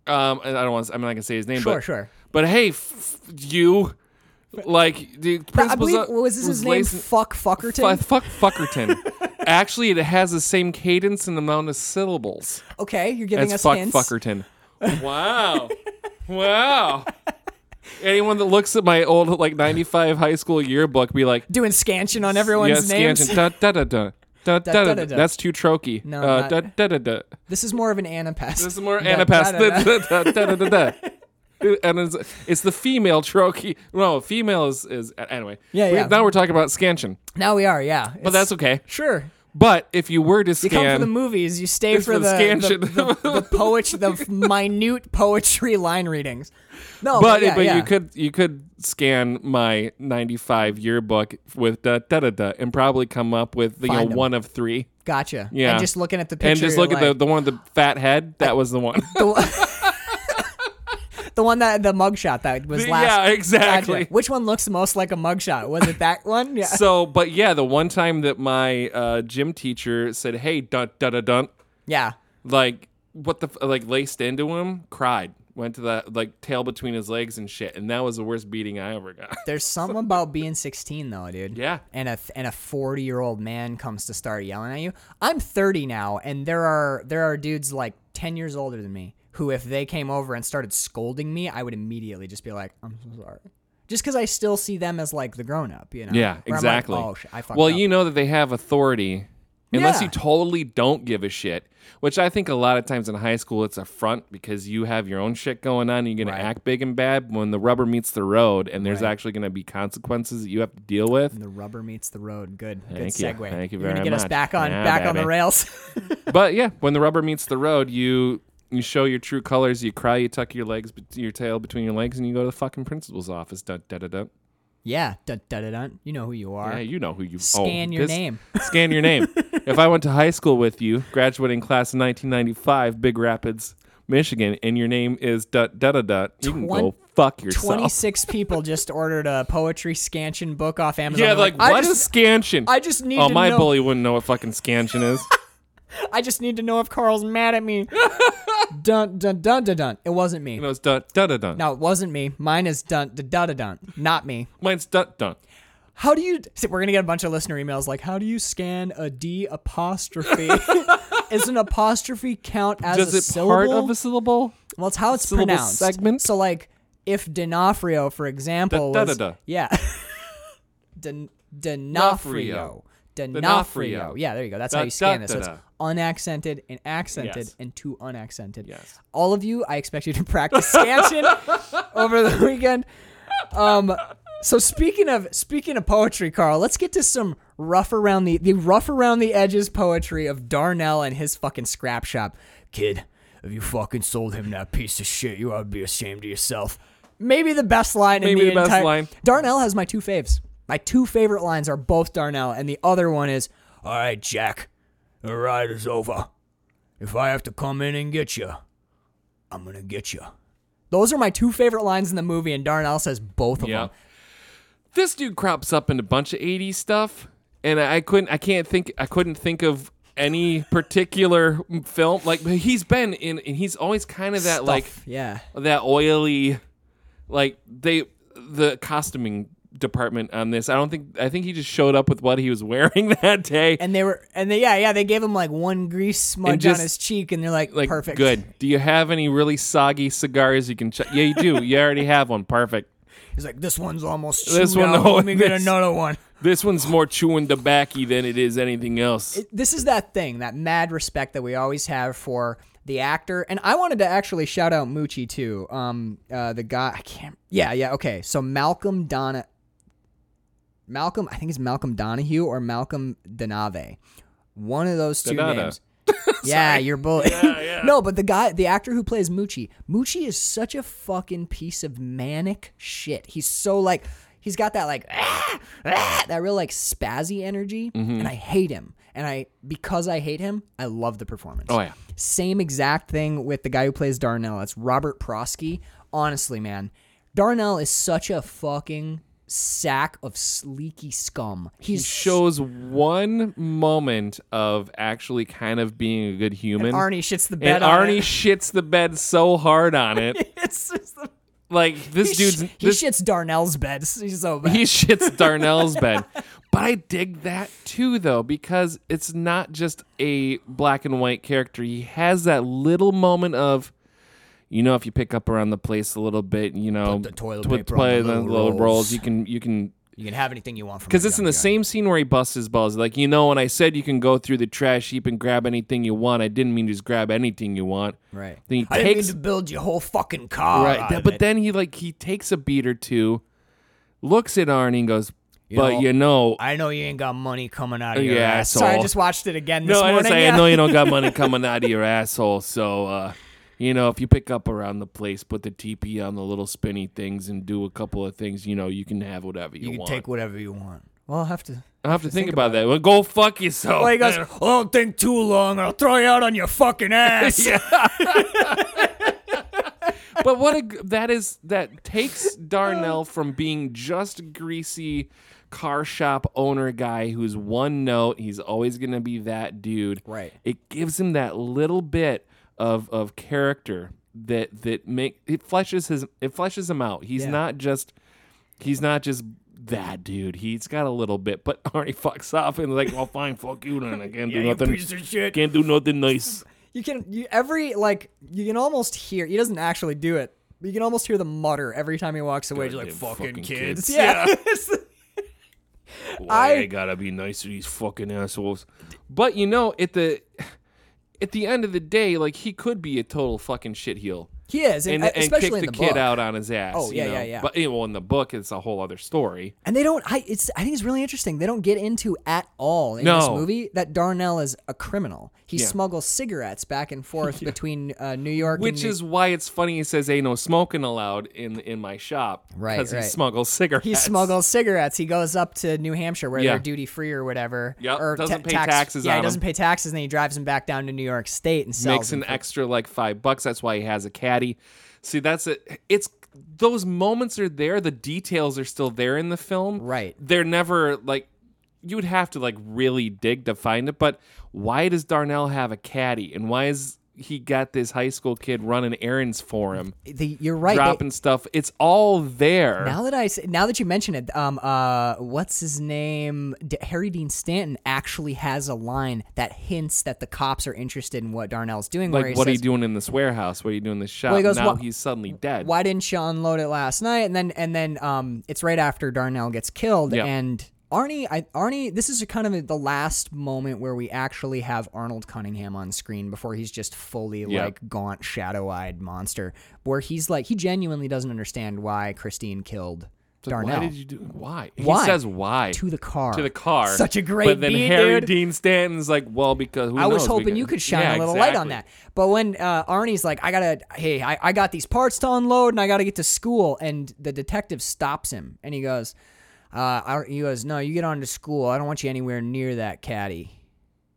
Speaker 3: um, I don't want. to I'm not gonna say his name.
Speaker 1: Sure,
Speaker 3: but,
Speaker 1: sure.
Speaker 3: But hey, f- you, like the
Speaker 1: But I
Speaker 3: principal's
Speaker 1: believe
Speaker 3: up-
Speaker 1: was this his name?
Speaker 3: lacing-
Speaker 1: Fuck Fuckerton.
Speaker 3: Fu- fuck Fuckerton. Actually, it has the same cadence and amount of syllables
Speaker 1: okay, you're giving
Speaker 3: as
Speaker 1: us
Speaker 3: fuck
Speaker 1: hints.
Speaker 3: Fuckerton. Wow, wow. Anyone that looks at my old like '95 high school yearbook be like,
Speaker 1: Doing scansion on everyone's
Speaker 3: yeah,
Speaker 1: names.
Speaker 3: Scansion. Da, da, da, da. Da, da, da, da,
Speaker 1: da.
Speaker 3: That's too trokey.
Speaker 1: No,
Speaker 3: uh,
Speaker 1: not-
Speaker 3: da, da, da, da.
Speaker 1: This is more of an Anapest.
Speaker 3: This is more
Speaker 1: Da- da- da- da.
Speaker 3: Anapass. Da, da, da, da, da. And it's, it's the female trokey. No, female is, is anyway.
Speaker 1: Yeah,
Speaker 3: We-
Speaker 1: yeah.
Speaker 3: Now we're talking about scansion,
Speaker 1: Now we are, yeah.
Speaker 3: but that's okay.
Speaker 1: sure.
Speaker 3: But if you were to
Speaker 1: You come for
Speaker 3: scan,
Speaker 1: the movies. You stay
Speaker 3: It's
Speaker 1: for
Speaker 3: for
Speaker 1: the the,
Speaker 3: the scansion.
Speaker 1: the, the poetry, the minute poetry line readings. No,
Speaker 3: but
Speaker 1: yeah,
Speaker 3: but
Speaker 1: yeah.
Speaker 3: you could you could scan my '95 yearbook with da, da da da and probably come up with you know
Speaker 1: Find 'em.
Speaker 3: one of three.
Speaker 1: gotcha.
Speaker 3: Yeah.
Speaker 1: and just looking at the picture
Speaker 3: and just
Speaker 1: you're
Speaker 3: look at the
Speaker 1: like-
Speaker 3: the one with the fat head. That was the one.
Speaker 1: the one- the one that the mugshot that was last.
Speaker 3: yeah,
Speaker 1: Gotcha.
Speaker 3: exactly.
Speaker 1: Which one looks most like a mugshot? Was it that one? Yeah.
Speaker 3: so, but yeah, the one time that my uh, gym teacher said, "Hey, dun dun dun dun,"
Speaker 1: Yeah.
Speaker 3: like what the f- like laced into him, cried, went to the like tail between his legs and shit, and that was the worst beating I ever got.
Speaker 1: There's something about being 16 though, dude.
Speaker 3: Yeah.
Speaker 1: And a and a 40 year old man comes to start yelling at you. I'm 30 now, and there are there are dudes like 10 years older than me who, if they came over and started scolding me, I would immediately just be like, I'm so sorry. Just because I still see them as like the grown up, you know? Where
Speaker 3: Yeah,
Speaker 1: I'm like,
Speaker 3: exactly.
Speaker 1: oh, sh- I fucked
Speaker 3: well,
Speaker 1: up."
Speaker 3: you know that they have authority unless
Speaker 1: Yeah.
Speaker 3: you totally don't give a shit, which I think a lot of times in high school it's a front because you have your own shit going on and you're going to act big and bad when the rubber meets the road and there's actually going to be consequences that you have to deal with.
Speaker 1: the rubber meets the road. Good. Good
Speaker 3: Thank you.
Speaker 1: segue.
Speaker 3: Thank you
Speaker 1: You're gonna
Speaker 3: very
Speaker 1: get us
Speaker 3: much.
Speaker 1: back on
Speaker 3: Yeah,
Speaker 1: back on the
Speaker 3: baby.
Speaker 1: rails.
Speaker 3: but yeah, when the rubber meets the road, you you show your true colors, you cry, you tuck your legs bet- your tail between your legs and you go to the fucking principal's office. Dun, dun, dun, dun.
Speaker 1: yeah. Dun, dun, dun, dun. You know who you are.
Speaker 3: Yeah, you know who you
Speaker 1: Scan
Speaker 3: oh,
Speaker 1: your
Speaker 3: this-
Speaker 1: name.
Speaker 3: Scan your name. if I went to high school with you, graduating class in 1995, Big Rapids, Michigan, and your name is dot dot dot dot, you can
Speaker 1: Twen-
Speaker 3: go fuck yourself.
Speaker 1: 26 people just ordered a poetry scansion book off Amazon.
Speaker 3: Yeah,
Speaker 1: They're
Speaker 3: like,
Speaker 1: I
Speaker 3: what is
Speaker 1: just,
Speaker 3: scansion?
Speaker 1: I just need
Speaker 3: oh,
Speaker 1: to
Speaker 3: my
Speaker 1: know.
Speaker 3: bully wouldn't know what fucking scansion is.
Speaker 1: I just need to know if Carl's mad at me. dun dun dun dun dun. It wasn't me.
Speaker 3: You know, it's dot dot dot dot.
Speaker 1: No, it wasn't me. Mine is dun dun dun dun. dun. Not me.
Speaker 3: Mine's dot dot.
Speaker 1: How do you? See, we're gonna get a bunch of listener emails like, how do you scan a D apostrophe? is an apostrophe count as
Speaker 3: Does
Speaker 1: a
Speaker 3: it
Speaker 1: syllable?
Speaker 3: part of a syllable?
Speaker 1: well, it's how it's
Speaker 3: syllable
Speaker 1: pronounced.
Speaker 3: segment?
Speaker 1: So like, if D'Onofrio, for example,
Speaker 3: Da- da-
Speaker 1: was-
Speaker 3: da- da.
Speaker 1: yeah, D'On- D'Onofrio. D'Onofrio.
Speaker 3: D'Onofrio.
Speaker 1: Yeah, there you go. That's
Speaker 3: Da-
Speaker 1: how you scan
Speaker 3: da-
Speaker 1: this.
Speaker 3: da-
Speaker 1: so
Speaker 3: da.
Speaker 1: it's unaccented and accented
Speaker 3: Yes.
Speaker 1: and two unaccented.
Speaker 3: Yes.
Speaker 1: All of you, I expect you to practice scansion over the weekend. Um, so speaking of speaking of poetry, Carl, let's get to some rough around the the rough around the edges poetry of Darnell and his fucking scrap shop. Kid, if you fucking sold him that piece of shit, you ought to be ashamed of yourself. Maybe the best line in
Speaker 3: Maybe
Speaker 1: the,
Speaker 3: the best
Speaker 1: entire-
Speaker 3: line.
Speaker 1: Darnell has my two faves. My two favorite lines are both Darnell, and the other one is, "All right, Jack, the ride is over. If I have to come in and get you, I'm gonna get you." Those are my two favorite lines in the movie, and Darnell says both of
Speaker 3: Yeah.
Speaker 1: them.
Speaker 3: This dude crops up in a bunch of 80s stuff and I couldn't I can't think I couldn't think of any particular film like but he's been in and he's always kind of that
Speaker 1: Stuff,
Speaker 3: like
Speaker 1: yeah,
Speaker 3: that oily like they the costuming department on this. I don't think I think he just showed up with what he was wearing that day.
Speaker 1: and they were, and they, yeah, yeah, they gave him like one grease smudge
Speaker 3: just-
Speaker 1: on his cheek, and they're like,
Speaker 3: like
Speaker 1: perfect,
Speaker 3: good. Do you have any really soggy cigars you can check? Yeah, you do. You already have one. Perfect.
Speaker 1: He's like, this one's almost
Speaker 3: This
Speaker 1: chewed
Speaker 3: one-
Speaker 1: out.
Speaker 3: no,
Speaker 1: Let me get
Speaker 3: this-
Speaker 1: another one.
Speaker 3: This one's more chewing the backy than it is anything else.
Speaker 1: this is that thing, that mad respect that we always have for the actor. And I wanted to actually shout out Moochie too. Um, uh, the guy I can't. Yeah, yeah. Okay, so Malcolm Donna. Malcolm, I think it's Malcolm Donahue or Malcolm Donave. One of those two
Speaker 3: Donada.
Speaker 1: names. yeah, you're bullet. no, but the guy, the actor who plays Moochie, Moochie is such a fucking piece of manic shit. He's so like, he's got that like, "Ah, ah," that real like spazzy energy,
Speaker 3: Mm-hmm.
Speaker 1: and I hate him. And I, because I hate him, I love the performance.
Speaker 3: Oh, yeah.
Speaker 1: Same exact thing with the guy who plays Darnell. That's Robert Prosky. Honestly, man, Darnell is such a fucking sack of sleeky scum.
Speaker 3: He
Speaker 1: He's
Speaker 3: shows one moment of actually kind of being a good human.
Speaker 1: Arnie shits the bed.
Speaker 3: And
Speaker 1: on
Speaker 3: Arnie
Speaker 1: it.
Speaker 3: shits the bed so hard on it.
Speaker 1: it's just the
Speaker 3: Like this
Speaker 1: he, sh-
Speaker 3: dude's
Speaker 1: he
Speaker 3: this,
Speaker 1: shits Darnell's bed. He's so bad.
Speaker 3: he shits Darnell's bed. But I dig that too though because it's not just a black and white character. He has that little moment of you know if you pick up around the place a little bit, you know,
Speaker 1: the toilet
Speaker 3: twi-
Speaker 1: paper on
Speaker 3: play
Speaker 1: the
Speaker 3: the
Speaker 1: little
Speaker 3: little
Speaker 1: rolls.
Speaker 3: rolls, you can you can
Speaker 1: you can have anything you want from
Speaker 3: Because it's in the same scene where he busts his balls. Like, you know, when I said you can go through the trash heap and grab anything you want, I didn't mean just grab anything you want.
Speaker 1: right.
Speaker 3: Then he
Speaker 1: I didn't mean
Speaker 3: takes
Speaker 1: to build your whole fucking car.
Speaker 3: right,
Speaker 1: out
Speaker 3: th-
Speaker 1: of
Speaker 3: but
Speaker 1: it.
Speaker 3: then he like he takes a beat or two, looks at Arnie and goes, "But
Speaker 1: know,
Speaker 3: you know,
Speaker 1: I know you ain't got money coming out of
Speaker 3: Yeah,
Speaker 1: your ass. Sorry, I
Speaker 3: asshole.
Speaker 1: just watched it again this
Speaker 3: no, I
Speaker 1: morning.
Speaker 3: don't say
Speaker 1: yeah.
Speaker 3: I know you don't got money coming out of your asshole, so." uh you know, if you pick up around the place, put the TP on the little spinny things and do a couple of things, you know, you can have whatever you,
Speaker 1: you can
Speaker 3: want.
Speaker 1: take whatever you want. Well, I'll have to.
Speaker 3: I have to think, about, that. Well, go fuck yourself.
Speaker 1: Well, he goes, I don't think too long. I'll throw you out on your fucking ass.
Speaker 3: but what a g- that is that takes Darnell from being just greasy car shop owner guy who's one note. He's always gonna be that dude.
Speaker 1: Right.
Speaker 3: It gives him that little bit of of character that that make it fleshes his it fleshes him out. He's
Speaker 1: Yeah.
Speaker 3: not just he's not just that dude. He's got a little bit, but Arnie fucks off and like, well, fine, fuck you then. I can't do
Speaker 1: You
Speaker 3: nothing.
Speaker 1: piece of shit.
Speaker 3: Can't do nothing nice.
Speaker 1: You can you, every like you can almost hear. He doesn't actually do it. But you can almost hear the mutter every time he walks away. He's like
Speaker 3: Goddamn
Speaker 1: fucking,
Speaker 3: fucking
Speaker 1: kids.
Speaker 3: kids.
Speaker 1: Yeah.
Speaker 3: Why I,
Speaker 1: I-
Speaker 3: gotta be nice to these fucking assholes. But you know, at the at the end of the day, like he could be a total fucking shitheel.
Speaker 1: he is, and, uh,
Speaker 3: And, and
Speaker 1: especially
Speaker 3: kick the,
Speaker 1: in the,
Speaker 3: kid
Speaker 1: book.
Speaker 3: out on his ass.
Speaker 1: Oh,
Speaker 3: you
Speaker 1: yeah, yeah,
Speaker 3: know?
Speaker 1: yeah.
Speaker 3: But you know, in the book, it's a whole other story.
Speaker 1: And they don't. I it's. I think it's really interesting. They don't get into at all in this
Speaker 3: No.
Speaker 1: movie that Darnell is a criminal. He
Speaker 3: Yeah.
Speaker 1: smuggles cigarettes back and forth between uh, New York,
Speaker 3: Which
Speaker 1: and New-
Speaker 3: is why it's funny. He says, "Ain't no smoking allowed in in my shop."
Speaker 1: Right,
Speaker 3: Because he
Speaker 1: right.
Speaker 3: smuggles cigarettes.
Speaker 1: he smuggles cigarettes. He goes up to New Hampshire where
Speaker 3: Yeah.
Speaker 1: they're duty free or whatever.
Speaker 3: Yep,
Speaker 1: Or
Speaker 3: doesn't
Speaker 1: ta-
Speaker 3: pay
Speaker 1: tax-
Speaker 3: taxes
Speaker 1: Yeah, he
Speaker 3: on 'em.
Speaker 1: doesn't pay taxes, and then he drives them back down to New York State and sells.
Speaker 3: makes
Speaker 1: them
Speaker 3: an
Speaker 1: for-
Speaker 3: extra like five bucks. That's why he has a caddy. See, that's it. It's those moments are there. The details are still there in the film.
Speaker 1: Right.
Speaker 3: They're never like you would have to like really dig to find it. But why does Darnell have a caddy? And why is he got this high school kid running errands for him,
Speaker 1: the, you're right. they-
Speaker 3: dropping stuff? It's all there.
Speaker 1: Now that I s- now that you mention it, um, uh, what's his name? D- Harry Dean Stanton actually has a line that hints that the cops are interested in what Darnell's doing. where
Speaker 3: like,
Speaker 1: he
Speaker 3: what are
Speaker 1: says,
Speaker 3: you doing in this warehouse? What are you doing in this shop?
Speaker 1: he goes,
Speaker 3: now
Speaker 1: "Wha-
Speaker 3: he's suddenly dead.
Speaker 1: Why didn't you unload it last night? And then and then um, it's right after Darnell gets killed
Speaker 3: Yeah.
Speaker 1: and. Arnie, I, Arnie, this is kind of the last moment where we actually have Arnold Cunningham on screen before he's just fully
Speaker 3: Yeah.
Speaker 1: like gaunt, shadow-eyed monster. Where he's like, he genuinely doesn't understand why Christine killed
Speaker 3: It's like,
Speaker 1: Darnell
Speaker 3: Why did you do? Why?
Speaker 1: Why?
Speaker 3: He says why
Speaker 1: to the car.
Speaker 3: to the car.
Speaker 1: Such a great
Speaker 3: But then
Speaker 1: beat,
Speaker 3: Harry
Speaker 1: dude.
Speaker 3: Dean Stanton's like, well, because who
Speaker 1: I was
Speaker 3: knows?
Speaker 1: hoping
Speaker 3: We
Speaker 1: you
Speaker 3: got-
Speaker 1: could shine
Speaker 3: Yeah,
Speaker 1: a little light on
Speaker 3: exactly.
Speaker 1: that. But when uh, Arnie's like, I gotta, hey, I, I got these parts to unload and I gotta get to school, and the detective stops him and he goes, uh, I, he goes, no, you get on to school. I don't want you anywhere near that caddy.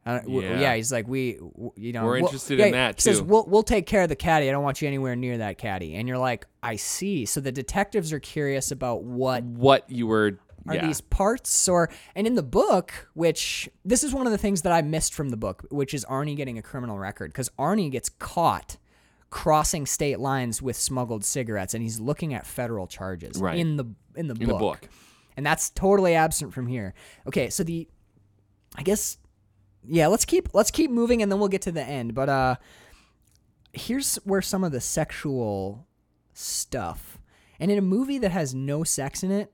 Speaker 1: I don't, w- yeah.
Speaker 3: Yeah.
Speaker 1: he's like, we, w- you know,
Speaker 3: We're
Speaker 1: we'll-
Speaker 3: interested
Speaker 1: yeah,
Speaker 3: in that,
Speaker 1: He says,
Speaker 3: too.
Speaker 1: we'll we'll take care of the caddy. I don't want you anywhere near that caddy. And you're like, I see. So the detectives are curious about what
Speaker 3: What you were?
Speaker 1: are
Speaker 3: yeah.
Speaker 1: these parts or and in the book which this is one of the things that i missed from the book which is arnie getting a criminal record because arnie gets caught crossing state lines with smuggled cigarettes and he's looking at federal charges
Speaker 3: Right.
Speaker 1: in the in the,
Speaker 3: in
Speaker 1: book.
Speaker 3: the book?
Speaker 1: and that's totally absent from here okay so the i guess yeah let's keep let's keep moving and then we'll get to the end but uh here's where some of the sexual stuff and in a movie that has no sex in it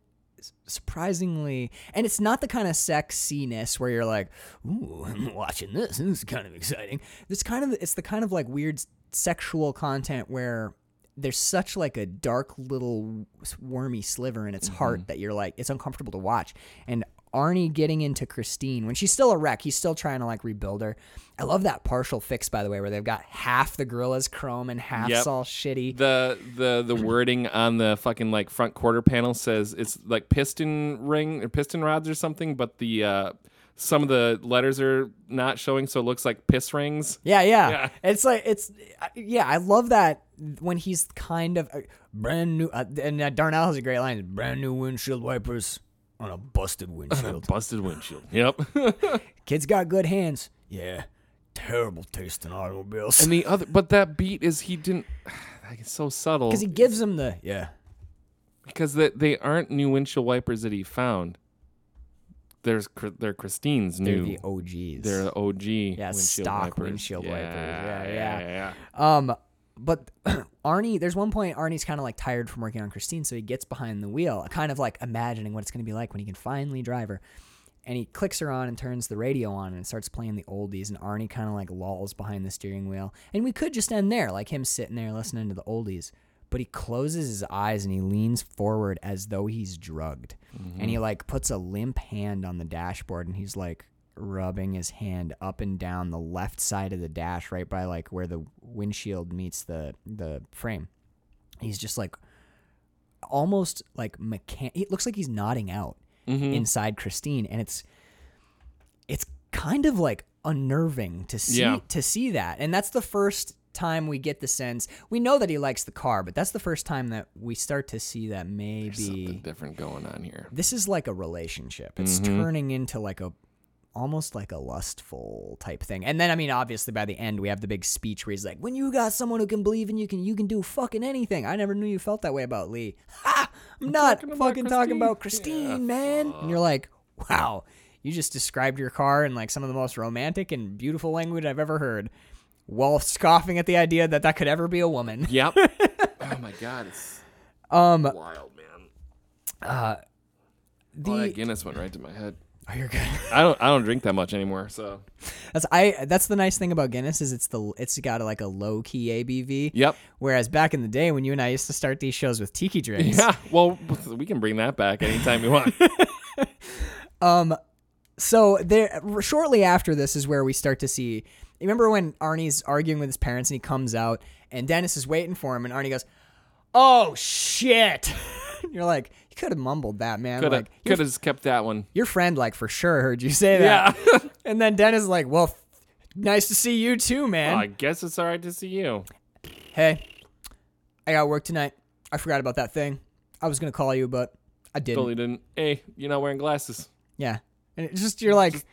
Speaker 1: surprisingly, and it's not the kind of sexiness where you're like, "Ooh, I'm watching this. This is kind of exciting." This kind of it's the kind of like weird s- sexual content where there's such like a dark little wormy sliver in its
Speaker 3: Mm-hmm.
Speaker 1: heart that you're like, it's uncomfortable to watch. And Arnie getting into Christine when she's still a wreck. He's still trying to like rebuild her. I love that partial fix, by the way, where they've got half the gorilla's chrome and half's
Speaker 3: Yep.
Speaker 1: all shitty.
Speaker 3: the the the wording on the fucking like front quarter panel says it's like piston ring or piston rods or something, but the uh, some of the letters are not showing, so it looks like piss rings.
Speaker 1: Yeah, yeah,
Speaker 3: Yeah.
Speaker 1: It's like it's I- yeah. I love that when he's kind of uh, brand new. Uh, and uh, Darnell has a great line: "Brand new windshield wipers on a busted windshield."
Speaker 3: Busted windshield. Yep.
Speaker 1: Kids got good hands. Yeah, terrible taste in automobiles.
Speaker 3: and the other, but that beat is he didn't. Like it's so subtle
Speaker 1: Because he gives him the yeah.
Speaker 3: because that they aren't new windshield wipers that he found. There's Chr- they're Christine's
Speaker 1: They're
Speaker 3: new.
Speaker 1: the OGs.
Speaker 3: They're the OG.
Speaker 1: Yeah,
Speaker 3: windshield
Speaker 1: stock
Speaker 3: wipers.
Speaker 1: windshield wipers. Yeah, yeah.
Speaker 3: yeah, yeah.
Speaker 1: Um, but Arnie, there's one point Arnie's kind of like tired from working on Christine, so he gets behind the wheel, kind of like imagining what it's going to be like when he can finally drive her. And he clicks her on and turns the radio on and starts playing the oldies. And Arnie kind of like lolls behind the steering wheel. And we could just end there, like him sitting there listening to the oldies. But he closes his eyes and he leans forward as though he's drugged. And he like puts a limp hand on the dashboard and he's like, rubbing his hand up and down the left side of the dash right by like where the windshield meets the the frame he's just like almost like mechan- it looks like he's nodding out
Speaker 3: Mm-hmm.
Speaker 1: inside christine and it's it's kind of like unnerving to see
Speaker 3: Yeah.
Speaker 1: to see that and that's the first time we get the sense we know that he likes the car but that's the first time that we start to see that
Speaker 3: Something
Speaker 1: maybe
Speaker 3: different going on here.
Speaker 1: this is like a relationship. It's turning into like a almost like a lustful type thing. And then I mean obviously by the end we have the big speech where he's like, When you got someone who can believe in you can you can do fucking anything. I never knew you felt that way about Lee. Ha! I'm, not
Speaker 3: talking about
Speaker 1: fucking talking about
Speaker 3: Christine.
Speaker 1: Christine,
Speaker 3: Yeah,
Speaker 1: man. And you're like, Wow, you just described your car in like some of the most romantic and beautiful language I've ever heard. While scoffing at the idea that that could ever be a woman.
Speaker 3: Yep. oh my god, it's um wild, man.
Speaker 1: uh, The,
Speaker 3: oh, that Guinness went right to my head.
Speaker 1: oh, you're good.
Speaker 3: I don't I don't drink that much anymore, so
Speaker 1: That's I. That's the nice thing about Guinness is it's the it's got like a low key ABV.
Speaker 3: Yep.
Speaker 1: Whereas back in the day when you and I used to start these shows with tiki drinks,
Speaker 3: yeah. Well, we can bring that back anytime we want.
Speaker 1: so there shortly after this is where we start to see. Remember when Arnie's arguing with his parents and he comes out and Dennis is waiting for him and Arnie goes, "Oh shit!" You're like, you could have mumbled that, man.
Speaker 3: Could have
Speaker 1: like, your,
Speaker 3: could have kept that one.
Speaker 1: your friend like for sure heard you say that.
Speaker 3: Yeah.
Speaker 1: and then Dennis is like, "Well, f- nice to see you too, man."
Speaker 3: I guess it's all right to see you.
Speaker 1: hey, I got work tonight. I forgot about that thing. I was gonna call you, but I didn't.
Speaker 3: Totally didn't. Hey, you're not wearing glasses.
Speaker 1: Yeah, and it's just you're like,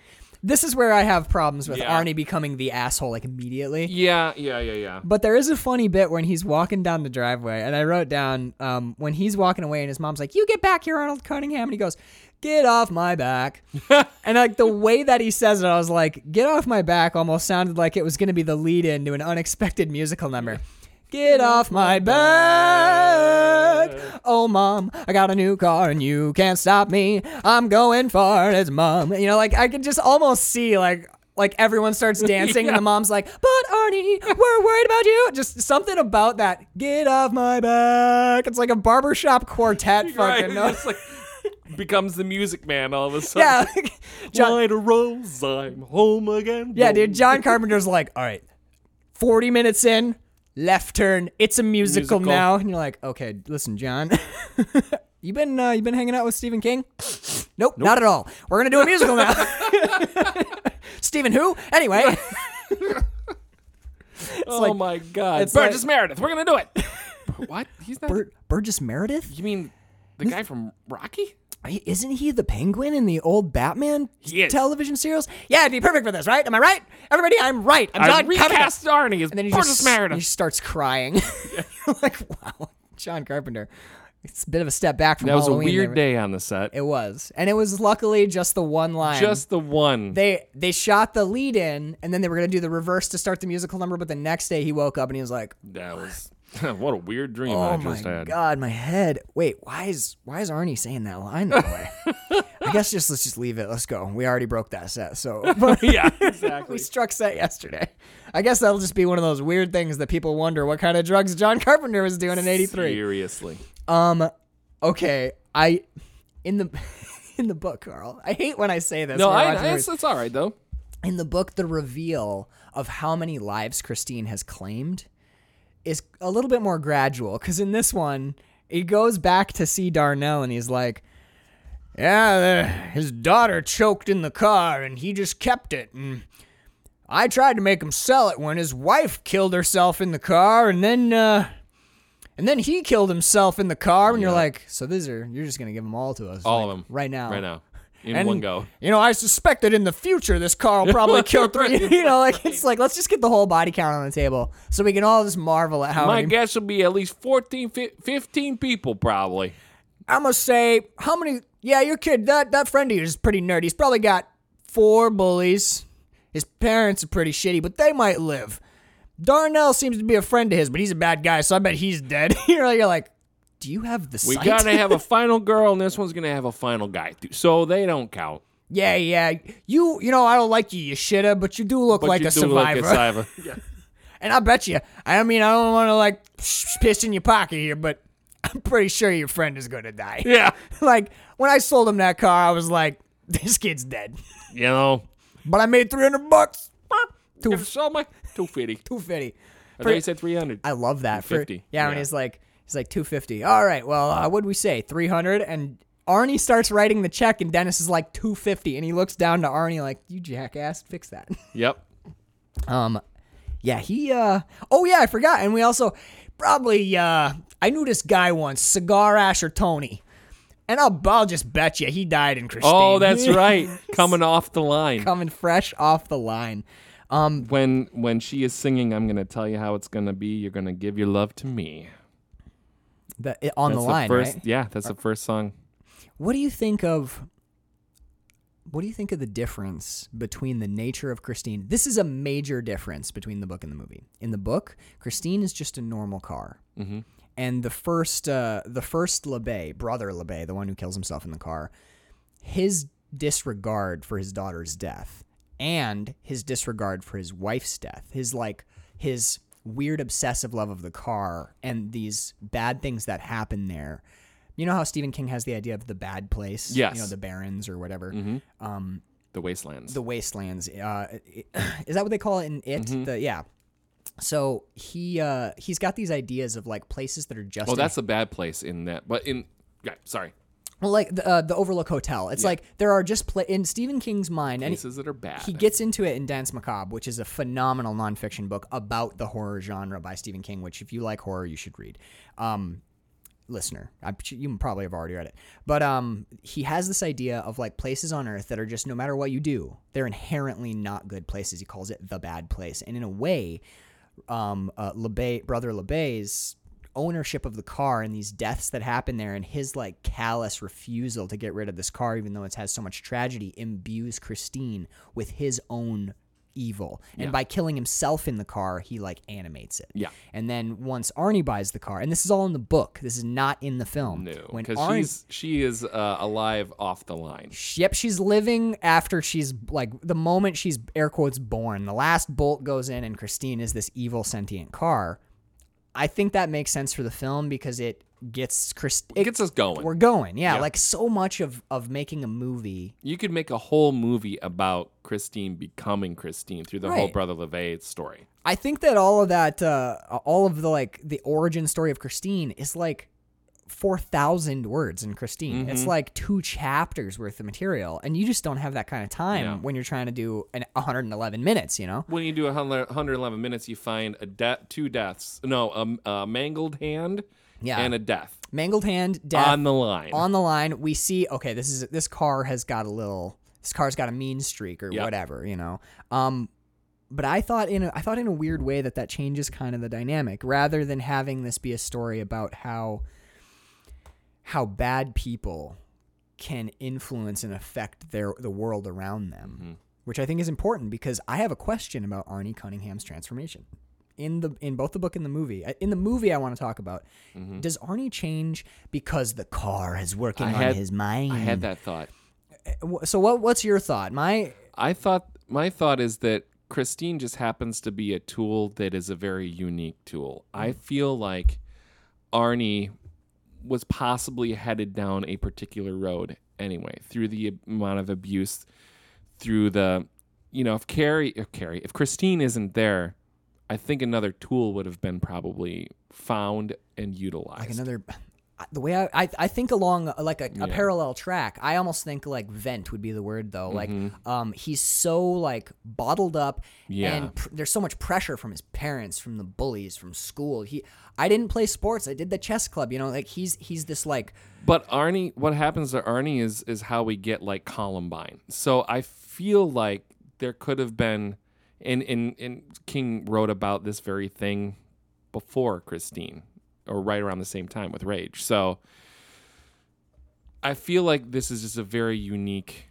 Speaker 1: this is where I have problems with
Speaker 3: Yeah.
Speaker 1: Arnie becoming the asshole like immediately.
Speaker 3: Yeah, yeah, yeah, yeah.
Speaker 1: But there is a funny bit when he's walking down the driveway, and I wrote down um, when he's walking away, and his mom's like, "You get back here, Arnold Cunningham," and he goes, "Get off my back," and like the way that he says it, I was like, "Get off my back" almost sounded like it was going to be the lead in to an unexpected musical number. Get off my back. Oh, mom, I got a new car and you can't stop me. I'm going far as mom. You know, like I could just almost see like like everyone starts dancing and the mom's like, "But Arnie, we're worried about you." Just something about that. Get off my back. It's like a barbershop quartet
Speaker 3: Right,
Speaker 1: fucking. no-
Speaker 3: it's like becomes the music man all of a sudden.
Speaker 1: yeah. John,
Speaker 3: Light a rose, I'm home again.
Speaker 1: Yeah, dude. John Carpenter's like, all right, 40 minutes in, left turn. It's a musical,
Speaker 3: Musical.
Speaker 1: now. And you're like, okay, listen, John. you been uh, you been hanging out with Stephen King? Nope, not at all. We're gonna do a musical now. Stephen who? Anyway,
Speaker 3: oh
Speaker 1: like-
Speaker 3: my god.
Speaker 1: it's
Speaker 3: Burgess
Speaker 1: like-
Speaker 3: Meredith, we're gonna do it. what? He's not
Speaker 1: Bur- Burgess Meredith.
Speaker 3: You mean the guy from Rocky?
Speaker 1: I- Isn't he the Penguin in the old Batman
Speaker 3: He is.
Speaker 1: television serials? Yeah, it'd be perfect for this, right? Am I right? Everybody, I'm right. I'm
Speaker 3: I
Speaker 1: John Carpenter.
Speaker 3: recast Arnie as
Speaker 1: And then he
Speaker 3: Burgess
Speaker 1: just
Speaker 3: Meredith.
Speaker 1: he starts crying. You're like, wow, John Carpenter. It's a bit of a step back from
Speaker 3: That was a
Speaker 1: Halloween
Speaker 3: weird
Speaker 1: there.
Speaker 3: day on the set.
Speaker 1: It was, and it was luckily just the one line.
Speaker 3: Just the one.
Speaker 1: they they shot the lead in, and then they were gonna do the reverse to start the musical number. But the next day he woke up and he was like,
Speaker 3: that was what a weird dream
Speaker 1: Oh
Speaker 3: I
Speaker 1: my
Speaker 3: just had.
Speaker 1: god, my head. Wait, why is why is Arnie saying that line that way? I guess just let's just leave it. Let's go. We already broke that set, so
Speaker 3: yeah,
Speaker 1: we
Speaker 3: exactly.
Speaker 1: struck set yesterday. I guess that'll just be one of those weird things that people wonder what kind of drugs John Carpenter was doing in '83.
Speaker 3: Seriously.
Speaker 1: Um, okay, I in the in the book, Carl. I hate when I say this.
Speaker 3: No,
Speaker 1: when we're
Speaker 3: I,
Speaker 1: watching
Speaker 3: I,
Speaker 1: movies.
Speaker 3: it's, it's all right though.
Speaker 1: in the book the reveal of how many lives christine has claimed is a little bit more gradual because in this one he goes back to see darnell and he's like yeah the- his daughter choked in the car and he just kept it and i tried to make him sell it when his wife killed herself in the car and then uh and then he killed himself in the car and you're like so these are you're just gonna give them all to us
Speaker 3: All
Speaker 1: like,
Speaker 3: of them.
Speaker 1: right now
Speaker 3: Right now. In
Speaker 1: and,
Speaker 3: one go.
Speaker 1: You know, I suspect that in the future, this car will probably kill three. you know, like it's like let's just get the whole body count on the table so we can all just marvel at how
Speaker 3: My
Speaker 1: many.
Speaker 3: guess will be at least 14, fi- 15 people probably.
Speaker 1: I'm gonna say how many? Yeah, your kid that that friend of yours is pretty nerdy. He's probably got four bullies. His parents are pretty shitty, but they might live. Darnell seems to be a friend of his, but he's a bad guy, so I bet he's dead. you know, you're like, do you have the?
Speaker 3: We
Speaker 1: sight?
Speaker 3: gotta have a final girl, and this one's gonna have a final guy too. So they don't count.
Speaker 1: yeah, yeah. You, you know, I don't like you, you shitta, but you do look
Speaker 3: But
Speaker 1: like
Speaker 3: you
Speaker 1: a
Speaker 3: do look a
Speaker 1: survivor.
Speaker 3: survivor.
Speaker 1: And I bet you, I mean, I don't want to like piss in your pocket here, but I'm pretty sure your friend is going to die.
Speaker 3: yeah,
Speaker 1: like, when I sold him that car, I was like, this kid's dead.
Speaker 3: you know,
Speaker 1: But I made 300 bucks.
Speaker 3: two so much two fifty.
Speaker 1: 250.
Speaker 3: I thought you said three hundred.
Speaker 1: I love that. For,
Speaker 3: 250,
Speaker 1: yeah, and
Speaker 3: yeah.
Speaker 1: he's like, he's like 250. All right, well, uh, what'd we say? 300? And Arnie starts writing the check, and Dennis is like 250. And he looks down to Arnie like, you jackass, fix that.
Speaker 3: Yep.
Speaker 1: Um, yeah, he. Uh, oh yeah, I forgot. And we also probably. Uh, I knew this guy once, Cigar Asher Tony, and I'll, I'll just bet you he died in Christine.
Speaker 3: Oh, that's right. Coming off the line
Speaker 1: Coming fresh off the line. Um,
Speaker 3: when when she is singing, I'm gonna tell you how it's gonna be. You're gonna give your love to me.
Speaker 1: the, it- on
Speaker 3: That's
Speaker 1: the line,
Speaker 3: first,
Speaker 1: right?
Speaker 3: Yeah, that's the first song.
Speaker 1: What do you think of? What do you think of the difference between the nature of Christine? This is a major difference between the book and the movie. In the book, Christine is just a normal car.
Speaker 3: Mm-hmm.
Speaker 1: and the first uh, the first LeBay, brother LeBay, the one who kills himself in the car, his disregard for his daughter's death and his disregard for his wife's death, his like his weird obsessive love of the car and these bad things that happen there. You know how Stephen King has the idea of the bad place,
Speaker 3: Yes.
Speaker 1: you know the barrens or whatever.
Speaker 3: Mhm.
Speaker 1: Um,
Speaker 3: The wastelands.
Speaker 1: the wastelands. Uh, is that what they call it in it?
Speaker 3: Mm-hmm.
Speaker 1: The yeah. So he uh, he's got these ideas of like places that are just
Speaker 3: oh, that's a bad place in that. But in yeah, sorry,
Speaker 1: well, like the, uh, the Overlook Hotel. It's like there are just pla- in Stephen King's mind, and
Speaker 3: places that are bad.
Speaker 1: he gets into it in Dance Macabre, which is a phenomenal nonfiction book about the horror genre by Stephen King. Which, if you like horror, you should read. Um, listener, I, you probably have already read it, but um, he has this idea of like places on Earth that are just no matter what you do, they're inherently not good places. He calls it the bad place, and in a way, um, uh, LeBay, brother LeBay's ownership of the car and these deaths that happen there and his like callous refusal to get rid of this car even though it's has so much tragedy imbues Christine with his own evil and by killing himself in the car he like animates it
Speaker 3: Yeah.
Speaker 1: and then once Arnie buys the car and this is all in the book this is not in the film
Speaker 3: no
Speaker 1: when
Speaker 3: because
Speaker 1: Arnie
Speaker 3: she's she is uh, alive off the line.
Speaker 1: Yep, she's living after she's like the moment she's air quotes born. The last bolt goes in, and Christine is this evil sentient car. I think that makes sense for the film because it gets Christine.
Speaker 3: It gets us going.
Speaker 1: We're going, yeah,
Speaker 3: Yeah.
Speaker 1: Like so much of of making a movie.
Speaker 3: You could make a whole movie about Christine becoming Christine through the whole
Speaker 1: Right.
Speaker 3: Brother LeVay story.
Speaker 1: I think that all of that, uh, all of the like the origin story of Christine is like four thousand words in Christine. It's
Speaker 3: Mm-hmm.
Speaker 1: like two chapters worth of material, and you just don't have that kind of time
Speaker 3: Yeah.
Speaker 1: when you're trying to do an 111 minutes. You know.
Speaker 3: When you do a hundred- 111 minutes, you find a de- two deaths. No, a, a mangled hand
Speaker 1: Yeah.
Speaker 3: and a death
Speaker 1: Mangled hand, death,
Speaker 3: on the line.
Speaker 1: on the line we see okay this is this car has got a little this car's got a mean streak or
Speaker 3: Yeah.
Speaker 1: whatever you know um but i thought in a, i thought in a weird way that that changes kind of the dynamic rather than having this be a story about how how bad people can influence and affect their the world
Speaker 3: Mm-hmm.
Speaker 1: around them which i think is important because i have a question about arnie cunningham's transformation in the in both the book and the movie. I- In the movie, I want to talk about does Arnie change because the car is working
Speaker 3: Mm-hmm. I
Speaker 1: on
Speaker 3: had-
Speaker 1: his mind?
Speaker 3: I had that thought.
Speaker 1: Wh- So what what's your thought? My
Speaker 3: I thought my thought is that Christine just happens to be a tool that is a very unique tool. I feel like Arnie was possibly headed down a particular road anyway through the amount of abuse through the you know if Carrie if Carrie if Christine isn't there I think another tool would have been probably found and utilized.
Speaker 1: like another the way I, I I think along uh, like a, a parallel track. I almost think like vent would be the word though. Like um he's so like bottled up
Speaker 3: Yeah.
Speaker 1: and pr- there's so much pressure from his parents, from the bullies, from school. He I didn't play sports. I did the chess club, you know, like he's he's this like
Speaker 3: But Arnie, what happens to Arnie is is how we get like Columbine. So I feel like there could have been, and and and King wrote about this very thing before Christine, or right around the same time with Rage. So I feel like this is just a very unique.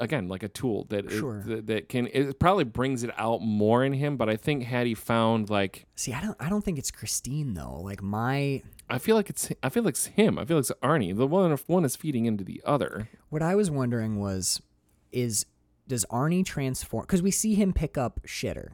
Speaker 3: Again, like a tool that it-
Speaker 1: Sure.
Speaker 3: that, that can it probably brings it out more in him, but I think had he found like
Speaker 1: See, I don't I don't think it's Christine though. Like my
Speaker 3: I feel like it's I feel like it's him. I feel like it's Arnie. The one if one is feeding into the other.
Speaker 1: What I was wondering was, is does Arnie transform? Because we see him pick up shitter,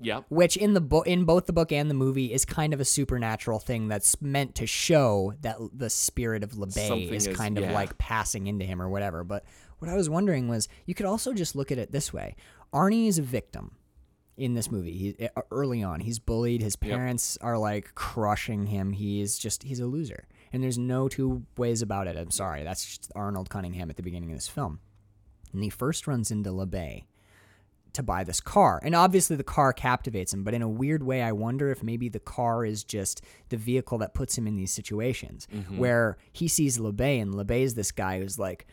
Speaker 3: Yep.
Speaker 1: which in the book, in both the book and the movie, is kind of a supernatural thing that's meant to show that l- the spirit of LeBay
Speaker 3: Something
Speaker 1: is,
Speaker 3: is-
Speaker 1: kind of
Speaker 3: yeah.
Speaker 1: like passing into him or whatever. But what I was wondering was, you could also just look at it this way: Arnie is a victim in this movie. He, e- early on, he's bullied. His parents are like crushing him. He's just he's a loser, and there's no two ways about it. I'm sorry, that's just Arnold Cunningham at the beginning of this film, and he first runs into LeBay to buy this car, and obviously the car captivates him. But in a weird way, I wonder if maybe the car is just the vehicle that puts him in these situations where he sees LeBay, and LeBay's this guy who's like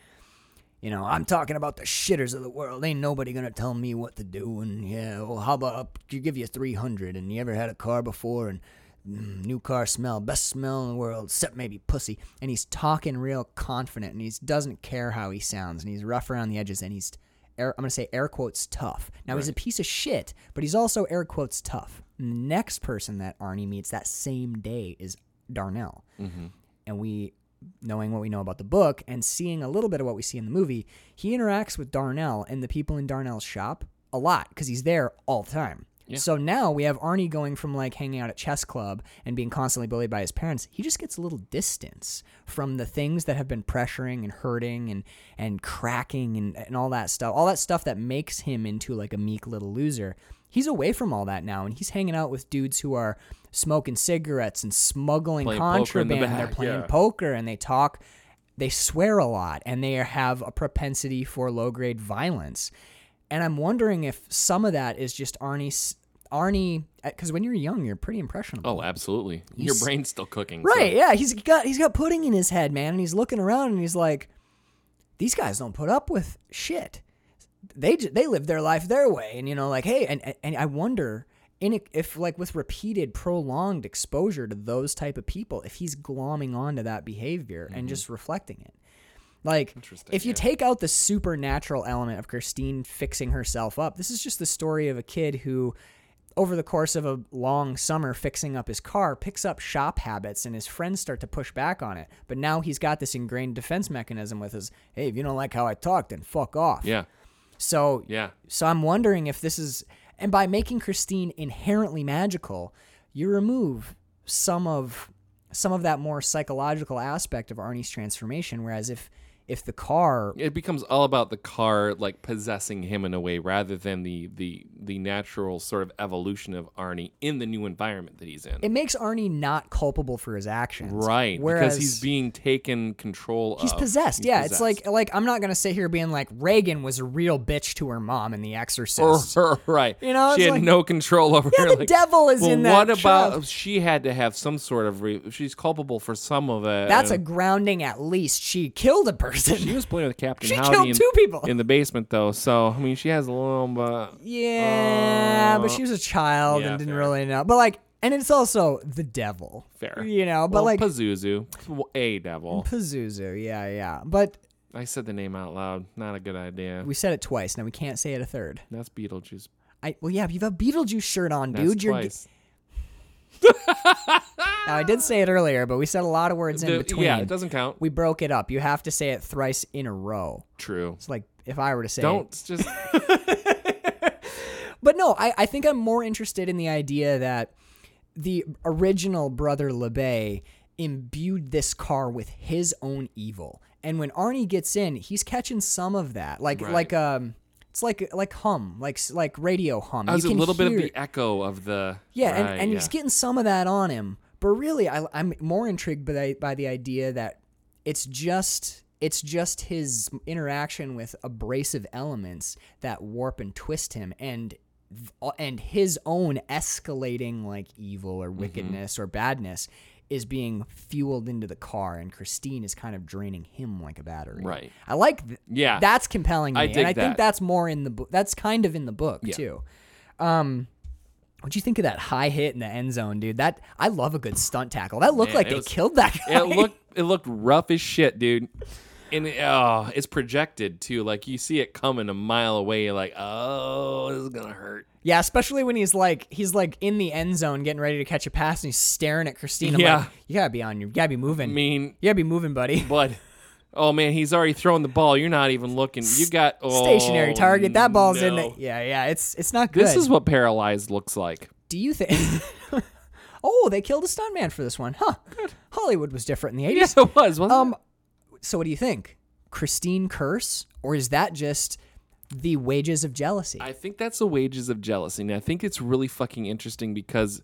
Speaker 1: you know, I'm talking about the shitters of the world. Ain't nobody gonna tell me what to do. And yeah, well, how about up? You give you 300, and you ever had a car before? And mm, new car smell, best smell in the world, except maybe pussy. And he's talking real confident, and he doesn't care how he sounds, and he's rough around the edges, and he's air, I'm gonna say air quotes tough. Now he's a piece of shit, but he's also air quotes tough. And the next person that Arnie meets that same day is Darnell and we knowing what we know about the book and seeing a little bit of what we see in the movie, he interacts with Darnell and the people in Darnell's shop a lot because he's there all the time. So now we have Arnie going from like hanging out at chess club and being constantly bullied by his parents. He just gets a little distance from the things that have been pressuring and hurting and and cracking and, and all that stuff. All that stuff that makes him into like a meek little loser he's away from all that now and he's hanging out with dudes who are smoking cigarettes and smuggling
Speaker 3: Playing poker in
Speaker 1: contraband
Speaker 3: the
Speaker 1: and they're
Speaker 3: back,
Speaker 1: playing
Speaker 3: yeah.
Speaker 1: poker and they talk they swear a lot and they have a propensity for low grade violence and i'm wondering if some of that is just arnie's arnie because when you're young you're pretty impressionable
Speaker 3: Oh, absolutely. Your brain's still cooking. so-
Speaker 1: Right, yeah. He's got he's got pudding in his head, man, and he's looking around and he's like, these guys don't put up with shit. They ju- they live their life their way, and you know, like, hey, and and- and I wonder. In it, if like with repeated prolonged exposure to those type of people if he's glomming onto that behavior and just reflecting it like if you take out the supernatural element of christine fixing herself up this is just the story of a kid who over the course of a long summer fixing up his car picks up shop habits and his friends start to push back on it but now he's got this ingrained defense mechanism with his hey if you don't like how i talk then fuck off
Speaker 3: Yeah.
Speaker 1: so
Speaker 3: Yeah.
Speaker 1: so i'm wondering if this is and by making christine inherently magical you remove some of some of that more psychological aspect of arnie's transformation whereas if if the car
Speaker 3: It becomes all about the car like possessing him in a way rather than the the the natural sort of evolution of Arnie in the new environment that he's in.
Speaker 1: it makes arnie not culpable for his actions
Speaker 3: right.
Speaker 1: whereas
Speaker 3: because he's being taken control
Speaker 1: He's
Speaker 3: of.
Speaker 1: possessed.
Speaker 3: He's
Speaker 1: yeah, it's
Speaker 3: possessed.
Speaker 1: like like I'm not gonna sit here being like Reagan was a real bitch to her mom in The
Speaker 3: Or
Speaker 1: Exorcist.
Speaker 3: her, right.
Speaker 1: You know,
Speaker 3: she
Speaker 1: it's
Speaker 3: had
Speaker 1: like-
Speaker 3: no control over
Speaker 1: Yeah,
Speaker 3: her.
Speaker 1: the
Speaker 3: like,
Speaker 1: devil is
Speaker 3: well,
Speaker 1: in that
Speaker 3: What about
Speaker 1: child."
Speaker 3: she had to have some sort of re- she's culpable for some of it.
Speaker 1: That's
Speaker 3: and-
Speaker 1: a grounding. At least she killed a person.
Speaker 3: She was playing with Captain
Speaker 1: She
Speaker 3: Howdy
Speaker 1: killed
Speaker 3: in,
Speaker 1: two people.
Speaker 3: in the basement, though. So I mean, she has a little. But
Speaker 1: Yeah, but she was a child
Speaker 3: Uh, yeah,
Speaker 1: and didn't
Speaker 3: fair.
Speaker 1: really know. But like, and it's also the devil.
Speaker 3: fair,
Speaker 1: You know, but
Speaker 3: Well,
Speaker 1: like
Speaker 3: Pazuzu, a devil.
Speaker 1: Pazuzu. Yeah, yeah. But
Speaker 3: I said the name out loud. Not a good idea.
Speaker 1: we said it twice. Now we can't say it a third.
Speaker 3: That's Beetlejuice.
Speaker 1: I well, yeah, but you have a Beetlejuice shirt on,
Speaker 3: That's
Speaker 1: dude. You're.
Speaker 3: twice.
Speaker 1: Now I did say it earlier, but we said a lot of words in
Speaker 3: The-
Speaker 1: between.
Speaker 3: yeah, it doesn't count.
Speaker 1: we broke it up. You have to say it thrice in a row.
Speaker 3: True.
Speaker 1: It's like if I were to say
Speaker 3: Don't just
Speaker 1: But no, I, I think I'm more interested in the idea that the original brother LeBay imbued this car with his own evil. And when Arnie gets in, he's catching some of that. Like
Speaker 3: Right.
Speaker 1: like um it's like like hum, like s- like radio hum.
Speaker 3: that was
Speaker 1: you
Speaker 3: a
Speaker 1: can
Speaker 3: little bit
Speaker 1: hear-
Speaker 3: of the echo of the
Speaker 1: Yeah,
Speaker 3: Right,
Speaker 1: and, and
Speaker 3: yeah.
Speaker 1: he's getting some of that on him. But really I I'm more intrigued by the, by the idea that it's just it's just his interaction with abrasive elements that warp and twist him and th- and his own escalating like evil
Speaker 3: Mm-hmm.
Speaker 1: or wickedness or badness is being fueled into the car and Christine is kind of draining him like a battery.
Speaker 3: Right.
Speaker 1: I like th-
Speaker 3: Yeah.
Speaker 1: that's compelling me
Speaker 3: I dig
Speaker 1: and I think
Speaker 3: that.
Speaker 1: that's more in the book that's kind of in the book too. Um What'd you think of that high hit in the end zone, dude? That I love a good stunt tackle. That looked
Speaker 3: Man,
Speaker 1: like
Speaker 3: it
Speaker 1: they
Speaker 3: was-
Speaker 1: killed that guy.
Speaker 3: it looked it looked rough as shit, dude. And it- oh, it's projected too. Like you see it coming a mile away. You're like, oh, this is gonna hurt.
Speaker 1: Yeah, especially when he's like he's like in the end zone getting ready to catch a pass and he's staring at Christina. Yeah.
Speaker 3: Yeah.
Speaker 1: Like, you gotta be on your you gotta be moving.
Speaker 3: I mean,
Speaker 1: you gotta be moving, buddy.
Speaker 3: but oh man, he's already throwing the ball. You're not even looking. You got oh,
Speaker 1: Stationary target. That ball's in
Speaker 3: no.
Speaker 1: the Yeah, yeah. It's it's not good.
Speaker 3: This is what paralyzed looks like.
Speaker 1: Do you think Oh, they killed a stuntman for this one. Huh. Hollywood was different in the eighties.
Speaker 3: Yes, it was. Wasn't
Speaker 1: Um, so what do you think? Christine curse, or is that just the wages of jealousy?
Speaker 3: I think that's the wages of jealousy. And I think it's really fucking interesting because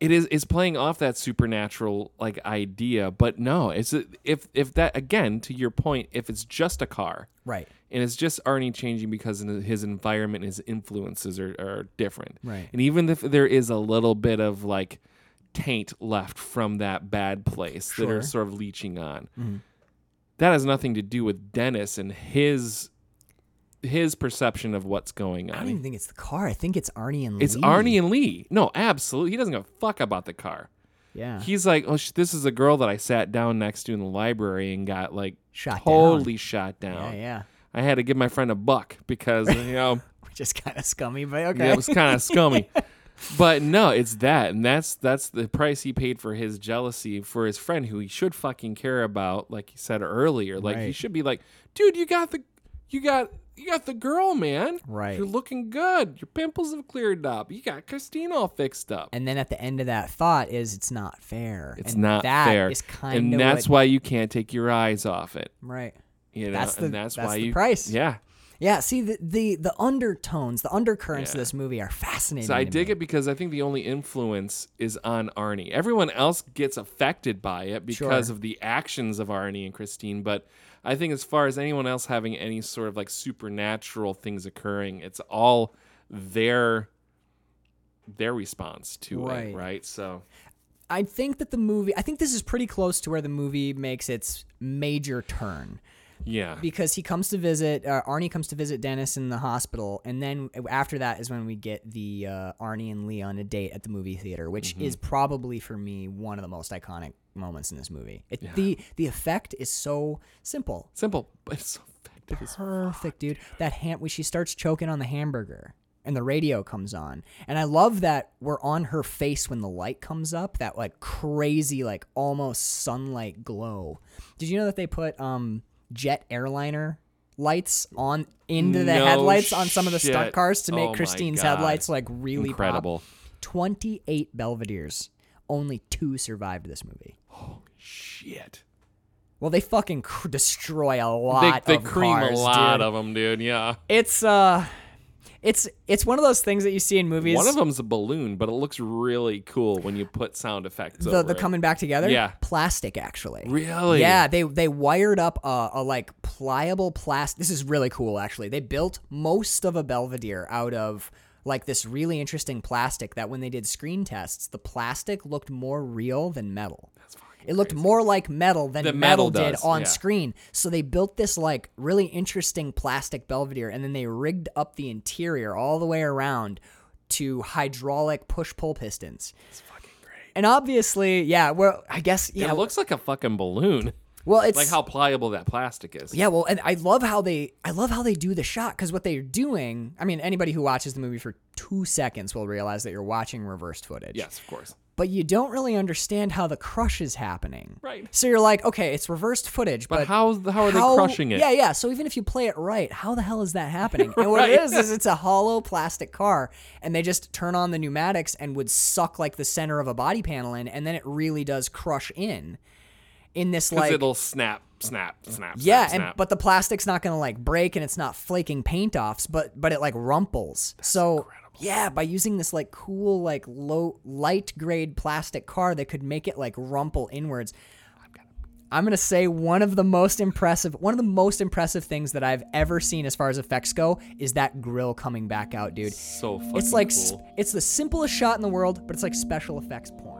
Speaker 3: it is is playing off that supernatural like idea, but no, it's a, if if that again to your point, if it's just a car
Speaker 1: right.
Speaker 3: and it's just Arnie changing because in his environment, his influences are, are different,
Speaker 1: Right.
Speaker 3: And even if there is a little bit of like taint left from that bad place that
Speaker 1: Sure. Mm-hmm.
Speaker 3: are sort of leaching on, that has nothing to do with Dennis and his his perception of what's going
Speaker 1: I don't even
Speaker 3: on.
Speaker 1: think it's the car. I think it's Arnie and
Speaker 3: It's
Speaker 1: Lee.
Speaker 3: Arnie and Lee. No, absolutely, he doesn't give a fuck about the car.
Speaker 1: Yeah.
Speaker 3: He's like, oh, sh- this is a girl that I sat down next to in the library and got like
Speaker 1: Shot
Speaker 3: totally shot
Speaker 1: yeah,
Speaker 3: down.
Speaker 1: yeah.
Speaker 3: I had to give my friend a buck because you know
Speaker 1: Which is kind of scummy, but okay.
Speaker 3: yeah, it was kind of scummy. But no, it's that, and that's that's the price he paid for his jealousy for his friend, who he should fucking care about. Like he said earlier, like he
Speaker 1: Right.
Speaker 3: should be like, dude, you got the, you got you got the girl, man.
Speaker 1: Right.
Speaker 3: You're looking good. Your pimples have cleared up. You got Christine all fixed up.
Speaker 1: and then at the end of that thought is it's not fair.
Speaker 3: it's
Speaker 1: and
Speaker 3: not
Speaker 1: that
Speaker 3: fair.
Speaker 1: is kind
Speaker 3: and
Speaker 1: of
Speaker 3: that's why you can't take your eyes off it.
Speaker 1: right.
Speaker 3: You know,
Speaker 1: That's the-
Speaker 3: and that's,
Speaker 1: that's
Speaker 3: why
Speaker 1: the
Speaker 3: you
Speaker 1: price.
Speaker 3: Yeah.
Speaker 1: Yeah. See the the, the undertones, the undercurrents of
Speaker 3: Yeah.
Speaker 1: this movie are fascinating.
Speaker 3: So I
Speaker 1: to
Speaker 3: dig
Speaker 1: me.
Speaker 3: it because I think the only influence is on Arnie. Everyone else gets affected by it because
Speaker 1: Sure.
Speaker 3: of the actions of Arnie and Christine, but I think as far as anyone else having any sort of like supernatural things occurring, it's all their their response to
Speaker 1: Right.
Speaker 3: it, right? So
Speaker 1: I think that the movie. I think this is pretty close to where the movie makes its major turn.
Speaker 3: yeah.
Speaker 1: because he comes to visit uh, Arnie comes to visit Dennis in the hospital, and then after that is when we get the uh, Arnie and Lee on a date at the movie theater, which is probably for me one of the most iconic moments in this movie. It, the The effect is so simple,
Speaker 3: Simple, but it's so effective. as-
Speaker 1: perfect, dude. That ham when she starts choking on the hamburger. And the radio comes on, and I love that we're on her face when the light comes up. That like crazy, like almost sunlight glow. Did you know that they put um, jet airliner lights on into the
Speaker 3: No
Speaker 1: headlights on some of the stunt
Speaker 3: shit.
Speaker 1: cars to make
Speaker 3: Oh my
Speaker 1: Christine's
Speaker 3: God.
Speaker 1: headlights like really pop?
Speaker 3: Incredible.
Speaker 1: Twenty-eight Belvedere's, only two survived this movie.
Speaker 3: Shit.
Speaker 1: Well, they fucking cr- destroy a
Speaker 3: They,
Speaker 1: lot.
Speaker 3: they
Speaker 1: of
Speaker 3: cream
Speaker 1: cars,
Speaker 3: a lot
Speaker 1: dude.
Speaker 3: of them, dude. Yeah.
Speaker 1: It's uh it's it's one of those things that you see in movies.
Speaker 3: One of them's a balloon, but it looks really cool when you put sound effects
Speaker 1: the,
Speaker 3: over
Speaker 1: the
Speaker 3: it.
Speaker 1: coming back together.
Speaker 3: Yeah.
Speaker 1: Plastic actually.
Speaker 3: Really?
Speaker 1: Yeah, they they wired up a, a like pliable plastic. This is really cool actually. They built most of a Belvedere out of like this really interesting plastic that when they did screen tests, the plastic looked more real than metal. It looked more like metal than
Speaker 3: Than
Speaker 1: metal,
Speaker 3: metal
Speaker 1: did
Speaker 3: does,
Speaker 1: on
Speaker 3: yeah.
Speaker 1: screen. So they built this like really interesting plastic Belvedere and then they rigged up the interior all the way around to hydraulic push pull pistons. It's fucking great. And obviously, yeah, well, I guess yeah,
Speaker 3: It looks like a fucking balloon.
Speaker 1: Well, it's
Speaker 3: Like how pliable that plastic is.
Speaker 1: Yeah, well, and I love how they I love how they do the shot because what they're doing. I mean, anybody who watches the movie for two seconds will realize that you're watching reversed footage.
Speaker 3: Yes, of course.
Speaker 1: But you don't really understand how the crush is happening.
Speaker 3: Right.
Speaker 1: So you're like, okay, it's reversed footage,
Speaker 3: But
Speaker 1: but,
Speaker 3: how- how are they crushing it?
Speaker 1: Yeah, yeah. So even if you play it right, how the hell is that happening? And what it
Speaker 3: Right.
Speaker 1: is is it's a hollow plastic car, and they just turn on the pneumatics and would suck like the center of a body panel in, and then it really does crush in. In this
Speaker 3: Because
Speaker 1: like
Speaker 3: it'll snap, snap, snap.
Speaker 1: yeah,
Speaker 3: snap,
Speaker 1: and
Speaker 3: snap.
Speaker 1: but the plastic's not gonna like break and it's not flaking paint offs, but but it like rumples. so yeah, by using this like cool like low light grade plastic car, they could make it like rumple inwards. I'm gonna say one of the most impressive one of the most impressive things that I've ever seen as far as effects go is that grill coming back out, dude.
Speaker 3: so fucking
Speaker 1: It's like
Speaker 3: cool.
Speaker 1: sp- it's the simplest shot in the world, but it's like special effects porn.